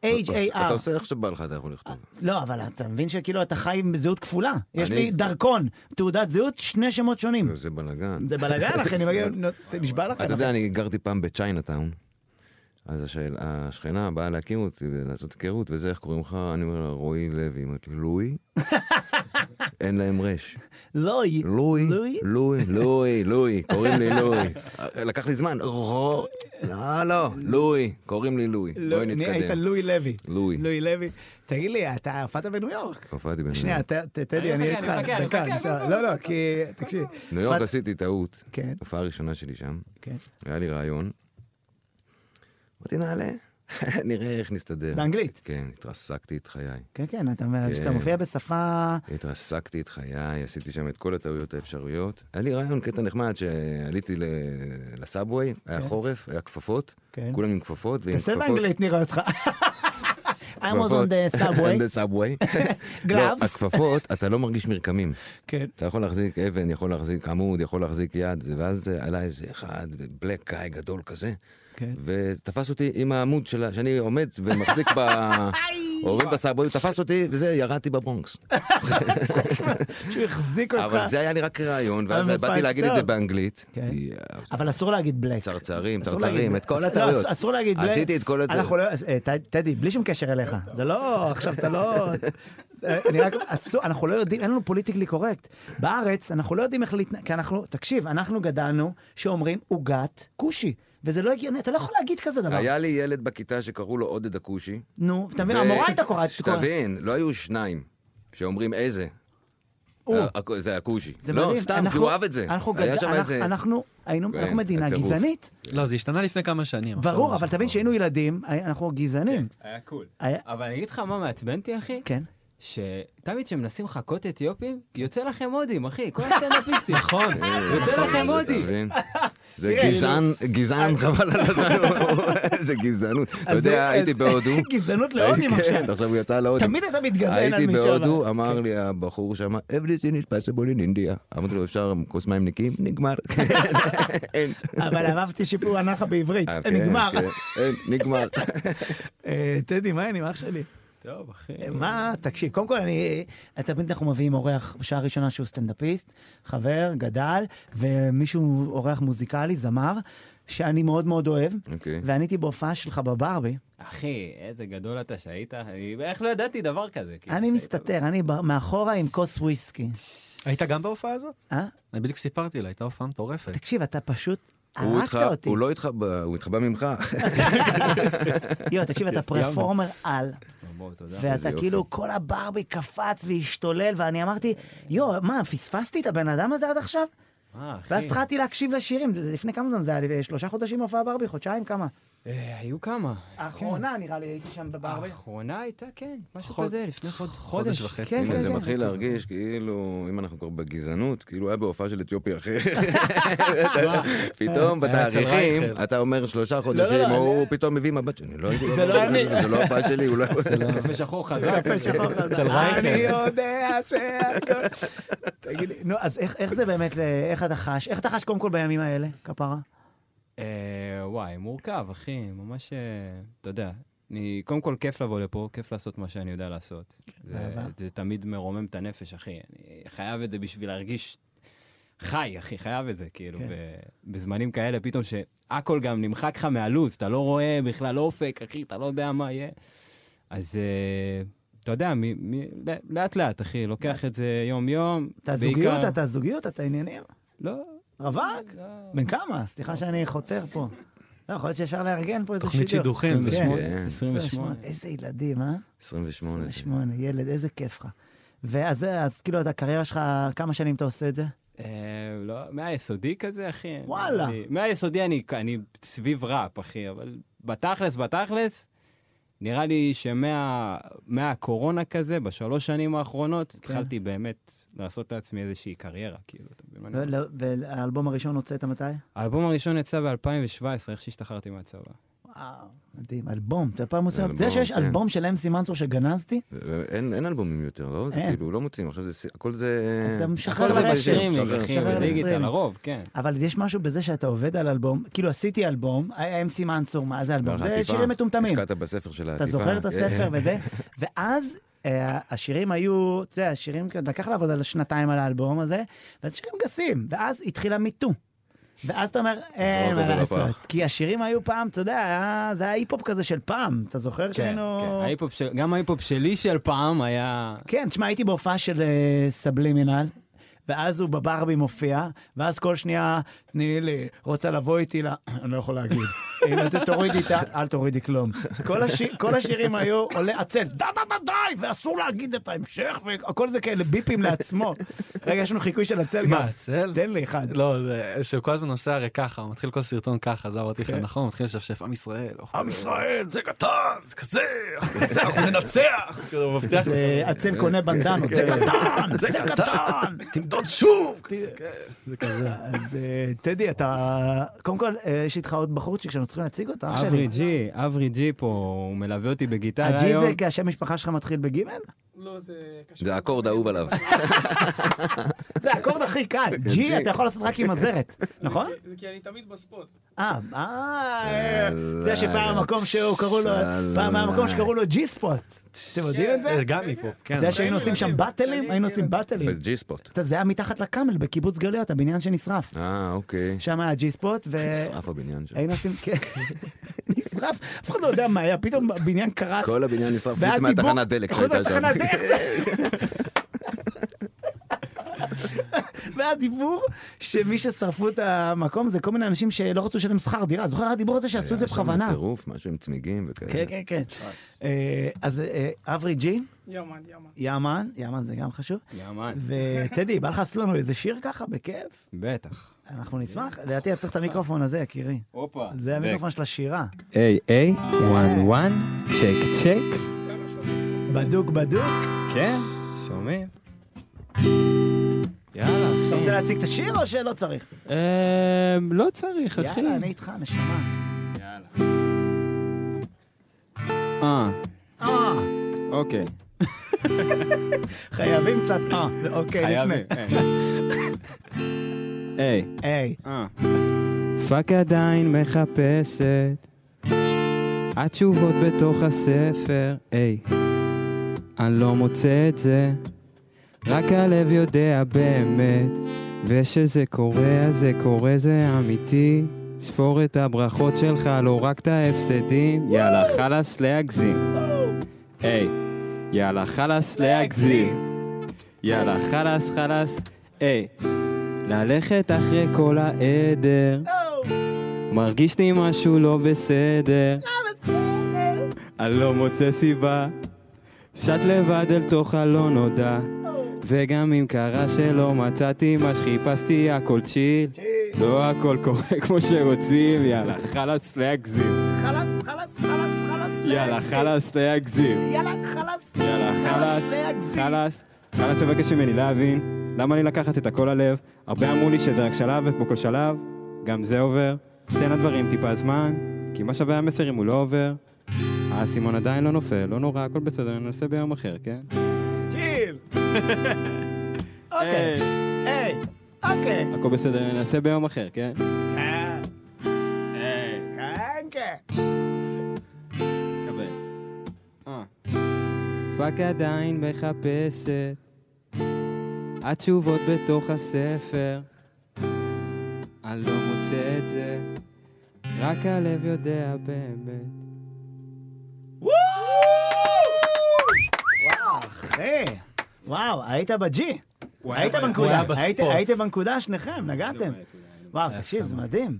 Speaker 2: אתה
Speaker 1: H-A-R.
Speaker 2: עושה איך שבא לך, אתה יכול לכתוב.
Speaker 1: לא, אבל אתה מבין שכאילו אתה חי עם זהות כפולה. יש
Speaker 2: אני-
Speaker 1: לי דרכון, תעודת זהות, שני שמות שונים.
Speaker 2: זה בלאגן.
Speaker 1: Mm. זה בלאגן, אחי, אני מגיע, נו, נשבע לכם.
Speaker 2: אתה יודע, אני גרתי פעם בצ'יינאטאון. אז השאל- השכנה באה להקים אותי ולעשות היכרות, וזה, איך קוראים לך? אני אומר לה, רועי לוי. היא אומרת לי, לואי? אין להם רש.
Speaker 1: לא,
Speaker 2: לואי,
Speaker 1: לואי?
Speaker 2: לואי, לואי, לואי, קוראים לי לואי. לקח לי זמן, רו... לא, לא, לואי, קוראים לי לואי. בואי
Speaker 1: לואי, לא, היית
Speaker 2: נתקדם.
Speaker 1: לואי לוי.
Speaker 2: לואי.
Speaker 1: לואי לוי. תגיד לי, אתה הופעת בניו יורק?
Speaker 2: הופעתי בניו
Speaker 1: שנייה,
Speaker 2: יורק.
Speaker 1: ת- ת- טדי, אני איתך. דקה, נשאר. לא, לא, כי... תקשיב.
Speaker 2: ניו יורק
Speaker 1: הופעת-
Speaker 2: עשיתי טעות.
Speaker 1: כן.
Speaker 2: הופעה ראשונה שלי שם.
Speaker 1: כן.
Speaker 2: היה לי רעיון. אמרתי, נעלה, נראה איך נסתדר.
Speaker 1: באנגלית.
Speaker 2: כן, התרסקתי את חיי.
Speaker 1: כן, כן, אתה כשאתה מופיע בשפה...
Speaker 2: כן, התרסקתי את חיי, עשיתי שם את כל הטעויות האפשריות. היה לי רעיון, קטע נחמד, שעליתי ל- לסאבווי, היה חורף, היה כפפות,
Speaker 1: כן.
Speaker 2: כולם עם כפפות, ועם
Speaker 1: תעשה
Speaker 2: כפפות...
Speaker 1: באנגלית, נראה אותך. I'm was on the
Speaker 2: On
Speaker 1: subway.
Speaker 2: the subway.
Speaker 1: Gloves.
Speaker 2: לא, הכפפות, אתה לא מרגיש מרקמים.
Speaker 1: כן.
Speaker 2: אתה יכול להחזיק אבן, יכול להחזיק עמוד, יכול להחזיק יד, זה- ואז אה, עלה איזה אחד, בלק גיא גדול כזה,
Speaker 1: כן.
Speaker 2: ותפס אותי עם העמוד שלה, שאני עומד ומחזיק ב... עובד בסאבוי, הוא תפס אותי, וזה, ירדתי בברונקס.
Speaker 1: אוקיי. שהוא החזיק אותך.
Speaker 2: אבל זה היה לי רק רעיון, ואז
Speaker 1: אבל
Speaker 2: באתי להגיד את זה
Speaker 1: פאנץ' טוב.
Speaker 2: באנגלית.
Speaker 1: כן.
Speaker 2: יא,
Speaker 1: אבל אסור להגיד בלק.
Speaker 2: צרצרים,
Speaker 1: אסור
Speaker 2: צרצרים,
Speaker 1: להגיד-
Speaker 2: את כל
Speaker 1: לא,
Speaker 2: הטעויות.
Speaker 1: אסור- אסור להגיד בלק.
Speaker 2: עשיתי את כל
Speaker 1: אנחנו
Speaker 2: הטעויות.
Speaker 1: לא... אה, ט- טדי, בלי שום קשר אליך. זה לא... עכשיו אתה לא... אה, אני רק... אסור- אנחנו לא יודעים, אין לנו פוליטיקלי קורקט. בארץ, אנחנו לא יודעים איך להתנהג, כי אנחנו... תקשיב, אנחנו גדלנו שאומרים עוגת כושי. וזה לא הגיוני, אתה לא יכול להגיד כזה דבר.
Speaker 2: היה לי ילד בכיתה שקראו לו עודד הכושי.
Speaker 1: נו, אתה מבין,
Speaker 2: ו-
Speaker 1: המורה הייתה קוראת.
Speaker 2: שתבין, לא היו שניים שאומרים איזה.
Speaker 1: הוא.
Speaker 2: ה- הכ- זה הכושי.
Speaker 1: זה
Speaker 2: אה, לא,
Speaker 1: מדהים.
Speaker 2: סתם, כי
Speaker 1: אנחנו-
Speaker 2: הוא אהב את זה.
Speaker 1: אנחנו
Speaker 2: היה
Speaker 1: גד-
Speaker 2: שם
Speaker 1: אנחנו-
Speaker 2: איזה...
Speaker 1: אנחנו היינו
Speaker 2: כן,
Speaker 1: אנחנו מדינה
Speaker 2: הטירוף.
Speaker 1: גזענית,
Speaker 3: לא, זה השתנה לפני כמה שנים. עכשיו
Speaker 1: ברור,
Speaker 3: ממש
Speaker 1: אבל תבין
Speaker 3: לא.
Speaker 1: שהיינו ילדים, הי- אנחנו גזענים.
Speaker 2: כן.
Speaker 9: היה קול.
Speaker 1: היה-
Speaker 9: אבל אני אגיד לך מה מעצבן אותי, אחי?
Speaker 1: כן.
Speaker 9: שתמיד כשמנסים לחכות אתיופים, יוצא לכם הודים, אחי, כל הסטנדאפיסטים.
Speaker 3: נכון.
Speaker 2: אה,
Speaker 9: יוצא
Speaker 2: נכון,
Speaker 9: לכם הודי.
Speaker 2: אתה מבין? זה
Speaker 1: תראה,
Speaker 2: גזען, גזען חבל על הזמן, זה גזענות. אתה
Speaker 1: אז זה-
Speaker 2: יודע, הייתי
Speaker 1: אז-
Speaker 2: בהודו.
Speaker 1: גזענות
Speaker 2: כן,
Speaker 1: להודים עכשיו.
Speaker 2: עכשיו הוא יצא להודים.
Speaker 1: תמיד אתה מתגזען על
Speaker 2: הייתי
Speaker 1: מי שאומר. כן.
Speaker 2: בהודו, אמר לי הבחור שם, everything is possible in India. אמרתי לו, אפשר כוס מים נקיים? נגמר. כן, אין.
Speaker 1: אבל אהבתי שיפור הנחה בעברית,
Speaker 2: אה, כן,
Speaker 1: אה, נגמר.
Speaker 2: כן, אין, נגמר.
Speaker 1: אה, טדי, מה העניינים אח שלי?
Speaker 9: טוב, אחי.
Speaker 1: אה, מה, תקשיב, קודם כל, אני, אתה מבין, אנחנו מביאים אורח בשעה הראשונה שהוא סטנדאפיסט, חבר, גדל, ומישהו, אורח מוזיקלי, זמר, שאני מאוד מאוד אוהב,
Speaker 2: אוקיי.
Speaker 1: ואני הייתי בהופעה שלך בברבי,
Speaker 9: אחי, איזה גדול אתה שהיית. אני- איך לא ידעתי דבר כזה? כאילו,
Speaker 1: אני
Speaker 9: שהיית-
Speaker 1: מסתתר, אני ב- מאחורה עם כוס וויסקי.
Speaker 3: היית גם בהופעה הזאת?
Speaker 1: אה?
Speaker 3: אני בדיוק סיפרתי לה, הייתה הופעה מטורפת.
Speaker 1: תקשיב, אתה פשוט
Speaker 2: כן. הוא
Speaker 1: הרגת
Speaker 2: התחבא-
Speaker 1: אותי.
Speaker 2: הוא לא התחבא, הוא התחבא ממך.
Speaker 1: יואו, תקשיב, אתה פרפורמר על,
Speaker 9: בוא, תודה.
Speaker 2: איזה
Speaker 1: ואתה
Speaker 2: יופי.
Speaker 1: כאילו, כל הברבי קפץ והשתולל, ואני אמרתי, יואו, מה, פספסתי את הבן אדם הזה עד עכשיו?
Speaker 9: מה, אה, אחי?
Speaker 1: ואז התחלתי להקשיב לשירים, זה זה לפני כמה זמן זה היה? שלושה חודשים הופעה ברבי? חודשיים? כמה?
Speaker 9: אה, היו כמה. כן.
Speaker 1: האחרונה נראה לי, הייתי שם בברבי.
Speaker 9: האחרונה הייתה, כן, משהו
Speaker 3: חוד-
Speaker 9: כזה, לפני חוד-
Speaker 3: חודש
Speaker 9: חודש.
Speaker 3: וחצי.
Speaker 9: כן,
Speaker 1: הנה,
Speaker 9: כן,
Speaker 2: זה
Speaker 9: כן.
Speaker 2: מתחיל להרגיש כאילו, אם אנחנו כבר בגזענות, כאילו היה בהופעה של אתיופי אחר. פתאום
Speaker 3: היה אצל
Speaker 2: בתאריכים,
Speaker 3: רייכל.
Speaker 2: אתה אומר שלושה חודשים,
Speaker 1: לא,
Speaker 2: הוא פתאום מביא מבט שאני לא הייתי
Speaker 1: זה לא
Speaker 2: בברבי,
Speaker 1: אני.
Speaker 2: זה לא הופעה שלי, הוא לא...
Speaker 9: קפה כן, שחור
Speaker 1: אה,
Speaker 9: חזק.
Speaker 3: אוקיי.
Speaker 9: כן.
Speaker 3: אצל רייכל.
Speaker 1: אני יודע שהכל... תגיד לי, נו, אז איך איך זה באמת, אה, איך אתה חש? איך אתה חש קודם כל בימים האלה, כפרה?
Speaker 9: אה, וואי, מורכב, אחי, ממש, אה, אתה יודע. אני, קודם כל, כיף לבוא לפה, כיף לעשות מה שאני יודע לעשות. זה-
Speaker 1: כן. אהבה.
Speaker 9: זה תמיד מרומם את הנפש, אחי. אני חייב את זה בשביל להרגיש חי, אחי, חייב את זה, כאילו.
Speaker 1: כן.
Speaker 9: ו- בזמנים כאלה, פתאום שהכל גם נמחק לך מהלו"ז, אתה לא רואה בכלל אופק, אחי, אתה לא יודע מה יהיה. אז אה, אתה יודע, מ- מ- ל- לאט-לאט, אחי, לוקח את זה יום-יום.
Speaker 1: אתה
Speaker 9: בעיקר-
Speaker 1: זוגיות, אתה זוגיות, אתה עניינים?
Speaker 9: לא,
Speaker 1: רווק?
Speaker 9: לא.
Speaker 1: בן כמה? סליחה שאני חותר פה. לא, יכול להיות שאפשר לארגן פה איזה שידוך.
Speaker 3: תוכנית שידוכים, זה
Speaker 1: כן.
Speaker 3: שמונה.
Speaker 2: כן,
Speaker 9: 28.
Speaker 1: איזה ילדים, אה?
Speaker 2: 28.
Speaker 1: 28, ילד, איזה כיף לך. ואז אז כאילו, את הקריירה שלך, כמה שנים אתה עושה את זה?
Speaker 9: אה, לא, מהיסודי כזה, אחי.
Speaker 1: וואלה.
Speaker 9: אני, מהיסודי אני, אני סביב ראפ, אחי, אבל בתכלס, בתכלס, נראה לי שמה מהקורונה כזה, בשלוש שנים האחרונות,
Speaker 1: כן.
Speaker 9: התחלתי באמת לעשות לעצמי איזושהי קריירה, כאילו, אתה מבין? מה אני אומר?
Speaker 1: ול- והאלבום הראשון הוצאת מתי?
Speaker 9: האלבום הראשון יצא ב-2017, איך שהשתחררתי מהצבא.
Speaker 1: וואו. מדהים, אלבום. אתה פעם עושה...
Speaker 2: אלבום,
Speaker 1: זה שיש
Speaker 2: כן.
Speaker 1: אלבום של אמסי מנצור שגנזתי,
Speaker 2: אין אין אלבומים יותר, לא? זה
Speaker 1: אין.
Speaker 2: כאילו, לא מוצאים, עכשיו זה... ס- הכל זה...
Speaker 1: אתה משחרר
Speaker 9: הכל
Speaker 2: הכל זה
Speaker 1: לרשת.
Speaker 2: בשטרים,
Speaker 9: בסטרימינג,
Speaker 2: שחרר,
Speaker 9: אחי,
Speaker 2: שחרר
Speaker 9: בדיגיטל,
Speaker 1: לסטרימינג.
Speaker 9: לרוב, כן.
Speaker 1: אבל יש משהו בזה שאתה עובד על אלבום, כאילו עשיתי אלבום, היה אמסי מנצור, מה זה אלבום? זה
Speaker 2: והחטיפה,
Speaker 1: שירים מטומטמים.
Speaker 2: השקעת בספר של העטיפה.
Speaker 1: אתה זוכר את הספר וזה? ואז אה, השירים היו, אתה יודע, השירים, לקח לעבוד על שנתיים על האלבום הזה, ואז שירים גסים, ואז התחילה מיטו. ואז אתה אומר, אין
Speaker 9: לא
Speaker 2: זרוק
Speaker 1: מה
Speaker 2: אותו
Speaker 1: לעשות.
Speaker 2: לפח.
Speaker 1: כי השירים היו פעם, אתה יודע, היה- זה היה היפ-הופ כזה של פעם, אתה זוכר
Speaker 9: כן,
Speaker 1: שהיינו...
Speaker 9: כן. ההיפ-הופ של- גם ההיפ-הופ שלי של פעם היה...
Speaker 1: כן, תשמע, הייתי בהופעה של אה, סבלימינל. ואז הוא בברבי מופיע, ואז כל שנייה, תני לי, רוצה לבוא איתי ל... אני לא יכול להגיד. אם אתה תורידי את ה... אל תורידי כלום. כל, השיר, כל השירים היו עולה עצל, דה דה דה די, ואסור להגיד את ההמשך, והכל זה כאלה ביפים לעצמו. רגע, יש לנו חיקוי של עצל גם.
Speaker 3: מה, הצל?
Speaker 1: תן לי אחד.
Speaker 3: לא, זה שכל הזמן עושה הרי ככה, הוא מתחיל כל סרטון ככה, זה אמרתי לך, נכון, הוא מתחיל לשפשף, עם ישראל. עם ישראל! זה קטן, זה כזה, אנחנו נעשה, אנחנו ננצח! כזה, הוא מבטיח.
Speaker 1: זה עצל קונה בנדנות, זה קטן, זה קטן.
Speaker 3: תמדוד שוב! כזה. כן.
Speaker 1: זה כזה. אז אה, טדי, אתה... קודם כל, אה, יש איתך עוד בחורצ'יק שאנחנו צריכים להציג אותו. אח שלי.
Speaker 9: אברי ג'י, אברי גי פה, הוא מלווה אותי בגיטרה
Speaker 1: הג'י
Speaker 9: היום.
Speaker 1: זה כי השם משפחה שלך מתחיל בגימל?
Speaker 10: לא,
Speaker 2: זה האקורד האהוב עליו.
Speaker 1: זה האקורד הכי קל.
Speaker 3: כן,
Speaker 1: ג'י אתה יכול לעשות רק עם הזרת, נכון?
Speaker 10: זה כי אני תמיד בספוט.
Speaker 1: אה, אה, זה שפעם המקום שהוא קראו לו, פעם היה מקום שקראו לו ג'י ספוט. אתם יודעים את זה?
Speaker 3: זה גם היפ-הופ, כן.
Speaker 1: זה שהיינו עושים שם באטלים, היינו עושים באטלים.
Speaker 2: בג'י ספוט.
Speaker 1: אתה- זה היה מתחת לקאמל בקיבוץ גלויות, הבניין שנשרף.
Speaker 2: אה, אוקיי.
Speaker 1: שם היה ג'י ספוט, והיינו
Speaker 2: נשרף הבניין שם.
Speaker 1: עושים, כן, נשרף, אף אחד לא יודע מה היה, פתאום הבניין קרס.
Speaker 2: כל הבניין נשרף
Speaker 1: והיה
Speaker 2: חוץ
Speaker 1: דיבור-
Speaker 2: מהתחנת דלק
Speaker 1: חוץ
Speaker 2: שהייתה
Speaker 1: מהתחנת
Speaker 2: שם.
Speaker 1: דלק. והדיבור שמי ששרפו את המקום זה כל מיני אנשים שלא רצו לשלם שכר דירה. זוכר הדיבור הזה שעשו את זה
Speaker 2: היה שם
Speaker 1: בכוונה?
Speaker 2: טירוף, משהו עם צמיגים וכאלה.
Speaker 1: כן, כן, כן. אה, אז אה, אברי ג'י,
Speaker 10: יומן, יומן.
Speaker 1: יאמן, יאמן זה גם חשוב.
Speaker 9: יאמן.
Speaker 1: וטדי, בא לך לעשות לנו איזה שיר ככה, בכיף?
Speaker 9: בטח.
Speaker 1: אנחנו נשמח. לדעתי אתה צריך את המיקרופון הזה, יקירי.
Speaker 9: הופה.
Speaker 1: זה המיקרופון של השירה.
Speaker 8: היי, היי, וואן וואן, צ'ק צ'ק.
Speaker 1: בדוק בדוק.
Speaker 9: כן, שומעים? יאללה,
Speaker 1: אתה
Speaker 9: אחי.
Speaker 1: רוצה להציג את השיר או שלא צריך?
Speaker 9: אמ, לא צריך, אחי.
Speaker 1: יאללה, אני איתך, נשמה.
Speaker 9: יאללה. אה,
Speaker 1: אה,
Speaker 9: אוקיי.
Speaker 1: חייבים קצת אה. אוקיי, לפני.
Speaker 9: אה. היי.
Speaker 1: היי,
Speaker 9: פאק עדיין מחפשת התשובות בתוך הספר, היי אני לא מוצא את זה רק הלב יודע באמת ושזה קורה אז זה קורה זה אמיתי ספור את הברכות שלך לא רק את ההפסדים יאללה חלאס להגזים היי יאללה חלאס להגזים יאללה חלאס חלאס היי ללכת אחרי כל העדר מרגיש לי משהו לא בסדר אני לא מוצא סיבה שט לבד אל תוך הלא נודע וגם אם קרה שלא מצאתי מה שחיפשתי הכל צ'יל לא הכל קורה כמו שרוצים יאללה חלאס להגזים
Speaker 1: חלאס, חלאס, חלאס, חלאס.
Speaker 9: יאללה חלאס להגזים
Speaker 1: יאללה, חלאס.
Speaker 9: יאללה חלאס
Speaker 1: להגזים.
Speaker 9: חלאס חלאס מבקש ממני להבין למה לי לקחת את הכל ללב הרבה אמרו לי שזה רק שלב וכמו כל שלב גם זה עובר תן לדברים טיפה זמן כי מה שווה המסר אם הוא לא עובר האסימון עדיין לא נופל לא נורא הכל בסדר ננסה ביום אחר כן
Speaker 1: צ'יל. אוקיי, היי, אוקיי.
Speaker 9: הכל בסדר ננסה ביום אחר כן
Speaker 1: אה, אוקיי.
Speaker 9: מקבל. אה. פאק עדיין מחפשת התשובות בתוך הספר אני לא מוצא את זה רק הלב יודע באמת
Speaker 1: וואו, אחי. וואו, היית בג'י. היית
Speaker 3: היה
Speaker 1: בנקודה.
Speaker 3: בספורט.
Speaker 1: הייתם- הייתם בנקודה שניכם, נגעתם. וואו, תקשיב, זה מדהים.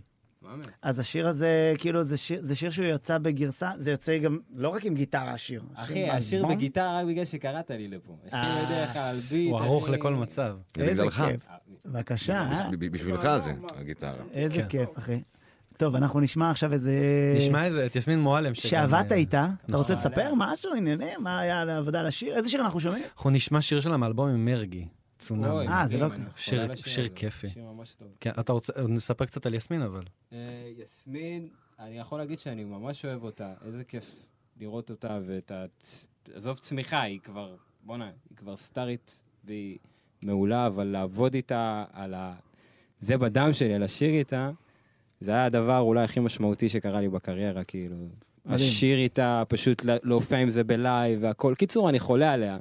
Speaker 1: אז השיר הזה, כאילו, זה שיר- זה שיר שהוא יצא בגרסה, זה יוצא גם, לא רק עם גיטרה השיר.
Speaker 9: אחי,
Speaker 1: עם
Speaker 9: השיר
Speaker 1: בזבון.
Speaker 9: בגיטר רק בגלל שקראת לי לפה. השיר בדרך כלל על ביט,
Speaker 3: הוא
Speaker 9: אחי.
Speaker 3: ערוך לכל מצב.
Speaker 2: זה
Speaker 1: כן, איזה
Speaker 2: בגללך.
Speaker 1: כיף. בבקשה, אה?
Speaker 2: בש- בשבילך זה, הגיטרה.
Speaker 1: איזה
Speaker 3: כן.
Speaker 1: כיף, אחי. טוב, אנחנו נשמע עכשיו איזה...
Speaker 3: נשמע איזה, את יסמין מועלם. שגם,
Speaker 1: שעבדת
Speaker 3: אה,
Speaker 1: איתה. אתה רוצה
Speaker 3: נכון.
Speaker 1: לספר משהו, עניינים? מה היה על העבודה על השיר? איזה שיר אנחנו שומעים?
Speaker 3: אנחנו נשמע שיר שלה מאלבום עם מרגי, צונאמי.
Speaker 9: אוי,
Speaker 1: אה, זה
Speaker 9: מדהים,
Speaker 1: לא-
Speaker 9: אני חולה
Speaker 3: שיר-
Speaker 9: על השיר
Speaker 3: שיר
Speaker 9: הזה.
Speaker 3: כיפי.
Speaker 9: שיר ממש טוב.
Speaker 3: כן, אתה רוצה, נספר קצת על יסמין אבל.
Speaker 9: אה, יסמין, אני יכול להגיד שאני ממש אוהב אותה, איזה כיף לראות אותה ואת ה... עזוב צמיחה, היא כבר, בואנה, היא כבר סטארית והיא מעולה, אבל לעבוד איתה על ה... זה בדם שלי, על השיר איתה, זה היה הדבר אולי הכי משמעותי שקרה לי בקריירה, כאילו. השיר איתה, פשוט לה- להופיע עם זה בלייב והכל. קיצור, אני חולה עליה.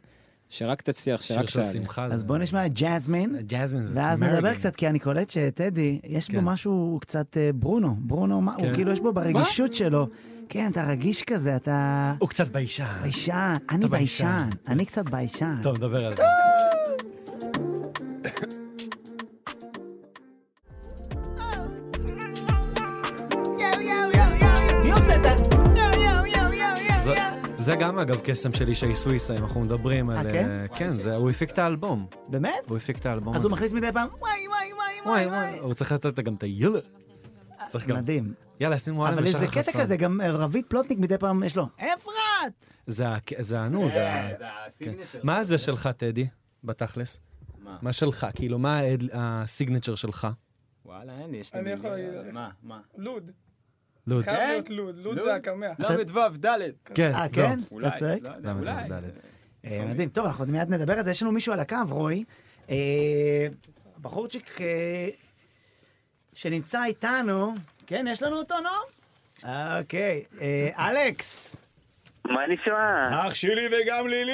Speaker 9: שרק תצליח,
Speaker 3: שיר
Speaker 9: שרק
Speaker 3: של
Speaker 9: תעלה.
Speaker 3: שמחה. אה,
Speaker 1: אז
Speaker 3: זה-
Speaker 1: בואו נשמע את ג'זמין.
Speaker 3: ג'זמין.
Speaker 1: ואז
Speaker 3: ומרגי.
Speaker 1: נדבר קצת, כי אני קולט שטדי, יש בו
Speaker 3: כן.
Speaker 1: משהו קצת אה, ברונו. ברונו, מה- הוא
Speaker 3: כן.
Speaker 1: כאילו, יש בו ברגישות שלו. כן, אתה רגיש כזה, אתה
Speaker 3: הוא קצת ביישן.
Speaker 1: ביישן. אני
Speaker 3: אתה ביישן.
Speaker 1: ביישן, אני קצת ביישן.
Speaker 3: טוב, נדבר על זה. זה- זה גם אגב קסם של ישי סוויסה, אם אנחנו מדברים על...
Speaker 1: אה, כן?
Speaker 3: אה, כן, זה- הוא הפיק את האלבום.
Speaker 1: באמת?
Speaker 3: הוא הפיק את האלבום
Speaker 1: אז
Speaker 3: הזה.
Speaker 1: הוא מכניס מדי פעם, וואי, וואי, וואי,
Speaker 3: וואי
Speaker 1: וואי,
Speaker 3: וואי. הוא צריך לתת גם את היאללה. צריך גם...
Speaker 1: מדהים.
Speaker 3: יאללה, יסמין מועלם
Speaker 1: אבל
Speaker 3: ושחר
Speaker 1: איזה קטע
Speaker 3: חסון.
Speaker 1: כזה, גם אה, רביד פלוטניק מדי פעם יש לו, אפרת!
Speaker 3: זה ה... זה ה... נו, זה ה... כן. מה זה שלך, טדי, בתכלס?
Speaker 9: מה?
Speaker 3: מה שלך? כאילו, מה ה- הסיגנצ'ר שלך?
Speaker 9: וואלה, אין לי, יש לי...
Speaker 10: אני יכול
Speaker 9: מילים,
Speaker 10: להגיד
Speaker 9: אבל
Speaker 10: לך.
Speaker 9: מה? מה?
Speaker 10: לוד.
Speaker 3: אוקיי. לוד.
Speaker 10: חייב להיות לוד. לוד זה הקמע.
Speaker 9: לא. ל"ו ד'.
Speaker 3: כן,
Speaker 1: כן? אה,
Speaker 3: זהו.
Speaker 1: כן? אתה צועק?
Speaker 3: ל"ו,
Speaker 9: לא אולי.
Speaker 3: ד'.
Speaker 1: אה, מדהים. טוב, אנחנו עוד מיד נדבר על זה. יש לנו מישהו על הקו, רוי. אה, בחורצ'יק אה, שנמצא איתנו, כן, יש לנו אותו, נו? אה, אוקיי. אה, אלכס!
Speaker 5: מה נשמע?
Speaker 1: אח שלי וגם לילי!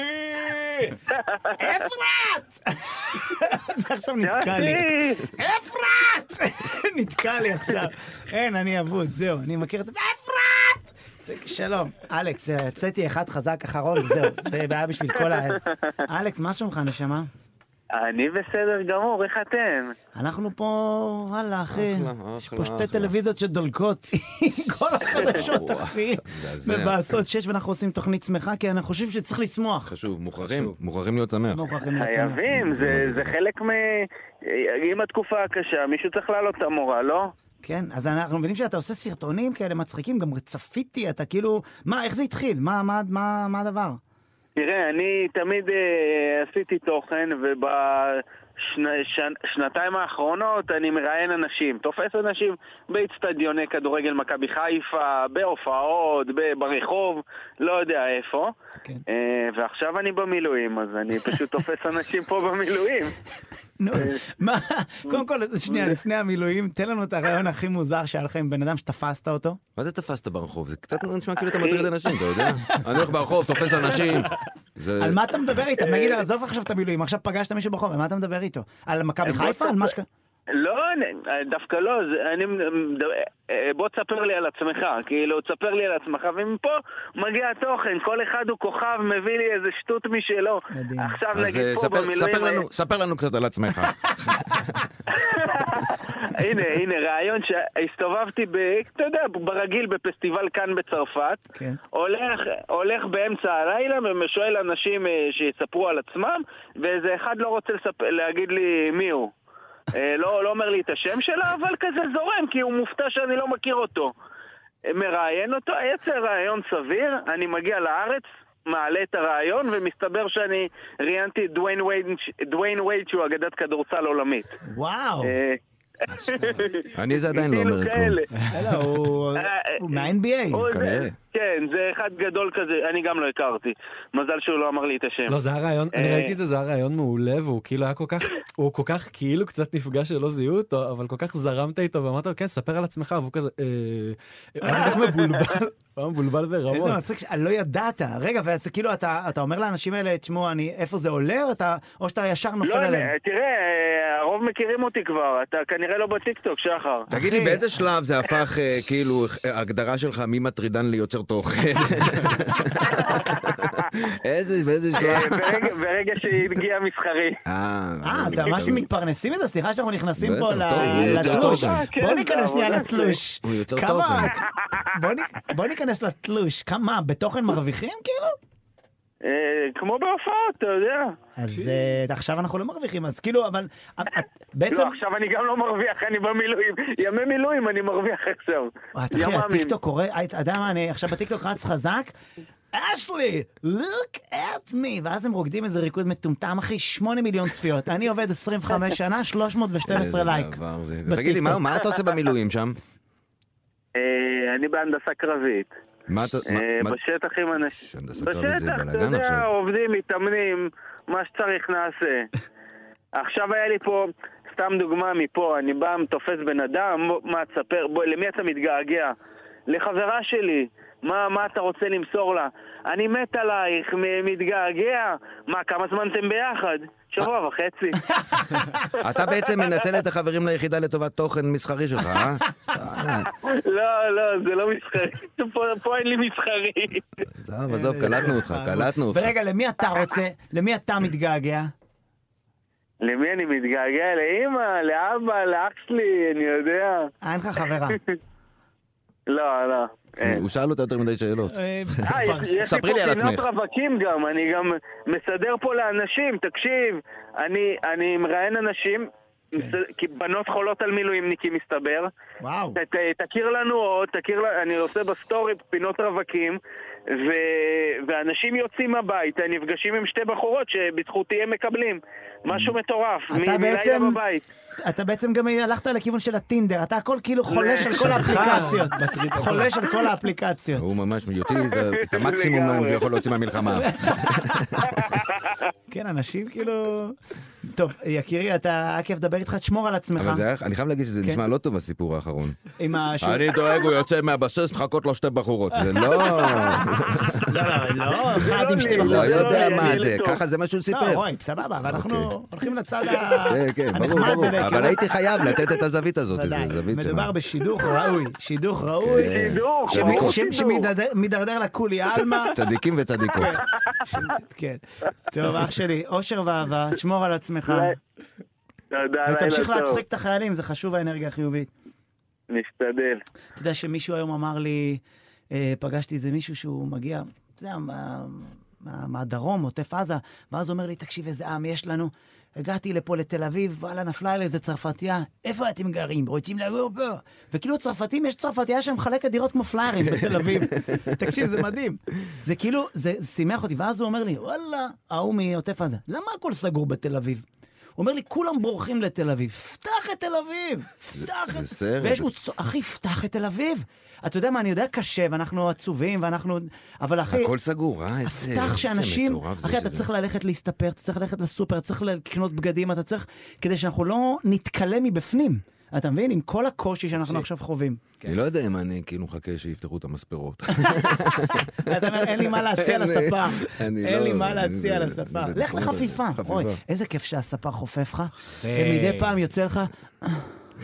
Speaker 1: אפרת! זה עכשיו נתקע לי. אפרת! נתקע לי עכשיו. אין, אני אבוד, זהו, אני מכיר את... אפרת! זה- שלום, אלכס, אה, הוצאתי אחד חזק אחרון, זהו, זה בעיה בשביל כל ה... אלכס, מה שלומך, נשמה?
Speaker 6: אני בסדר גמור, איך אתם?
Speaker 1: אנחנו פה, וואלה, אחי,
Speaker 2: אחלה,
Speaker 1: יש
Speaker 2: אחלה,
Speaker 1: פה שתי
Speaker 2: אחלה.
Speaker 1: טלוויזיות שדולקות עם כל החדשות,
Speaker 2: וואו,
Speaker 1: אחי,
Speaker 2: מזעזע.
Speaker 1: מבאסות שש, ואנחנו עושים תוכנית שמחה, כי אנחנו חושבים שצריך לשמוח. לא
Speaker 2: חשוב, מוכרחים, מוכרחים להיות שמח.
Speaker 1: מוכרחים להיות שמח.
Speaker 6: חייבים, זה זה חלק מ... עם התקופה הקשה, מישהו צריך להעלות את המורה, לא?
Speaker 1: כן, אז אנחנו מבינים שאתה עושה סרטונים כאלה מצחיקים, גם צפיתי, אתה כאילו, מה, איך זה התחיל? מה, מה, מה, מה הדבר?
Speaker 6: תראה, אני תמיד אה, עשיתי תוכן, ובשנתיים האחרונות אני מראיין אנשים. תופס אנשים באיצטדיוני כדורגל מכבי חיפה, בהופעות, ב- ברחוב, לא יודע איפה.
Speaker 1: כן.
Speaker 6: אה, ועכשיו אני במילואים, אז אני פשוט תופס אנשים פה במילואים.
Speaker 1: נו, מה, קודם כל, שנייה, לפני המילואים, תן לנו את הרעיון הכי מוזר שהיה לך עם בן אדם שתפסת אותו.
Speaker 2: מה זה תפסת ברחוב? זה קצת
Speaker 1: אה,
Speaker 2: נשמע כאילו אתה מטריד אנשים, אתה יודע? אני הולך ברחוב, תופס אנשים. זה-
Speaker 1: על מה אתה מדבר איתם?
Speaker 2: אה,
Speaker 1: נגיד, עזוב עכשיו את המילואים, עכשיו פגשת מישהו ברחוב, על מה אתה מדבר איתו? על
Speaker 2: אה,
Speaker 1: מכבי חיפה? על מה שק...
Speaker 6: לא, אני- דווקא לא, זה- אני... מדבר- אה, בוא תספר לי על עצמך, כאילו, תספר לי על עצמך, ומפה מגיע התוכן, כל אחד הוא כוכב, מביא לי איזה שטות משלו.
Speaker 1: מדהים.
Speaker 6: עכשיו
Speaker 2: אז
Speaker 6: נגיד
Speaker 2: אה,
Speaker 6: פה
Speaker 2: ספר-
Speaker 6: במילואים...
Speaker 2: ספר לנו- ספר לנו קצת על עצמך.
Speaker 6: אה, הנה, הנה, רעיון שהסתובבתי ב... אתה יודע, ברגיל בפסטיבל כאן בצרפת.
Speaker 1: כן.
Speaker 6: הולך, הולך באמצע הלילה ושואל אנשים אה, שיספרו על עצמם, ואיזה אחד לא רוצה לספ... להגיד לי מי הוא. אה, לא, לא אומר לי את השם שלו, אבל כזה זורם, כי הוא מופתע שאני לא מכיר אותו. אה, מראיין אותו, יצא רעיון סביר, אני מגיע לארץ, מעלה את הרעיון, ומסתבר שאני ראיינתי את דוויין וייד, דוויין וייד שהוא אגדת כדורסל עולמית.
Speaker 1: וואו.
Speaker 6: אה,
Speaker 2: אני אוקיי. זה עדיין לא
Speaker 6: כאילו
Speaker 2: אומר כלום. אה,
Speaker 6: כאלה.
Speaker 1: אלא,
Speaker 6: אה,
Speaker 1: הוא הוא מה-NBA.
Speaker 6: או זה-
Speaker 2: כנראה.
Speaker 6: כן, זה אחד גדול כזה, אני גם לא הכרתי. מזל שהוא לא אמר לי את השם.
Speaker 3: לא, זה היה רעיון, אני
Speaker 6: אה.
Speaker 3: ראיתי את זה, זה היה רעיון מעולה, והוא כאילו היה כל כך, הוא כל כך כאילו קצת נפגע שלא זיהו אותו, אבל כל כך זרמת איתו ואמרת לו, כן, ספר על עצמך, והוא כזה, "אה, הוא היה כל כך מבולבל, הוא היה מבולבל ברמות.
Speaker 1: איזה מצחיק, ש- לא ידעת. רגע, ואז כאילו אתה אתה אומר לאנשים האלה, תשמעו, אני- איפה זה עולה, או אתה- או שאתה ישר נופל
Speaker 6: לא,
Speaker 1: עליהם?
Speaker 6: אני- תראה, אה, הרוב מכירים אותי כבר, אתה כנראה לא בטיקטוק, שחר.
Speaker 2: תגיד לי, באיזה שלב זה הפך, אה, כאילו, אה, ההגדרה שלך ממטרידן ליוצר תוכן? איזה, באיזה
Speaker 6: אה,
Speaker 2: שלב?
Speaker 6: ברגע- ברגע שהגיע מסחרי.
Speaker 1: אה, אתה ממש מתפרנסים מזה? סליחה שאנחנו נכנסים
Speaker 2: בטח,
Speaker 1: פה
Speaker 2: טוב,
Speaker 1: ל-
Speaker 2: הוא יוצר
Speaker 1: לתלוש.
Speaker 2: תוכן.
Speaker 6: כן,
Speaker 1: בוא
Speaker 6: זה
Speaker 1: ניכנס שנייה
Speaker 6: העבודה שלי.
Speaker 1: לתלוש.
Speaker 2: הוא אה. יוצר
Speaker 1: כמה-
Speaker 2: תוכן.
Speaker 1: בוא נ- בוא ניכנס לתלוש. כמה, בתוכן מרוויחים כאילו?
Speaker 6: אה, כמו בהופעות, אתה יודע. לא,
Speaker 1: אז אה, עכשיו אנחנו לא מרוויחים, אז כאילו, אבל את- את- בעצם,
Speaker 6: לא, עכשיו אני גם לא מרוויח, אני במילואים. ימי מילואים אני מרוויח עכשיו.
Speaker 1: וואי, אתה אחי,
Speaker 6: ימ"מים.
Speaker 1: הטיקטוק קורא, אה, אתה יודע מה, אני עכשיו בטיקטוק רץ חזק, אשלי, look at me, ואז הם רוקדים איזה ריקוד מטומטם, אחי, 8 מיליון צפיות, אני עובד 25 שנה, 312 לייק.
Speaker 2: תגיד לי, מה- מה אתה עושה במילואים שם?
Speaker 6: אה, אני בהנדסה קרבית.
Speaker 2: מה אתה... מה-
Speaker 6: אה,
Speaker 2: מה-
Speaker 6: בשטח עם
Speaker 2: ש-
Speaker 6: אנשים.
Speaker 2: הנדסה קרבית זה
Speaker 6: בשטח, אתה
Speaker 2: בלאגן
Speaker 6: יודע,
Speaker 2: עכשיו.
Speaker 6: עובדים, מתאמנים, מה שצריך נעשה. עכשיו היה לי פה, סתם דוגמה מפה, אני בא, תופס בן אדם, מה תספר, בוא, למי אתה מתגעגע? לחברה שלי, מה, מה אתה רוצה למסור לה? אני מת עלייך, מ- מתגעגע. מה, כמה זמן אתם ביחד? שבוע וחצי.
Speaker 2: אתה בעצם מנצל את החברים ליחידה לטובת תוכן מסחרי שלך, אה? אה,
Speaker 6: לא, לא, זה לא מסחרי. פה, פה אין לי מסחרי.
Speaker 2: עזוב, עזוב, קלטנו אותך, קלטנו אותך.
Speaker 1: ורגע, למי אתה רוצה? למי אתה מתגעגע?
Speaker 6: למי אני מתגעגע? לאימא, לאבא, לאח שלי, אני יודע.
Speaker 1: אה, אין לך חברה.
Speaker 6: לא, לא. אין.
Speaker 2: הוא שאל אותה יותר מדי שאלות.
Speaker 6: אה, יש- יש לי
Speaker 2: ספרי לי על
Speaker 6: פה פינות
Speaker 2: עצמך.
Speaker 6: רווקים גם, אני גם מסדר פה לאנשים, תקשיב, אני- אני מראיין אנשים,
Speaker 2: כן.
Speaker 6: מס- כי בנות חולות על מילואימניקים מסתבר,
Speaker 1: וואו.
Speaker 6: ת- ת- תכיר לנו עוד, תכיר, ל- אני עושה בסטורי פינות רווקים, ו- ואנשים יוצאים הביתה, נפגשים עם שתי בחורות שבזכותי הם מקבלים, משהו מטורף, מ-
Speaker 1: אתה
Speaker 6: מלילה
Speaker 1: בעצם-
Speaker 6: בבית.
Speaker 1: אתה בעצם גם הלכת לכיוון של הטינדר, אתה הכל כאילו חולש על כל האפליקציות. חולש על כל האפליקציות.
Speaker 2: הוא ממש יוציא לי את- את המקסימום
Speaker 6: לגמרי.
Speaker 2: שהוא יכול להוציא מהמלחמה.
Speaker 1: כן, אנשים כאילו... טוב, יקירי, אתה היה כיף לדבר איתך, תשמור על עצמך.
Speaker 2: אבל זה היה, אני חייב להגיד שזה נשמע לא טוב הסיפור האחרון.
Speaker 1: עם השוק...
Speaker 2: אני דואג, הוא יוצא מהבסיס, מחכות לו שתי בחורות. זה לא...
Speaker 1: לא, לא, לא, אחד
Speaker 6: לא
Speaker 1: עם שתי
Speaker 6: לי,
Speaker 2: לא
Speaker 1: בחורות.
Speaker 6: זה
Speaker 2: יודע
Speaker 6: לא
Speaker 2: מה
Speaker 6: יעניין
Speaker 2: זה,
Speaker 6: אותו.
Speaker 2: ככה זה מה שהוא
Speaker 1: לא,
Speaker 2: סיפר.
Speaker 1: רועי, סבבה, אבל אנחנו
Speaker 2: אוקיי.
Speaker 1: הולכים לצד
Speaker 2: כן, כן, ברור,
Speaker 1: אה, הנחמד
Speaker 2: ברור.
Speaker 1: ולהיכרות.
Speaker 2: אבל הייתי חייב לתת את הזווית הזאת,
Speaker 1: ודאי.
Speaker 2: זו זווית שלה.
Speaker 1: מדובר בשידוך ראוי, שידוך ראוי.
Speaker 11: אה,
Speaker 2: כן.
Speaker 6: שידוך,
Speaker 1: שמ-
Speaker 6: ברור
Speaker 1: שמ-
Speaker 6: שידוך.
Speaker 1: שמידרדר מידרדר לקולי עלמא. אה,
Speaker 2: צדיקים וצדיקות.
Speaker 1: כן. טוב, אח שלי, אושר ואהבה, תשמור על עצמך.
Speaker 11: תודה,
Speaker 1: ותמשיך
Speaker 11: לילה טוב.
Speaker 1: להצחיק את החיילים, זה חשוב האנרגיה החיובית.
Speaker 11: נשתדל.
Speaker 1: אתה יודע שמישהו היום אמר לי, אה, פגשתי איזה מישהו שהוא מגיע, אתה יודע, מה- מה- מהדרום, עוטף עזה, ואז הוא אומר לי, תקשיב, איזה עם יש לנו. הגעתי לפה לתל אביב, וואלה, נפלה על איזה צרפתייה, איפה אתם גרים? רוצים לגור פה? וכאילו צרפתים, יש צרפתייה שמחלקת דירות כמו פליירים בתל אביב. תקשיב, זה מדהים. זה כאילו, זה שימח אותי, ואז הוא אומר לי, וואלה, ההוא מעוטף עזה, למה הכל סגור בתל אביב? הוא אומר לי, כולם בורחים לתל אביב. פתח את תל אביב! פתח את...
Speaker 2: זה סרט.
Speaker 1: ויש הוא צועק, אחי, פתח את תל אביב. אתה יודע מה, אני יודע קשה, ואנחנו עצובים, ואנחנו... אבל אחי...
Speaker 2: הכל סגור, אה? איזה
Speaker 1: פתח
Speaker 2: איזה
Speaker 1: שאנשים,
Speaker 2: מטורף זה
Speaker 1: אחי, אתה
Speaker 2: שזה-
Speaker 1: צריך ללכת להסתפר, אתה צריך ללכת לסופר, אתה צריך לקנות בגדים, אתה צריך, כדי שאנחנו לא נתכלה מבפנים. אתה מבין? עם כל הקושי שאנחנו עכשיו חווים.
Speaker 2: אני לא יודע אם אני כאילו מחכה שיפתחו את המספרות.
Speaker 1: אתה אומר, אין לי מה להציע
Speaker 2: אין לי-
Speaker 1: לספה.
Speaker 2: אני
Speaker 1: אין
Speaker 2: לא-
Speaker 1: לי מה
Speaker 2: אני-
Speaker 1: להציע
Speaker 2: אני-
Speaker 1: לספה.
Speaker 2: אני-
Speaker 1: לך
Speaker 2: אני-
Speaker 1: לחפיפה.
Speaker 2: חפיפה.
Speaker 1: אוי, איזה כיף שהספה חופף לך, ומדי פעם יוצא לך,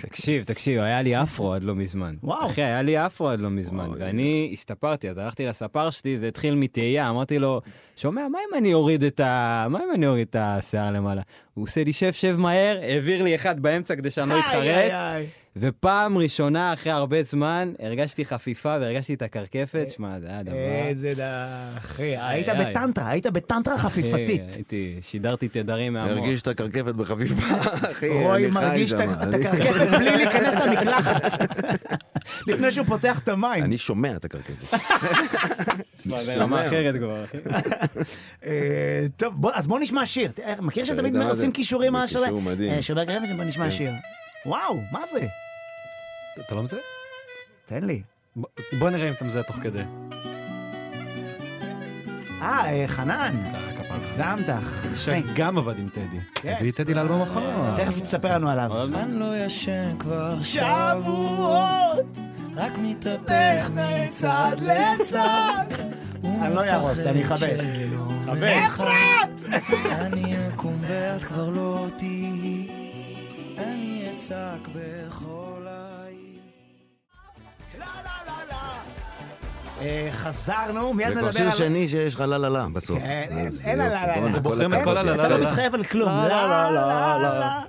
Speaker 9: תקשיב, תקשיב, היה לי אפרו עד לא מזמן.
Speaker 1: וואו.
Speaker 9: אחי, היה לי אפרו עד לא מזמן, ואני הסתפרתי, אז הלכתי לספר שלי, זה התחיל מתהייה, אמרתי לו, שומע, מה אם אני אוריד את ה... מה אם אני אוריד את השיער למעלה? הוא עושה לי שב, שב מהר, העביר לי אחד באמצע כדי שאני לא
Speaker 1: איי,
Speaker 9: אתחרט,
Speaker 1: איי, איי.
Speaker 9: ופעם ראשונה אחרי הרבה זמן, הרגשתי חפיפה והרגשתי את הקרקפת, שמע, זה היה דבר...
Speaker 1: איזה דה... אחי, היית
Speaker 9: איי.
Speaker 1: בטנטרה, היית בטנטרה חפיפתית.
Speaker 9: אחי, הייתי, שידרתי תדרים מהמוח.
Speaker 2: הרגיש את הקרקפת בחפיפה, אחי,
Speaker 1: רוי
Speaker 2: אני חי
Speaker 1: מרגיש
Speaker 2: שם.
Speaker 1: את ה- את
Speaker 2: אה, אני-
Speaker 1: הקרקפת בלי להיכנס למקלחת. לפני שהוא פותח את המים.
Speaker 2: אני שומע את הקרקפת.
Speaker 9: שמע, זה רמה אחרת כבר, אחי.
Speaker 1: אה, טוב, בוא- אז בוא נשמע שיר. ת- אה, מכיר שתמיד
Speaker 2: אתה יודע מה
Speaker 1: עושים
Speaker 2: זה?
Speaker 1: כישורים
Speaker 2: זה
Speaker 1: מה שווה?
Speaker 2: קישור מדהים. כן.
Speaker 1: אה, שובר גרפת, בוא נשמע שיר. וואו, מה זה?
Speaker 12: אתה לא מזהה?
Speaker 1: תן לי.
Speaker 12: בוא- בוא נראה אם אתה מזהה תוך כדי.
Speaker 1: אה, אה, חנן, הגזמת. אחי.
Speaker 12: שגם עבד עם טדי.
Speaker 1: כן.
Speaker 12: הביא את טדי לאלבום האחרון.
Speaker 1: תכף תספר לנו עליו.
Speaker 3: אני לא ישן כבר
Speaker 1: שבועות,
Speaker 3: רק מתהפך מצד לצד.
Speaker 1: אני לא אהרוס, אני אחבר. חבר.
Speaker 3: אני אקום ואת כבר לא תהיי, אני אצעק בכל העיר.
Speaker 1: אה, חזרנו, מיד
Speaker 2: זה
Speaker 1: נדבר
Speaker 2: כבר
Speaker 1: על...
Speaker 2: שיר שני שיש לך לה לה לה בסוף.
Speaker 1: כן,
Speaker 2: אז
Speaker 1: אין לה
Speaker 2: יופי,
Speaker 1: לה לה
Speaker 2: בואנה,
Speaker 1: לה.
Speaker 12: בוחרים את כל
Speaker 2: הכבוד,
Speaker 12: הלה
Speaker 2: יפה.
Speaker 12: לה
Speaker 1: אתה
Speaker 12: לה
Speaker 1: לא
Speaker 12: לה.
Speaker 1: מתחייב על כלום.
Speaker 2: לה, לה, לה, לה, לה.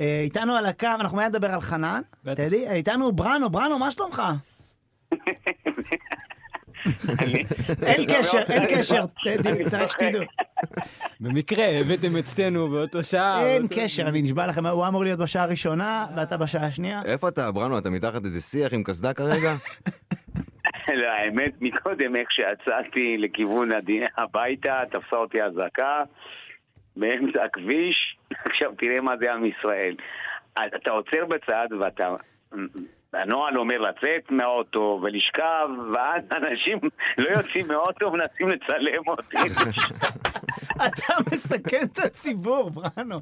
Speaker 1: אה, איתנו על הקו, אנחנו מיד נדבר על חנן. תדעי, אה, איתנו בראנו, בראנו, מה שלומך? אין קשר, אין קשר, תדעי, צריך שתדעו.
Speaker 9: במקרה, הבאתם אצלנו באותו שעה.
Speaker 1: אין
Speaker 9: באותו-
Speaker 1: קשר, אני נשבע לכם, הוא אמור להיות בשעה הראשונה, ואתה בשעה השנייה.
Speaker 2: איפה אתה, בראנו? אתה מתחת איזה שיח עם קסדה כרגע?
Speaker 11: לא, האמת, מקודם איך שיצאתי לכיוון הד- הביתה, תפסה אותי אזעקה באמצע הכביש. עכשיו תראה מה זה עם ישראל. אתה עוצר בצד ואתה... הנוהל אומר לצאת מהאוטו ולשכב, ואז אנשים לא יוצאים מהאוטו ומנסים לצלם אותי.
Speaker 1: אתה מסכן את הציבור, בראנו.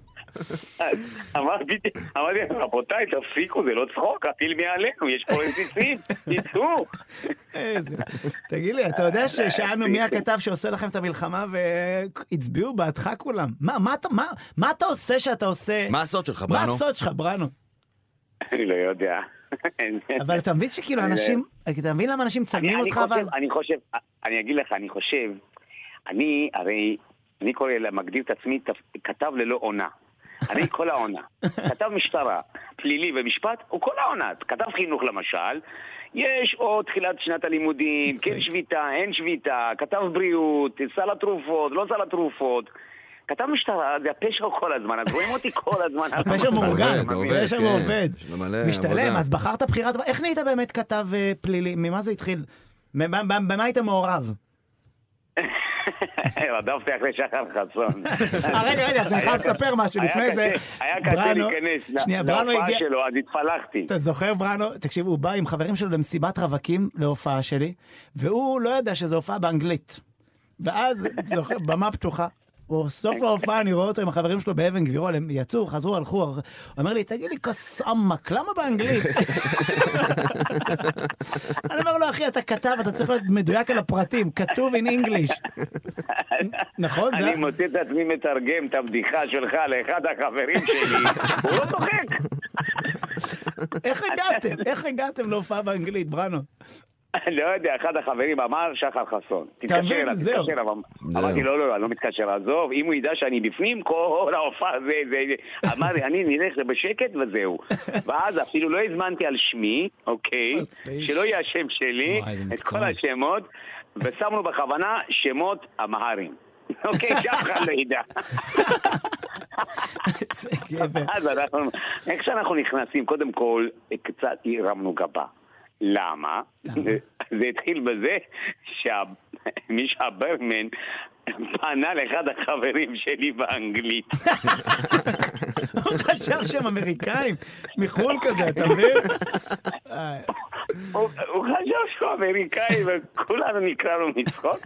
Speaker 11: אמרתי, אמרתי, רבותיי, תפסיקו, זה לא צחוק, הטיל מעלינו, יש פה רסיסים, תצאו.
Speaker 1: איזה... תגיד לי, אתה יודע ששאלנו מי הכתב שעושה לכם את המלחמה והצביעו בעדך כולם? מה- מה אתה- מה- מה אתה עושה שאתה עושה?
Speaker 2: מה הסוד שלך,
Speaker 1: מה
Speaker 2: בראנו?
Speaker 1: הסוד שלך, בראנו?
Speaker 11: אני לא יודע.
Speaker 1: אבל אתה מבין שכאילו
Speaker 11: אני-
Speaker 1: אנשים, אתה מבין למה אנשים
Speaker 11: אני,
Speaker 1: מצלמים
Speaker 11: אני כאילו-
Speaker 1: אותך
Speaker 11: חושב,
Speaker 1: אבל?
Speaker 11: אני חושב, אני אגיד לך, אני חושב, אני הרי, אני קורא, לה- מגדיר את עצמי תפ- כתב ללא עונה. אני כל העונה. כתב משטרה, פלילי ומשפט, הוא כל העונה. כתב חינוך למשל, יש או תחילת שנת הלימודים, כן שביתה, אין שביתה, כתב בריאות, סל התרופות, לא סל התרופות. כתב משטרה, זה הפשע כל הזמן, אז רואים אותי כל הזמן.
Speaker 1: הפשע מאורגן,
Speaker 2: עובד, עובד,
Speaker 1: יש שם
Speaker 2: כן.
Speaker 1: עובד.
Speaker 2: יש לו מלא
Speaker 1: משתלם,
Speaker 2: עבודה.
Speaker 1: אז בחרת בחירה טובה. איך נהיית באמת כתב אה, פלילי? ממה זה התחיל? ממה- במה במה היית מעורב?
Speaker 11: רדפתי אחרי שחר חסון.
Speaker 1: אה, רגע, רגע, אז אני חייב לספר משהו
Speaker 11: היה
Speaker 1: לפני זה.
Speaker 11: קשה- היה קשה
Speaker 1: בראנו-
Speaker 11: להיכנס לא,
Speaker 1: שנייה,
Speaker 11: לה-
Speaker 1: בראנו
Speaker 11: להופעה
Speaker 1: הגיע...
Speaker 11: שלו, אז התפלחתי.
Speaker 1: אתה זוכר, בראנו? תקשיב, הוא בא עם חברים שלו למסיבת רווקים להופעה שלי, והוא לא ידע שזו הופעה באנגלית. ואז, זוכר, במה פתוחה. הוא סוף ההופעה, אני רואה אותו עם החברים שלו באבן גבירול, הם יצאו, חזרו, הלכו, הוא אומר לי, תגיד לי, כוס עמק, למה באנגלית? אני אומר לו, אחי, אתה כתב, אתה צריך להיות מדויק על הפרטים, כתוב in English. נכון? זה-
Speaker 11: אני מוצא את עצמי מתרגם את הבדיחה שלך לאחד החברים שלי, הוא לא צוחק.
Speaker 1: איך הגעתם? איך הגעתם להופעה באנגלית, בראנו?
Speaker 11: אני לא יודע, אחד החברים אמר, שחר חסון.
Speaker 1: אתה מבין?
Speaker 11: תתקשר אליו,
Speaker 1: זהו.
Speaker 11: תתקשר אליו. אמרתי, לא, לא, אני לא מתקשר, עזוב, אם הוא ידע שאני בפנים, כל ההופעה זה, זה, זה. אמר לי, אני נלך בשקט וזהו. ואז אפילו לא הזמנתי על שמי, אוקיי, שלא יהיה השם שלי, את כל השמות, ושמנו בכוונה שמות אמהרים. אוקיי, שאף אחד לא ידע. אז אנחנו, איך שאנחנו נכנסים, קודם כל, קצת הרמנו גבה. למה? זה- זה התחיל בזה שמישה ברמן פנה לאחד החברים שלי באנגלית.
Speaker 1: הוא חשב שהם אמריקאים, מחו"ל כזה, אתה מבין?
Speaker 11: הוא הוא חשב שהוא אמריקאי וכולנו נקראנו מצחוק.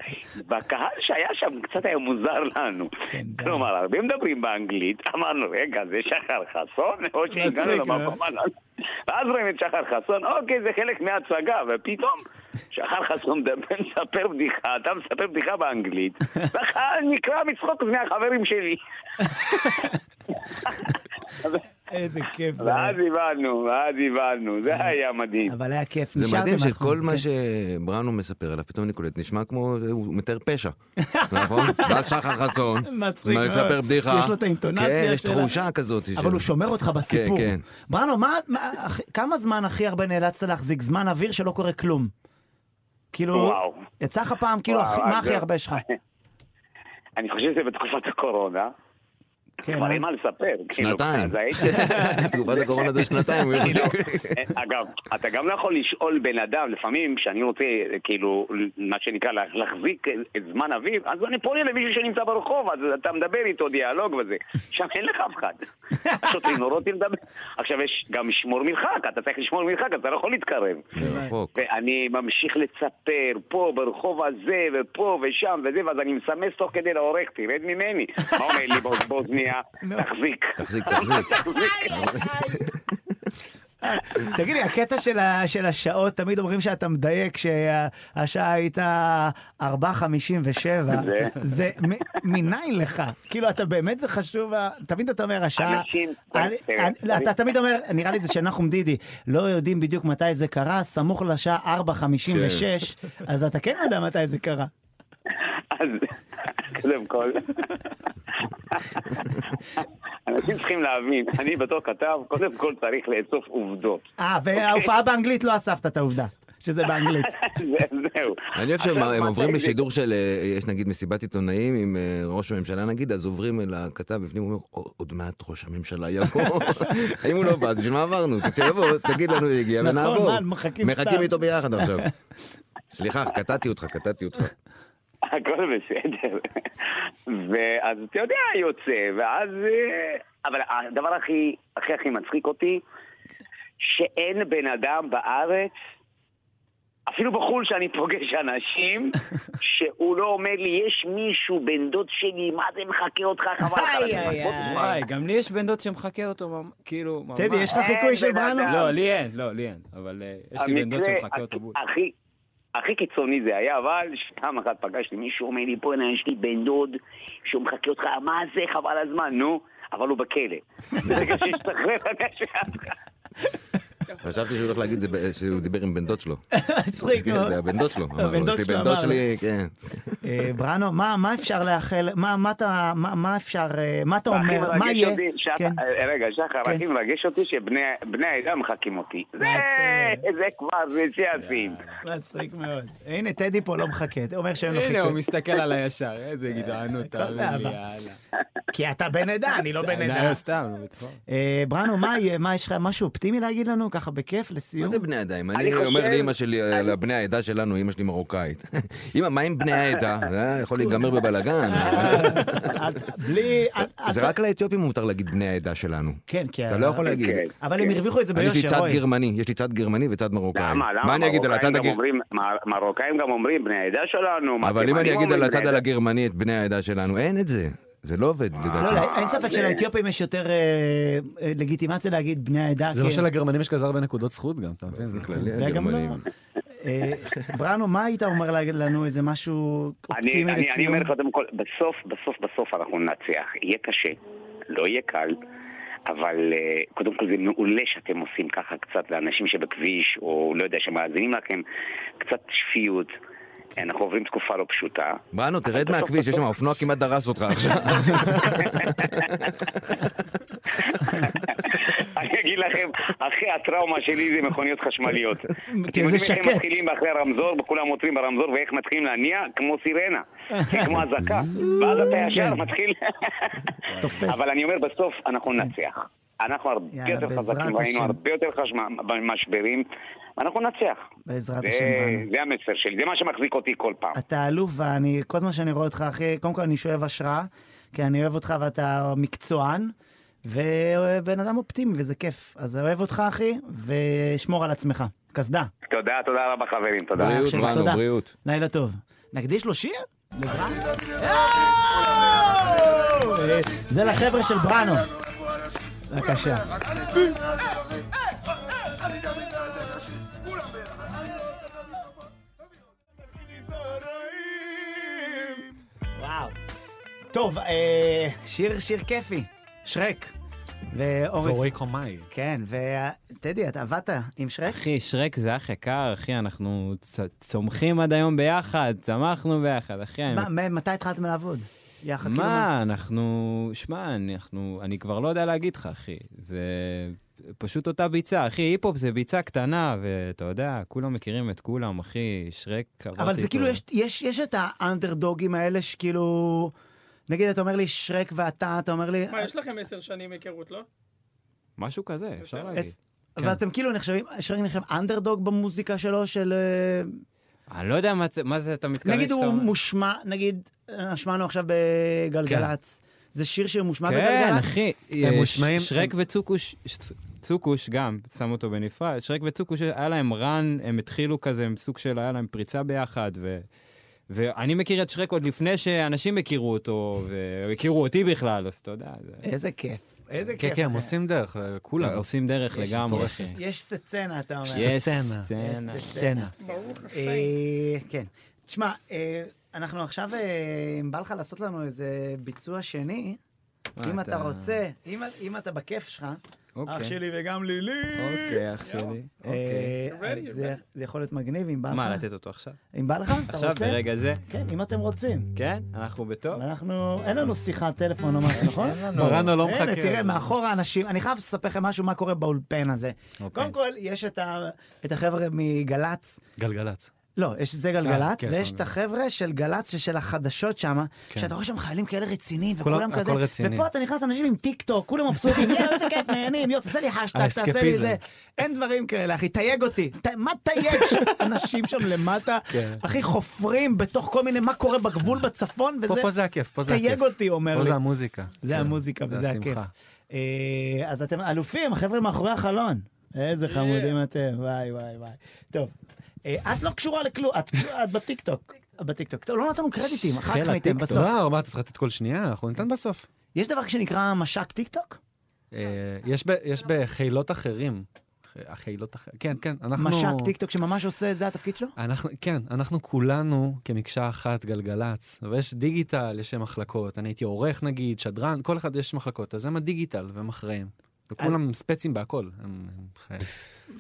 Speaker 11: והקהל שהיה שם קצת היה מוזר לנו.
Speaker 13: כן,
Speaker 11: כלומר, הרבה מדברים באנגלית, אמרנו, רגע, זה שחר חסון? או שהגענו
Speaker 13: מצחיק,
Speaker 11: למקום
Speaker 13: אה?
Speaker 11: הנכון. ואז רואים את שחר חסון, אוקיי, זה חלק מההצגה, ופתאום שחר חסון מדבר, מספר בדיחה, אתה מספר בדיחה באנגלית, והחייל נקרע מצחוק מהחברים שלי.
Speaker 1: איזה כיף זה.
Speaker 11: ואז הבנו, ואז הבנו, זה היה מדהים.
Speaker 1: אבל היה כיף,
Speaker 2: זה
Speaker 1: נשארתם
Speaker 2: מדהים
Speaker 1: מאחור,
Speaker 2: שכל מה
Speaker 1: כן.
Speaker 2: שבראנו מספר עליו, פתאום ניקולט נשמע כמו, הוא מתאר פשע, נכון? ואז שחר חסון,
Speaker 1: מצחיק מאוד.
Speaker 2: מספר בדיחה.
Speaker 1: יש לו את האינטונציה
Speaker 2: כן, יש
Speaker 1: שלה.
Speaker 2: תחושה כזאת.
Speaker 1: כן. אבל הוא שומר אותך בסיפור.
Speaker 2: כן,
Speaker 1: בראנו, מה- מה- אח- כמה זמן הכי הרבה נאלצת להחזיק? זמן אוויר שלא קורה כלום. כאילו,
Speaker 11: וואו.
Speaker 1: יצא לך פעם, כאילו,
Speaker 11: וואו,
Speaker 1: הכי-
Speaker 11: אז
Speaker 1: מה הכי
Speaker 11: זה-
Speaker 1: הרבה שלך?
Speaker 11: אני חושב שזה בתקופת הקורונה.
Speaker 1: כן,
Speaker 11: כבר אין מה לספר. כאילו,
Speaker 2: שנתיים.
Speaker 11: אז הייתי- כאילו,
Speaker 2: תקופת הקורונה זה שנתיים, הוא יחזיק.
Speaker 11: אגב, אתה גם לא יכול לשאול בן אדם, לפעמים כשאני רוצה, כאילו, מה שנקרא, לה- להחזיק את זמן אוויר, אז אני פונה למישהו שנמצא ברחוב, אז אתה מדבר איתו דיאלוג וזה. שם אין לך אף אחד. השוטרים לא רוצים לדבר. עכשיו יש גם שמור מרחק, אתה צריך לשמור מרחק, אתה לא יכול להתקרב.
Speaker 2: מרחוק.
Speaker 11: ואני ממשיך לצפר פה, ברחוב הזה, ופה ושם וזה, ואז אני מסמס תוך כדי לעורך, תרד ממני. מה אומר לי באוז- באוזניה? תחזיק.
Speaker 2: תחזיק, תחזיק.
Speaker 1: תגיד לי, הקטע של ה- של השעות, תמיד אומרים שאתה מדייק שהשעה הייתה 4:57,
Speaker 11: זה-
Speaker 1: זה מ- מניין לך. כאילו, אתה באמת, זה חשוב, ה- תמיד אתה אומר, השעה...
Speaker 11: אנשים-
Speaker 1: אני-
Speaker 11: תראה,
Speaker 1: אני- לא,
Speaker 11: אני-
Speaker 1: אתה תמיד אומר, נראה לי זה שנחום דידי, לא יודעים בדיוק מתי זה קרה, סמוך לשעה 4:56, אז אתה כן יודע מתי זה קרה.
Speaker 11: אז קודם כל, אנשים צריכים להבין, אני בתור כתב, קודם כל צריך לאסוף עובדות.
Speaker 1: אה, וההופעה באנגלית לא אספת את העובדה, שזה באנגלית.
Speaker 11: זה- זהו.
Speaker 2: אני אוהב שהם
Speaker 11: עכשיו,
Speaker 2: הם
Speaker 11: מתי
Speaker 2: עוברים
Speaker 11: זה-
Speaker 2: לשידור של, אה, יש נגיד מסיבת עיתונאים עם אה, ראש הממשלה נגיד, אז עוברים אל הכתב בפנים, הוא אומר, "עוד- עוד מעט ראש הממשלה יבוא. אם הוא לא בא, אז בשביל מה עברנו? כשיבוא, תגיד לנו, הגיע
Speaker 1: נכון,
Speaker 2: ונעבור.
Speaker 1: מה, מחכים סתם.
Speaker 2: מחכים איתו ביחד עכשיו. סליחה, קטעתי אותך, קטעתי אותך.
Speaker 11: הכל בסדר. ואז אתה יודע, יוצא, ואז... אה, אבל הדבר הכי הכי הכי מצחיק אותי, שאין בן אדם בארץ, אפילו בחו"ל שאני פוגש אנשים, שהוא לא אומר לי, יש מישהו, בן דוד שלי, מה זה מחכה אותך, חבל לך. על הזמן."
Speaker 9: וואי, גם לי יש בן דוד שמחכה אותו, ממ- כאילו, ממש.
Speaker 11: טדי, יש לך אין חיקוי של בן בראנו? אדם.
Speaker 9: לא, לי אין, לא, לי אין. אבל אה, יש לי בן דוד
Speaker 11: המקרה
Speaker 9: שמחכה אותו בול.
Speaker 11: הכי, הכי קיצוני זה היה, אבל פעם אחת פגשתי מישהו, אומר לי, בוא'נה, יש לי בן דוד שהוא מחכה אותך, מה זה, חבל הזמן, נו, אבל הוא בכלא. ברגע שהשתחרר, אני אשאל.
Speaker 2: חשבתי שהוא הולך להגיד זה ב- שהוא דיבר עם בן דוד שלו.
Speaker 1: מצחיק
Speaker 2: כן,
Speaker 1: מאוד.
Speaker 2: זה הבן דוד שלו. אמר
Speaker 1: לא. הבן
Speaker 2: לו,
Speaker 1: דוד
Speaker 2: יש לי
Speaker 1: שלו
Speaker 2: בן דוד
Speaker 1: אמר
Speaker 2: שלי, כן.
Speaker 1: אה, בראנו, מה מה אפשר לאחל, מה- מה אתה, מה- מה אפשר, אה, מה אתה
Speaker 11: והכי
Speaker 1: אומר, מה
Speaker 11: מרגש
Speaker 1: יהיה?
Speaker 11: אותי, שח-
Speaker 1: כן.
Speaker 11: אה, רגע, שחר, הכי מרגש אותי שבני בני העדה מחכים אותי. זה- זה כבר, זה שיא השיאים.
Speaker 1: מצחיק מאוד. הנה, טדי פה לא מחכה, הוא אומר שאין לו
Speaker 11: אה,
Speaker 1: חיקוי.
Speaker 9: הנה, הוא מסתכל עליי ישר, איזה גדענות, תאמין לי,
Speaker 1: באהבה.
Speaker 9: יאללה.
Speaker 1: כי אתה בן עדה, אני לא בן עדה.
Speaker 9: לא, סתם, לא בצחוק.
Speaker 1: אה, בראנו, מה יהיה, מה יש לך, משהו אופטימי להגיד לנו, ככה בכיף, לסיום?
Speaker 2: מה זה בני עדה? אם
Speaker 1: אני
Speaker 2: אני
Speaker 1: חושב-
Speaker 2: אומר לאימא שלי, על הבני העדה שלנו, אימא שלי מרוקאית. אימא, מה עם בני העדה? זה יכול להיגמר בבלאגן.
Speaker 1: בלי...
Speaker 2: זה רק לאתיופים מותר להגיד בני העדה שלנו.
Speaker 1: כן, כן.
Speaker 2: אתה לא
Speaker 11: אה,
Speaker 2: יכול להגיד.
Speaker 11: אוקיי.
Speaker 1: אבל הם הרוויחו את זה
Speaker 2: אני יש לי
Speaker 1: ביושר,
Speaker 2: צד
Speaker 1: רועי.
Speaker 2: גרמני, יש לי צד גרמני וצד מרוקאי.
Speaker 11: למה, למה?
Speaker 2: מה אני אגיד על הצד
Speaker 11: מרוקאים גם
Speaker 2: הגרמני?
Speaker 11: אומרים- מר- מרוקאים גם אומרים, בני העדה שלנו,
Speaker 2: אבל אם אני
Speaker 11: מתימנים
Speaker 2: אגיד על
Speaker 11: אומרים בני
Speaker 2: הצד על
Speaker 11: העדה
Speaker 2: הגרמני את בני העדה שלנו, אין את זה. זה לא עובד
Speaker 1: לא,
Speaker 2: לדעתי.
Speaker 1: לא, אין ספק שלאתיופים יש יותר אה, אה, לגיטימציה להגיד בני העדה.
Speaker 3: זה לא
Speaker 1: כן.
Speaker 3: שלגרמנים יש כזה הרבה נקודות זכות גם, אתה מבין?
Speaker 1: וגם לא. אה, בראנו, מה היית אומר לנו, איזה משהו
Speaker 11: אני,
Speaker 1: אופטימי
Speaker 11: אני, אני
Speaker 1: לסיום?
Speaker 11: אומר קודם כל, בסוף, בסוף, בסוף אנחנו ננצח. יהיה קשה, לא יהיה קל, אבל אה, קודם כל זה מעולה שאתם עושים ככה קצת לאנשים שבכביש, או לא יודע, שמאזינים לכם, קצת שפיות. כן, אנחנו עוברים תקופה לא פשוטה.
Speaker 2: בנו, תרד מהכביש, יש שם, האופנוע כמעט דרס אותך עכשיו.
Speaker 11: אני אגיד לכם, אחרי הטראומה שלי זה מכוניות חשמליות. אתם יודעים איך
Speaker 14: שקט.
Speaker 11: הם מתחילים אחרי הרמזור, וכולם עוצרים ברמזור, ואיך מתחילים להניע? כמו סירנה, כמו אזעקה. ואז אתה ישר מתחיל... אבל אני אומר, בסוף אנחנו ננצח. אנחנו הרבה
Speaker 1: יאללה,
Speaker 11: יותר
Speaker 1: בעזרת
Speaker 11: חזקים, ראינו
Speaker 1: השם.
Speaker 11: הרבה יותר חשמ- משברים, אנחנו ננצח.
Speaker 1: בעזרת
Speaker 11: זה-
Speaker 1: השם. בנו.
Speaker 11: זה המסר שלי, זה מה שמחזיק אותי כל פעם.
Speaker 1: אתה אלוף, ואני, כל זמן שאני רואה אותך, אחי, קודם כל אני שואב השראה, כי אני אוהב אותך ואתה מקצוען, ובן אדם אופטימי, וזה כיף. אז אוהב אותך, אחי, ושמור על עצמך. קסדה.
Speaker 11: תודה, תודה רבה חברים, תודה.
Speaker 1: ביי, אח שלי, תודה. לילה טוב. נקדיש לו שיר? לברנו? אה, זה לחבר'ה של ברנו. בבקשה. וואו. טוב, אה, שיר שיר כיפי, שרק. ואורי...
Speaker 3: ואורי קומאי.
Speaker 1: כן, וטדי, אתה עבדת עם שרק?
Speaker 9: אחי, שרק זה אח יקר, אחי, אנחנו צ- צומחים עד היום ביחד, צמחנו ביחד, אחי. אני-
Speaker 1: מה- מה- מתי התחלתם לעבוד? יחד כאילו,
Speaker 9: מה, אנחנו... שמע, אנחנו... אני כבר לא יודע להגיד לך, אחי. זה פשוט אותה ביצה, אחי. היפ-הופ זה ביצה קטנה, ואתה יודע, כולם מכירים את כולם, אחי. שרק...
Speaker 1: אבל זה כאילו, יש, יש, יש את האנדרדוגים האלה שכאילו... נגיד, אתה אומר לי שרק ואתה, אתה אומר לי...
Speaker 10: מה, יש לכם עשר שנים היכרות, לא?
Speaker 9: משהו כזה, אפשר להגיד.
Speaker 1: אז- ואתם
Speaker 9: כן.
Speaker 1: כאילו נחשבים, שרק נחשב אנדרדוג במוזיקה שלו, של... אה,
Speaker 9: אני לא יודע מה זה- מה זה אתה מתכוון
Speaker 1: נגיד הוא
Speaker 9: אומר.
Speaker 1: מושמע, נגיד, אה, שמענו עכשיו בגלגלצ. זה שיר שמושמע בגלגלצ?
Speaker 9: כן, אחי.
Speaker 3: הם
Speaker 9: אה,
Speaker 3: מושמעים-
Speaker 9: ש- שרק וצוקוש, ש- צוקוש גם, שם אותו בנפרד. שרק וצוקוש, היה להם רן, הם התחילו כזה, הם סוג של, היה להם פריצה ביחד, ו... ואני מכיר את שרק עוד לפני שאנשים הכירו אותו, והכירו אותי בכלל, אז אתה יודע. זה-
Speaker 1: איזה כיף, איזה
Speaker 3: כן,
Speaker 1: כיף.
Speaker 3: כן, הם עושים דרך, אה, כולם.
Speaker 9: עושים דרך
Speaker 3: יש
Speaker 9: לגמרי,
Speaker 3: מטורף.
Speaker 9: אחי.
Speaker 1: יש סצנה, אתה אומר.
Speaker 9: יש סצנה.
Speaker 1: יש
Speaker 9: סצנה.
Speaker 10: ברוך השם.
Speaker 1: אה, כן. תשמע, אה, אנחנו עכשיו, אה, אם בא לך לעשות לנו איזה ביצוע שני,
Speaker 9: מה,
Speaker 1: אם
Speaker 9: אתה-
Speaker 1: אתה רוצה, אם- אם אתה בכיף שלך,
Speaker 9: אוקיי.
Speaker 1: אח שלי וגם לילי.
Speaker 9: אוקיי, אח שלי.
Speaker 1: אה,
Speaker 9: אוקיי.
Speaker 1: אז זה זה יכול להיות מגניב אם בא לך.
Speaker 9: מה, לתת אותו עכשיו?
Speaker 1: אם בא לך, אתה רוצה?
Speaker 9: עכשיו, ברגע זה?
Speaker 1: כן, אם אתם רוצים.
Speaker 9: כן? אנחנו בטוב?
Speaker 1: אנחנו, אין לנו שיחת טלפון או משהו, נכון?
Speaker 9: לנו. ברנו לא
Speaker 1: הנה,
Speaker 9: מחכה.
Speaker 1: תראה, מאחור האנשים, אני חייב לספר לכם משהו, מה קורה באולפן הזה.
Speaker 9: אוקיי.
Speaker 1: קודם כל, יש את ה- את החבר'ה מגל"צ,
Speaker 3: גלגלצ.
Speaker 1: לא, יש זה
Speaker 3: אה,
Speaker 1: גלגלצ,
Speaker 3: כן,
Speaker 1: ויש
Speaker 3: שלום.
Speaker 1: את החבר'ה של גל"צ ושל החדשות שם,
Speaker 3: כן.
Speaker 1: שאתה רואה שם חיילים כאלה רציניים,
Speaker 3: כולם-
Speaker 1: וכולם כזה,
Speaker 3: הכל רציני.
Speaker 1: ופה אתה נכנס לאנשים עם טיק טוק, כולם מבסוטים, "אה, איזה כיף, נהנים, יו, תעשה לי השטג, תעשה לי
Speaker 3: האסקפיזם.
Speaker 1: זה, אין דברים כאלה, אחי, תייג אותי, ת- מה תייג ש- אנשים שם למטה,
Speaker 3: כן.
Speaker 1: אחי, חופרים בתוך כל מיני, מה קורה בגבול בצפון,
Speaker 3: פה
Speaker 1: וזה,
Speaker 3: פה זה הכיף, פה זה הכיף.
Speaker 1: תייג אותי, אומר
Speaker 3: פה
Speaker 1: לי.
Speaker 3: זה המוזיקה.
Speaker 1: זה
Speaker 3: כן,
Speaker 1: המוזיקה וזה הכיף.
Speaker 3: השמחה.
Speaker 1: אה, אז אתם אלופים, החבר'ה מאחורי החלון. איזה חמודים אתם, וואי וואי וואי. טוב, אה, את לא קשורה לכלום, את את בטיקטוק. בטיקטוק. טוב, לא נתנו קרדיטים, אחר כך
Speaker 3: חיל
Speaker 1: ניתן
Speaker 3: הטיקטוק.
Speaker 1: בסוף.
Speaker 3: לא, מה, אתה צריך לתת כל שנייה, אנחנו ניתן בסוף.
Speaker 1: יש דבר שנקרא משק טיקטוק?
Speaker 3: אה, יש ב- יש בחילות אחרים. החילות אחרים. כן, כן, אנחנו...
Speaker 1: משק טיקטוק שממש עושה, זה התפקיד שלו?
Speaker 3: אנחנו, כן, אנחנו כולנו כמקשה אחת גלגלצ, ויש דיגיטל, יש מחלקות, אני הייתי עורך נגיד, שדרן, כל אחד יש מחלקות, אז הם הדיגיטל והם אחראים. וכולם ספצים בהכל. הם- הם חי-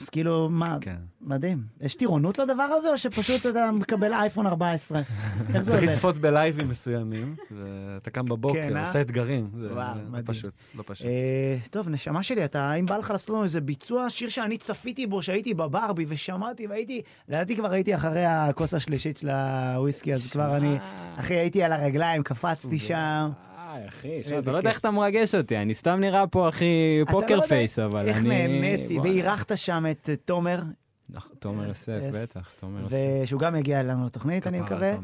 Speaker 1: אז כאילו, מה,
Speaker 3: כן.
Speaker 1: מדהים. יש טירונות לדבר הזה, או שפשוט אתה מקבל אייפון 14? איך זה
Speaker 3: צריך
Speaker 1: הולך?
Speaker 3: לצפות בלייבים מסוימים, ואתה קם
Speaker 1: כן,
Speaker 3: בבוקר,
Speaker 1: אה?
Speaker 3: עושה אתגרים. זה
Speaker 1: וואו,
Speaker 3: זה לא
Speaker 1: מדהים.
Speaker 3: פשוט, לא פשוט.
Speaker 1: אה, טוב, נשמה שלי, אתה, אם בא לך לעשות לנו איזה ביצוע, שיר שאני צפיתי בו, שהייתי בברבי ושמעתי והייתי, לדעתי כבר הייתי אחרי הכוס השלישית של הוויסקי, אז כבר אני, אחי, הייתי על הרגליים, קפצתי שם. אה,
Speaker 9: איי, אחי, שמע,
Speaker 1: איזה
Speaker 9: אתה לא יודע
Speaker 1: כיף.
Speaker 9: איך אתה מרגש אותי, אני סתם נראה פה, אחי,
Speaker 1: אתה לא
Speaker 9: פוקר
Speaker 1: יודע
Speaker 9: פייס, אבל אני...
Speaker 1: איך נהניתי, אה,
Speaker 9: וואלה.
Speaker 1: ואירחת שם את אה, תומר,
Speaker 9: אח, תומר יוסף,
Speaker 1: יוסף.
Speaker 9: בטח, תומר יוסף.
Speaker 1: ושהוא גם יגיע אלינו לתוכנית, אני מקווה.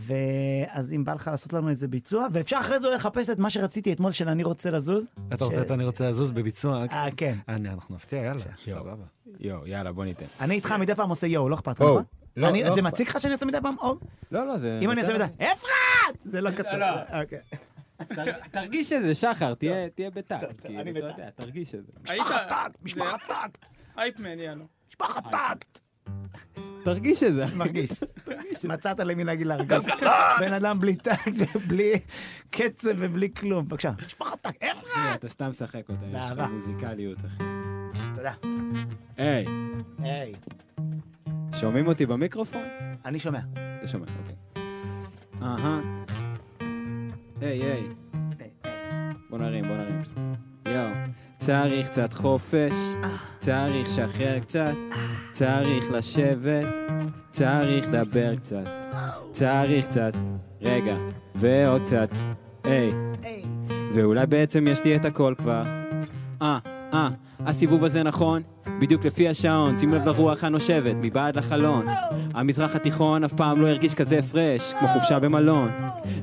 Speaker 1: ואז אם בא לך לעשות לנו איזה ביצוע, ואפשר אחרי זה אולי לחפש את מה שרציתי אתמול של אני רוצה לזוז.
Speaker 3: אתה רוצה, אתה- אני רוצה לזוז בביצוע. רק-
Speaker 1: אה, כן.
Speaker 3: אני- אנחנו נפתיע, יאללה, סבבה.
Speaker 9: יואו, יאללה, בוא ניתן.
Speaker 1: אני איתך מדי פעם עושה יואו, לא אכפת לך,
Speaker 9: כן. או,
Speaker 1: נכון?
Speaker 9: לא,
Speaker 1: אני-
Speaker 9: לא
Speaker 1: זה
Speaker 9: אכפת.
Speaker 1: מציק לך שאני עושה מדי פעם? או?
Speaker 9: לא, לא, זה...
Speaker 1: אם אני עושה
Speaker 9: יותר-
Speaker 1: מדי, אפרת! זה כן, לא כתוב.
Speaker 9: לא.
Speaker 1: אוקיי.
Speaker 9: תר- תרגיש את זה, שחר, תהיה תהיה בטקט,
Speaker 1: אני
Speaker 9: כאילו, אתה
Speaker 1: בטקט.
Speaker 9: יודע, תרגיש את זה.
Speaker 1: אה,
Speaker 10: לא? היית... משפחת טאקט, משפחת טאקט. אייפמן, יאללה.
Speaker 1: משפחת טאקט.
Speaker 9: תרגיש את זה.
Speaker 1: מרגיש. מצאת למי להגיד להרגיש. בן אדם בלי טאק, בלי קצב ובלי כלום. בבקשה.
Speaker 9: אתה סתם משחק אותה, יש לך
Speaker 1: באהבה.
Speaker 9: מוזיקליות, אחי.
Speaker 1: תודה.
Speaker 9: היי,
Speaker 1: היי,
Speaker 9: שומעים אותי במיקרופון?
Speaker 1: אני שומע.
Speaker 9: אתה שומע, אוקיי. אהה. היי, היי. בוא נרים, בוא נרים. יואו. צריך קצת חופש, צריך לשחרר קצת, צריך לשבת, צריך לדבר קצת, צריך קצת, רגע, ועוד קצת, היי. ואולי בעצם יש לי את הכל כבר. אה, אה, הסיבוב הזה נכון? בדיוק לפי השעון, שים לב לרוח הנושבת, מבעד לחלון. המזרח התיכון אף פעם לא הרגיש כזה הפרש, כמו חופשה במלון.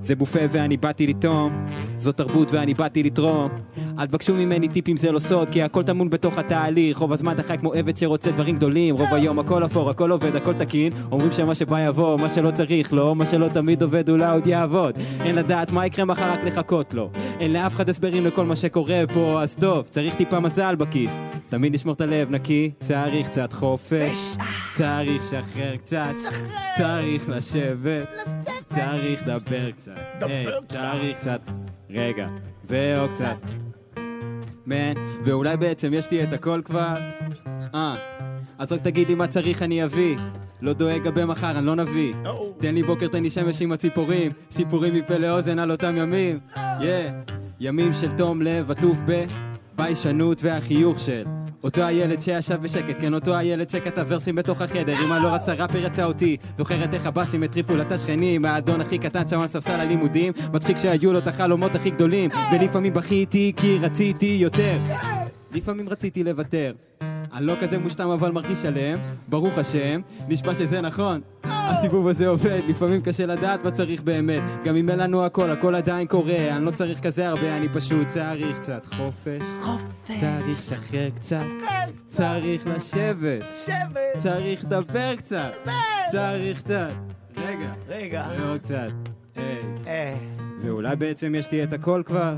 Speaker 9: זה בופה ואני באתי לטעום, זו תרבות ואני באתי לתרום. אל תבקשו ממני טיפים זה לא סוד, כי הכל טמון בתוך התהליך. רוב הזמן אתה חי כמו עבד שרוצה דברים גדולים, רוב היום הכל אפור, הכל עובד, הכל תקין. אומרים שמה שבא יבוא, מה שלא צריך לו, מה שלא תמיד עובד אולי עוד יעבוד. אין לדעת מה יקרה מחר רק לחכות לו. אין לאף אחד הסברים לכל מה שקורה פה, אז טוב, צריך טיפה מזל בכיס. תמיד לשמור את הלב נקי, צריך קצת חופש, צריך לשחרר קצת, צריך לשבת, צריך לדבר קצת, היי, צריך קצת, רגע, ועוד קצת, מן, ואולי בעצם יש לי את הכל כבר, אה, אז רק תגיד לי מה צריך אני אביא. לא דואג גם במחר, אני לא נביא. תן לי בוקר, תן לי שמש עם הציפורים. סיפורים מפה לאוזן על אותם ימים. יא. ימים של תום לב עטוף ב... ביישנות והחיוך של אותו הילד שישב בשקט, כן אותו הילד שקטע ורסים בתוך החדר, אמא לא רצה ראפר יצא אותי, זוכרת איך הבאסים הטריפו לה את השכנים, האדון הכי קטן שם על ספסל הלימודים, מצחיק שהיו לו את החלומות הכי גדולים, ולפעמים בכיתי כי רציתי יותר, לפעמים רציתי לוותר. אני לא כזה מושתם אבל מרגיש שלם, ברוך השם, נשבע שזה נכון. הסיבוב הזה עובד, לפעמים קשה לדעת מה צריך באמת. גם אם אין לנו הכל, הכל עדיין קורה, אני לא צריך כזה הרבה, אני פשוט צריך קצת חופש. חופש. צריך לשחרר קצת. צריך לשבת. שבת. צריך לדבר קצת. צריך קצת. רגע.
Speaker 1: רגע. אה,
Speaker 9: ועוד קצת. אה. היי. ואולי בעצם יש לי את הכל כבר.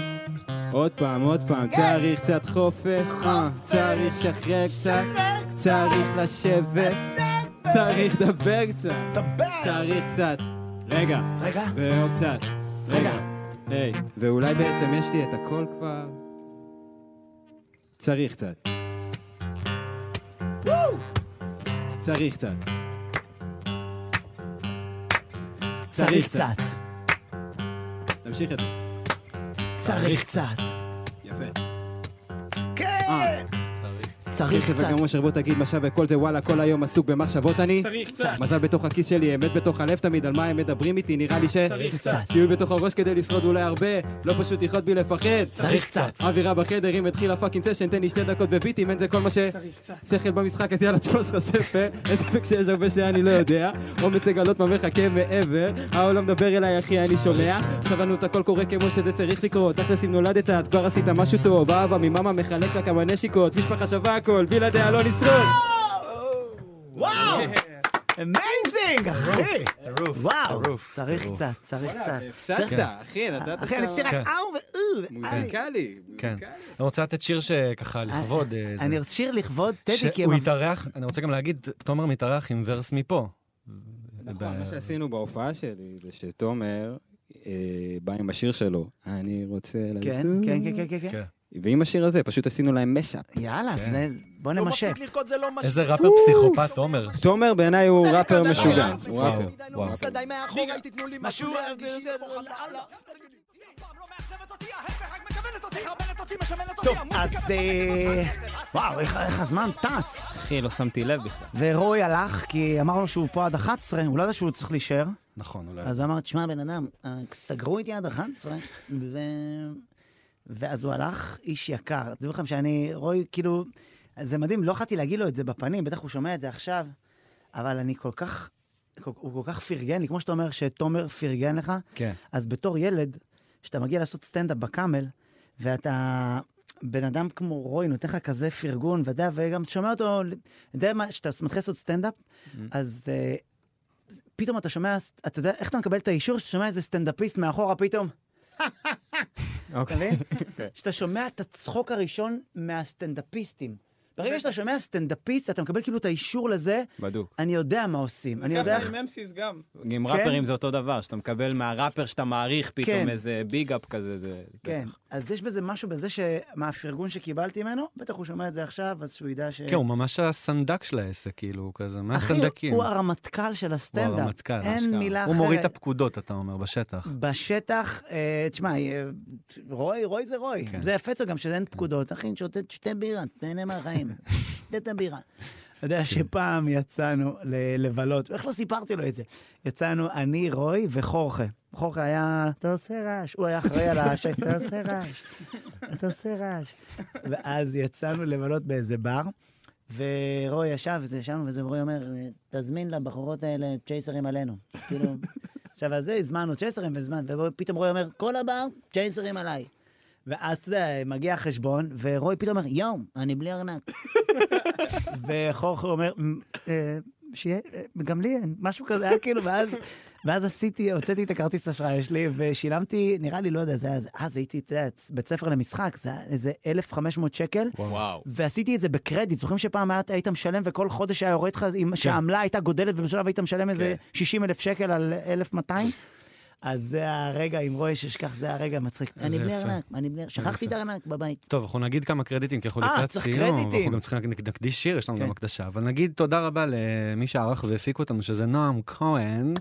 Speaker 9: עוד פעם, עוד פעם, צריך קצת חופש, אה, צריך לשחרר קצת, צריך לשבת, צריך לדבר קצת, צריך קצת, רגע, רגע, ועוד קצת, רגע, היי, ואולי בעצם יש לי את הכל כבר, צריך קצת, צריך קצת,
Speaker 1: צריך קצת.
Speaker 9: תמשיך את זה,
Speaker 1: צריך קצת.
Speaker 9: יפה.
Speaker 1: כן!
Speaker 9: צריך אה, את זה גם אושר בוא תגיד מה שווה כל זה וואלה כל היום עסוק במחשבות אני
Speaker 1: צריך קצת.
Speaker 9: מזל בתוך הכיס שלי אמת בתוך הלב תמיד על מה הם מדברים איתי נראה לי ש
Speaker 1: צריך קצת.
Speaker 9: תהיו בתוך הראש כדי לשרוד אולי הרבה לא פשוט לחיות בלי לפחד
Speaker 1: צריך קצת.
Speaker 9: אווירה בחדר אם התחיל הפאקינג סשן תן לי שתי דקות וביטים אין זה כל מה ש
Speaker 1: צריך קצת.
Speaker 9: שכל במשחק אז יאללה תפוס לך ספר אין ספק שיש הרבה שאני לא יודע אומץ לגלות מה מחכה מעבר העולם מדבר אליי אחי אני שומע סבלנות הכל קורה כמו שזה צריך לקרות תכלס אם נולדת אז כבר עשית משהו טוב אבא ממאמא מחלק לה כמה נשיקות משפחה שווה הכל בלעדיה לא נשרוד
Speaker 1: וואו! אמייזינג, אחי! וואו! צריך קצת, צריך קצת. צריך
Speaker 3: הפצצת,
Speaker 1: קצת.
Speaker 9: אחי, נתת
Speaker 1: אחי, אני
Speaker 9: שם-
Speaker 1: עושה רק
Speaker 3: כן.
Speaker 1: אאו ואו. ואיי.
Speaker 9: מוזיקלי
Speaker 3: כן. אני רוצה לתת שיר שככה לכבוד... אה, זה.
Speaker 1: אני שיר לכבוד טדי, כי הם-
Speaker 3: שהוא יתארח, אני רוצה גם להגיד, תומר מתארח עם ורס מפה.
Speaker 9: נכון, מה שעשינו בהופעה שלי זה שתומר אה, בא עם השיר שלו, אני רוצה לנסות.
Speaker 1: כן, כן, כן, כן, כן, כן.
Speaker 9: ועם השיר הזה פשוט עשינו להם משאפ.
Speaker 1: יאללה, אז נ- בוא נמשק.
Speaker 3: איזה ראפר פסיכופת, תומר.
Speaker 9: תומר בעיניי הוא ראפר משוגע. הוא
Speaker 3: וואו,
Speaker 9: ראפר.
Speaker 3: וואו.
Speaker 1: אה, לא, טוב, אז... אה, וואו, איך איך הזמן טס.
Speaker 9: אחי, לא שמתי לב בכלל.
Speaker 1: ורוי הלך, כי אמרנו שהוא פה עד 11, הוא לא ידע שהוא צריך להישאר.
Speaker 3: נכון, אולי.
Speaker 1: אז הוא אמר, תשמע, בן אדם, אה, סגרו איתי עד 11, ו... ואז הוא הלך, איש יקר. אתם לכם שאני, רוי, כאילו, זה מדהים, לא יכולתי להגיד לו את זה בפנים, בטח הוא שומע את זה עכשיו, אבל אני כל כך, כל- הוא כל כך פרגן לי, כמו שאתה אומר שתומר פרגן לך,
Speaker 9: כן.
Speaker 1: אז בתור ילד, כשאתה מגיע לעשות סטנדאפ בקאמל, ואתה... בן אדם כמו רוי נותן לך כזה פרגון, ואתה יודע, וגם אתה שומע אותו, אני יודע מה, כשאתה מתחיל לעשות סטנדאפ, אז אה, פתאום אתה שומע, אתה יודע, איך אתה מקבל את האישור שאתה שומע איזה סטנדאפיסט מאחורה פתאום?
Speaker 3: אוקיי.
Speaker 1: אתה מבין? שאתה שומע את הצחוק הראשון מהסטנדאפיסטים.
Speaker 3: אוקיי.
Speaker 1: ברגע שאתה שומע סטנדאפיסט, אתה מקבל כאילו את האישור לזה,
Speaker 9: בדוק.
Speaker 1: אני יודע מה עושים,
Speaker 3: כן,
Speaker 1: אני יודע איך...
Speaker 10: ככה עם אמסיס גם.
Speaker 9: עם
Speaker 1: כן.
Speaker 9: ראפרים זה אותו דבר, שאתה מקבל מהראפר שאתה מעריך
Speaker 1: כן.
Speaker 9: פתאום איזה ביג-אפ כזה, זה...
Speaker 1: כן, אז יש בזה משהו בזה ש... מהפרגון שקיבלתי ממנו, בטח הוא שומע את זה עכשיו, אז שהוא ידע ש...
Speaker 3: כן, הוא ממש הסנדק של העסק, כאילו, הוא כזה,
Speaker 1: אחי,
Speaker 3: מהסנדקים.
Speaker 1: הוא הרמטכ"ל של הסטנדאפ.
Speaker 3: הוא הרמטכ"ל,
Speaker 1: אין
Speaker 3: אשכרה.
Speaker 1: מילה אחרת.
Speaker 3: הוא מוריד את הפקודות, אתה אומר, בשטח.
Speaker 1: בשטח, אה, תשמע, אה, רוי, רוי זה רוי.
Speaker 3: כן.
Speaker 1: זה הפצו גם שאין פקודות. אחי, שותת שתי בירה, תהנה מהחיים. שתה את הבירה. אתה
Speaker 3: כן.
Speaker 1: יודע שפעם יצאנו ל- לבלות, איך לא סיפרתי לו את זה? יצאנו אני, רוי וחורכה. חורכה היה, אתה עושה רעש, הוא היה אחראי על השי, אתה עושה רעש, אתה עושה רעש. ואז יצאנו לבלות באיזה בר, ורוי ישב, וזה ישבנו, וזה רוי אומר, תזמין לבחורות האלה צ'ייסרים עלינו. כאילו, עכשיו, אז זה הזמנו צ'ייסרים, והזמן, ופתאום רוי אומר, כל הבא, צ'ייסרים עליי. ואז אתה יודע, מגיע החשבון, ורוי פתאום אומר, יום, אני בלי ארנק. וחוכר אומר, "מ, אה, שיהיה, אה, גם לי אין, משהו כזה, היה כאילו, ואז, ואז עשיתי, הוצאתי את הכרטיס אשראי שלי, ושילמתי, נראה לי, לא יודע, זה היה, אז- אז הייתי, אתה יודע, בית ספר למשחק, זה היה איזה 1,500 שקל,
Speaker 9: וואו.
Speaker 1: ועשיתי את זה בקרדיט, זוכרים שפעם היה- היית משלם וכל חודש היה יורד לך,
Speaker 3: כן.
Speaker 1: אם- שהעמלה הייתה גודלת ובשלב היית משלם איזה 60 אלף שקל על 1,200? אז זה הרגע עם רוי ששכח, זה הרגע מצחיק. אני בלי
Speaker 3: יפה.
Speaker 1: ארנק, אני בלי... שכחתי את
Speaker 3: יפה.
Speaker 1: הארנק בבית.
Speaker 3: טוב, אנחנו נגיד כמה קרדיטים, כי אנחנו
Speaker 1: אה,
Speaker 3: לקראת
Speaker 1: צריך
Speaker 3: סיום,
Speaker 1: קרדיטים.
Speaker 3: אנחנו גם צריכים להק- להקדיש שיר, יש לנו
Speaker 1: כן.
Speaker 3: גם הקדשה, אבל נגיד תודה רבה למי שערך והפיק אותנו, שזה נועם כהן,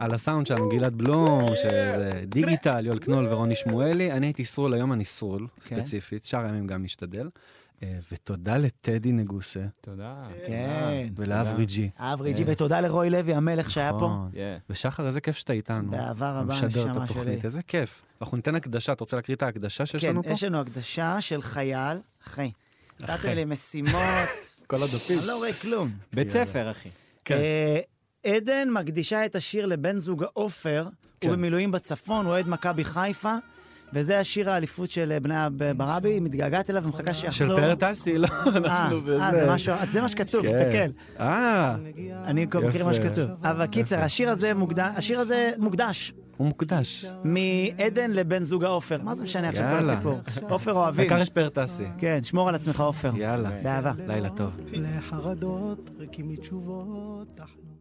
Speaker 3: על הסאונד שלנו, גלעד בלום, שזה דיגיטל, יואל קנול ורוני שמואלי, אני הייתי סרול, היום אני סרול, ספציפית, שאר הימים גם משתדל, אה, ותודה לטדי נגוסה.
Speaker 9: תודה.
Speaker 1: כן.
Speaker 3: ולאברי ג'י.
Speaker 1: אברי ג'י,
Speaker 3: Yes.
Speaker 1: ותודה לרוי לוי המלך שהיה פה.
Speaker 3: אה. נכון. ושחר, איזה כיף שאתה איתנו.
Speaker 1: באהבה רבה,
Speaker 3: משדר את
Speaker 1: נשמה
Speaker 3: התוכנית,
Speaker 1: שלי.
Speaker 3: איזה כיף. אנחנו ניתן הקדשה, אתה רוצה להקריא את ההקדשה שיש
Speaker 1: כן,
Speaker 3: לנו פה?
Speaker 1: יש לנו הקדשה של חייל, אחי. נתתם לי משימות.
Speaker 3: כל הדפים.
Speaker 1: אני לא רואה כלום.
Speaker 9: בית ספר, אחי.
Speaker 3: כן.
Speaker 1: אה, עדן מקדישה את השיר לבן זוג עופר,
Speaker 3: כן.
Speaker 1: הוא במילואים בצפון, הוא אוהד מכבי חיפה, וזה השיר האליפות של אה, בני הב-
Speaker 9: כן,
Speaker 1: ברבי, מתגעגעת אליו ומחכה
Speaker 3: של
Speaker 1: שיחזור.
Speaker 3: פאר טסי, לא,
Speaker 1: אה,
Speaker 3: אנחנו בזה.
Speaker 1: אה, זה משהו- זה מה שכתוב,
Speaker 3: כן.
Speaker 1: תסתכל.
Speaker 3: אה,
Speaker 1: אני מכיר מה
Speaker 3: יפה.
Speaker 1: שכתוב. אבל קיצר, השיר הזה מוקדש, השיר הזה מוקדש.
Speaker 3: הוא מוקדש.
Speaker 1: כן. מעדן לבן זוג העופר. מה זה משנה עכשיו כל
Speaker 3: יאללה.
Speaker 1: הסיפור? עופר אוהבים.
Speaker 3: בעיקר יש פאר טסי.
Speaker 1: כן, שמור על עצמך עופר.
Speaker 3: יאללה.
Speaker 1: באהבה.
Speaker 3: לילה טוב.
Speaker 14: לחרדות ריקים מתשובות תחלום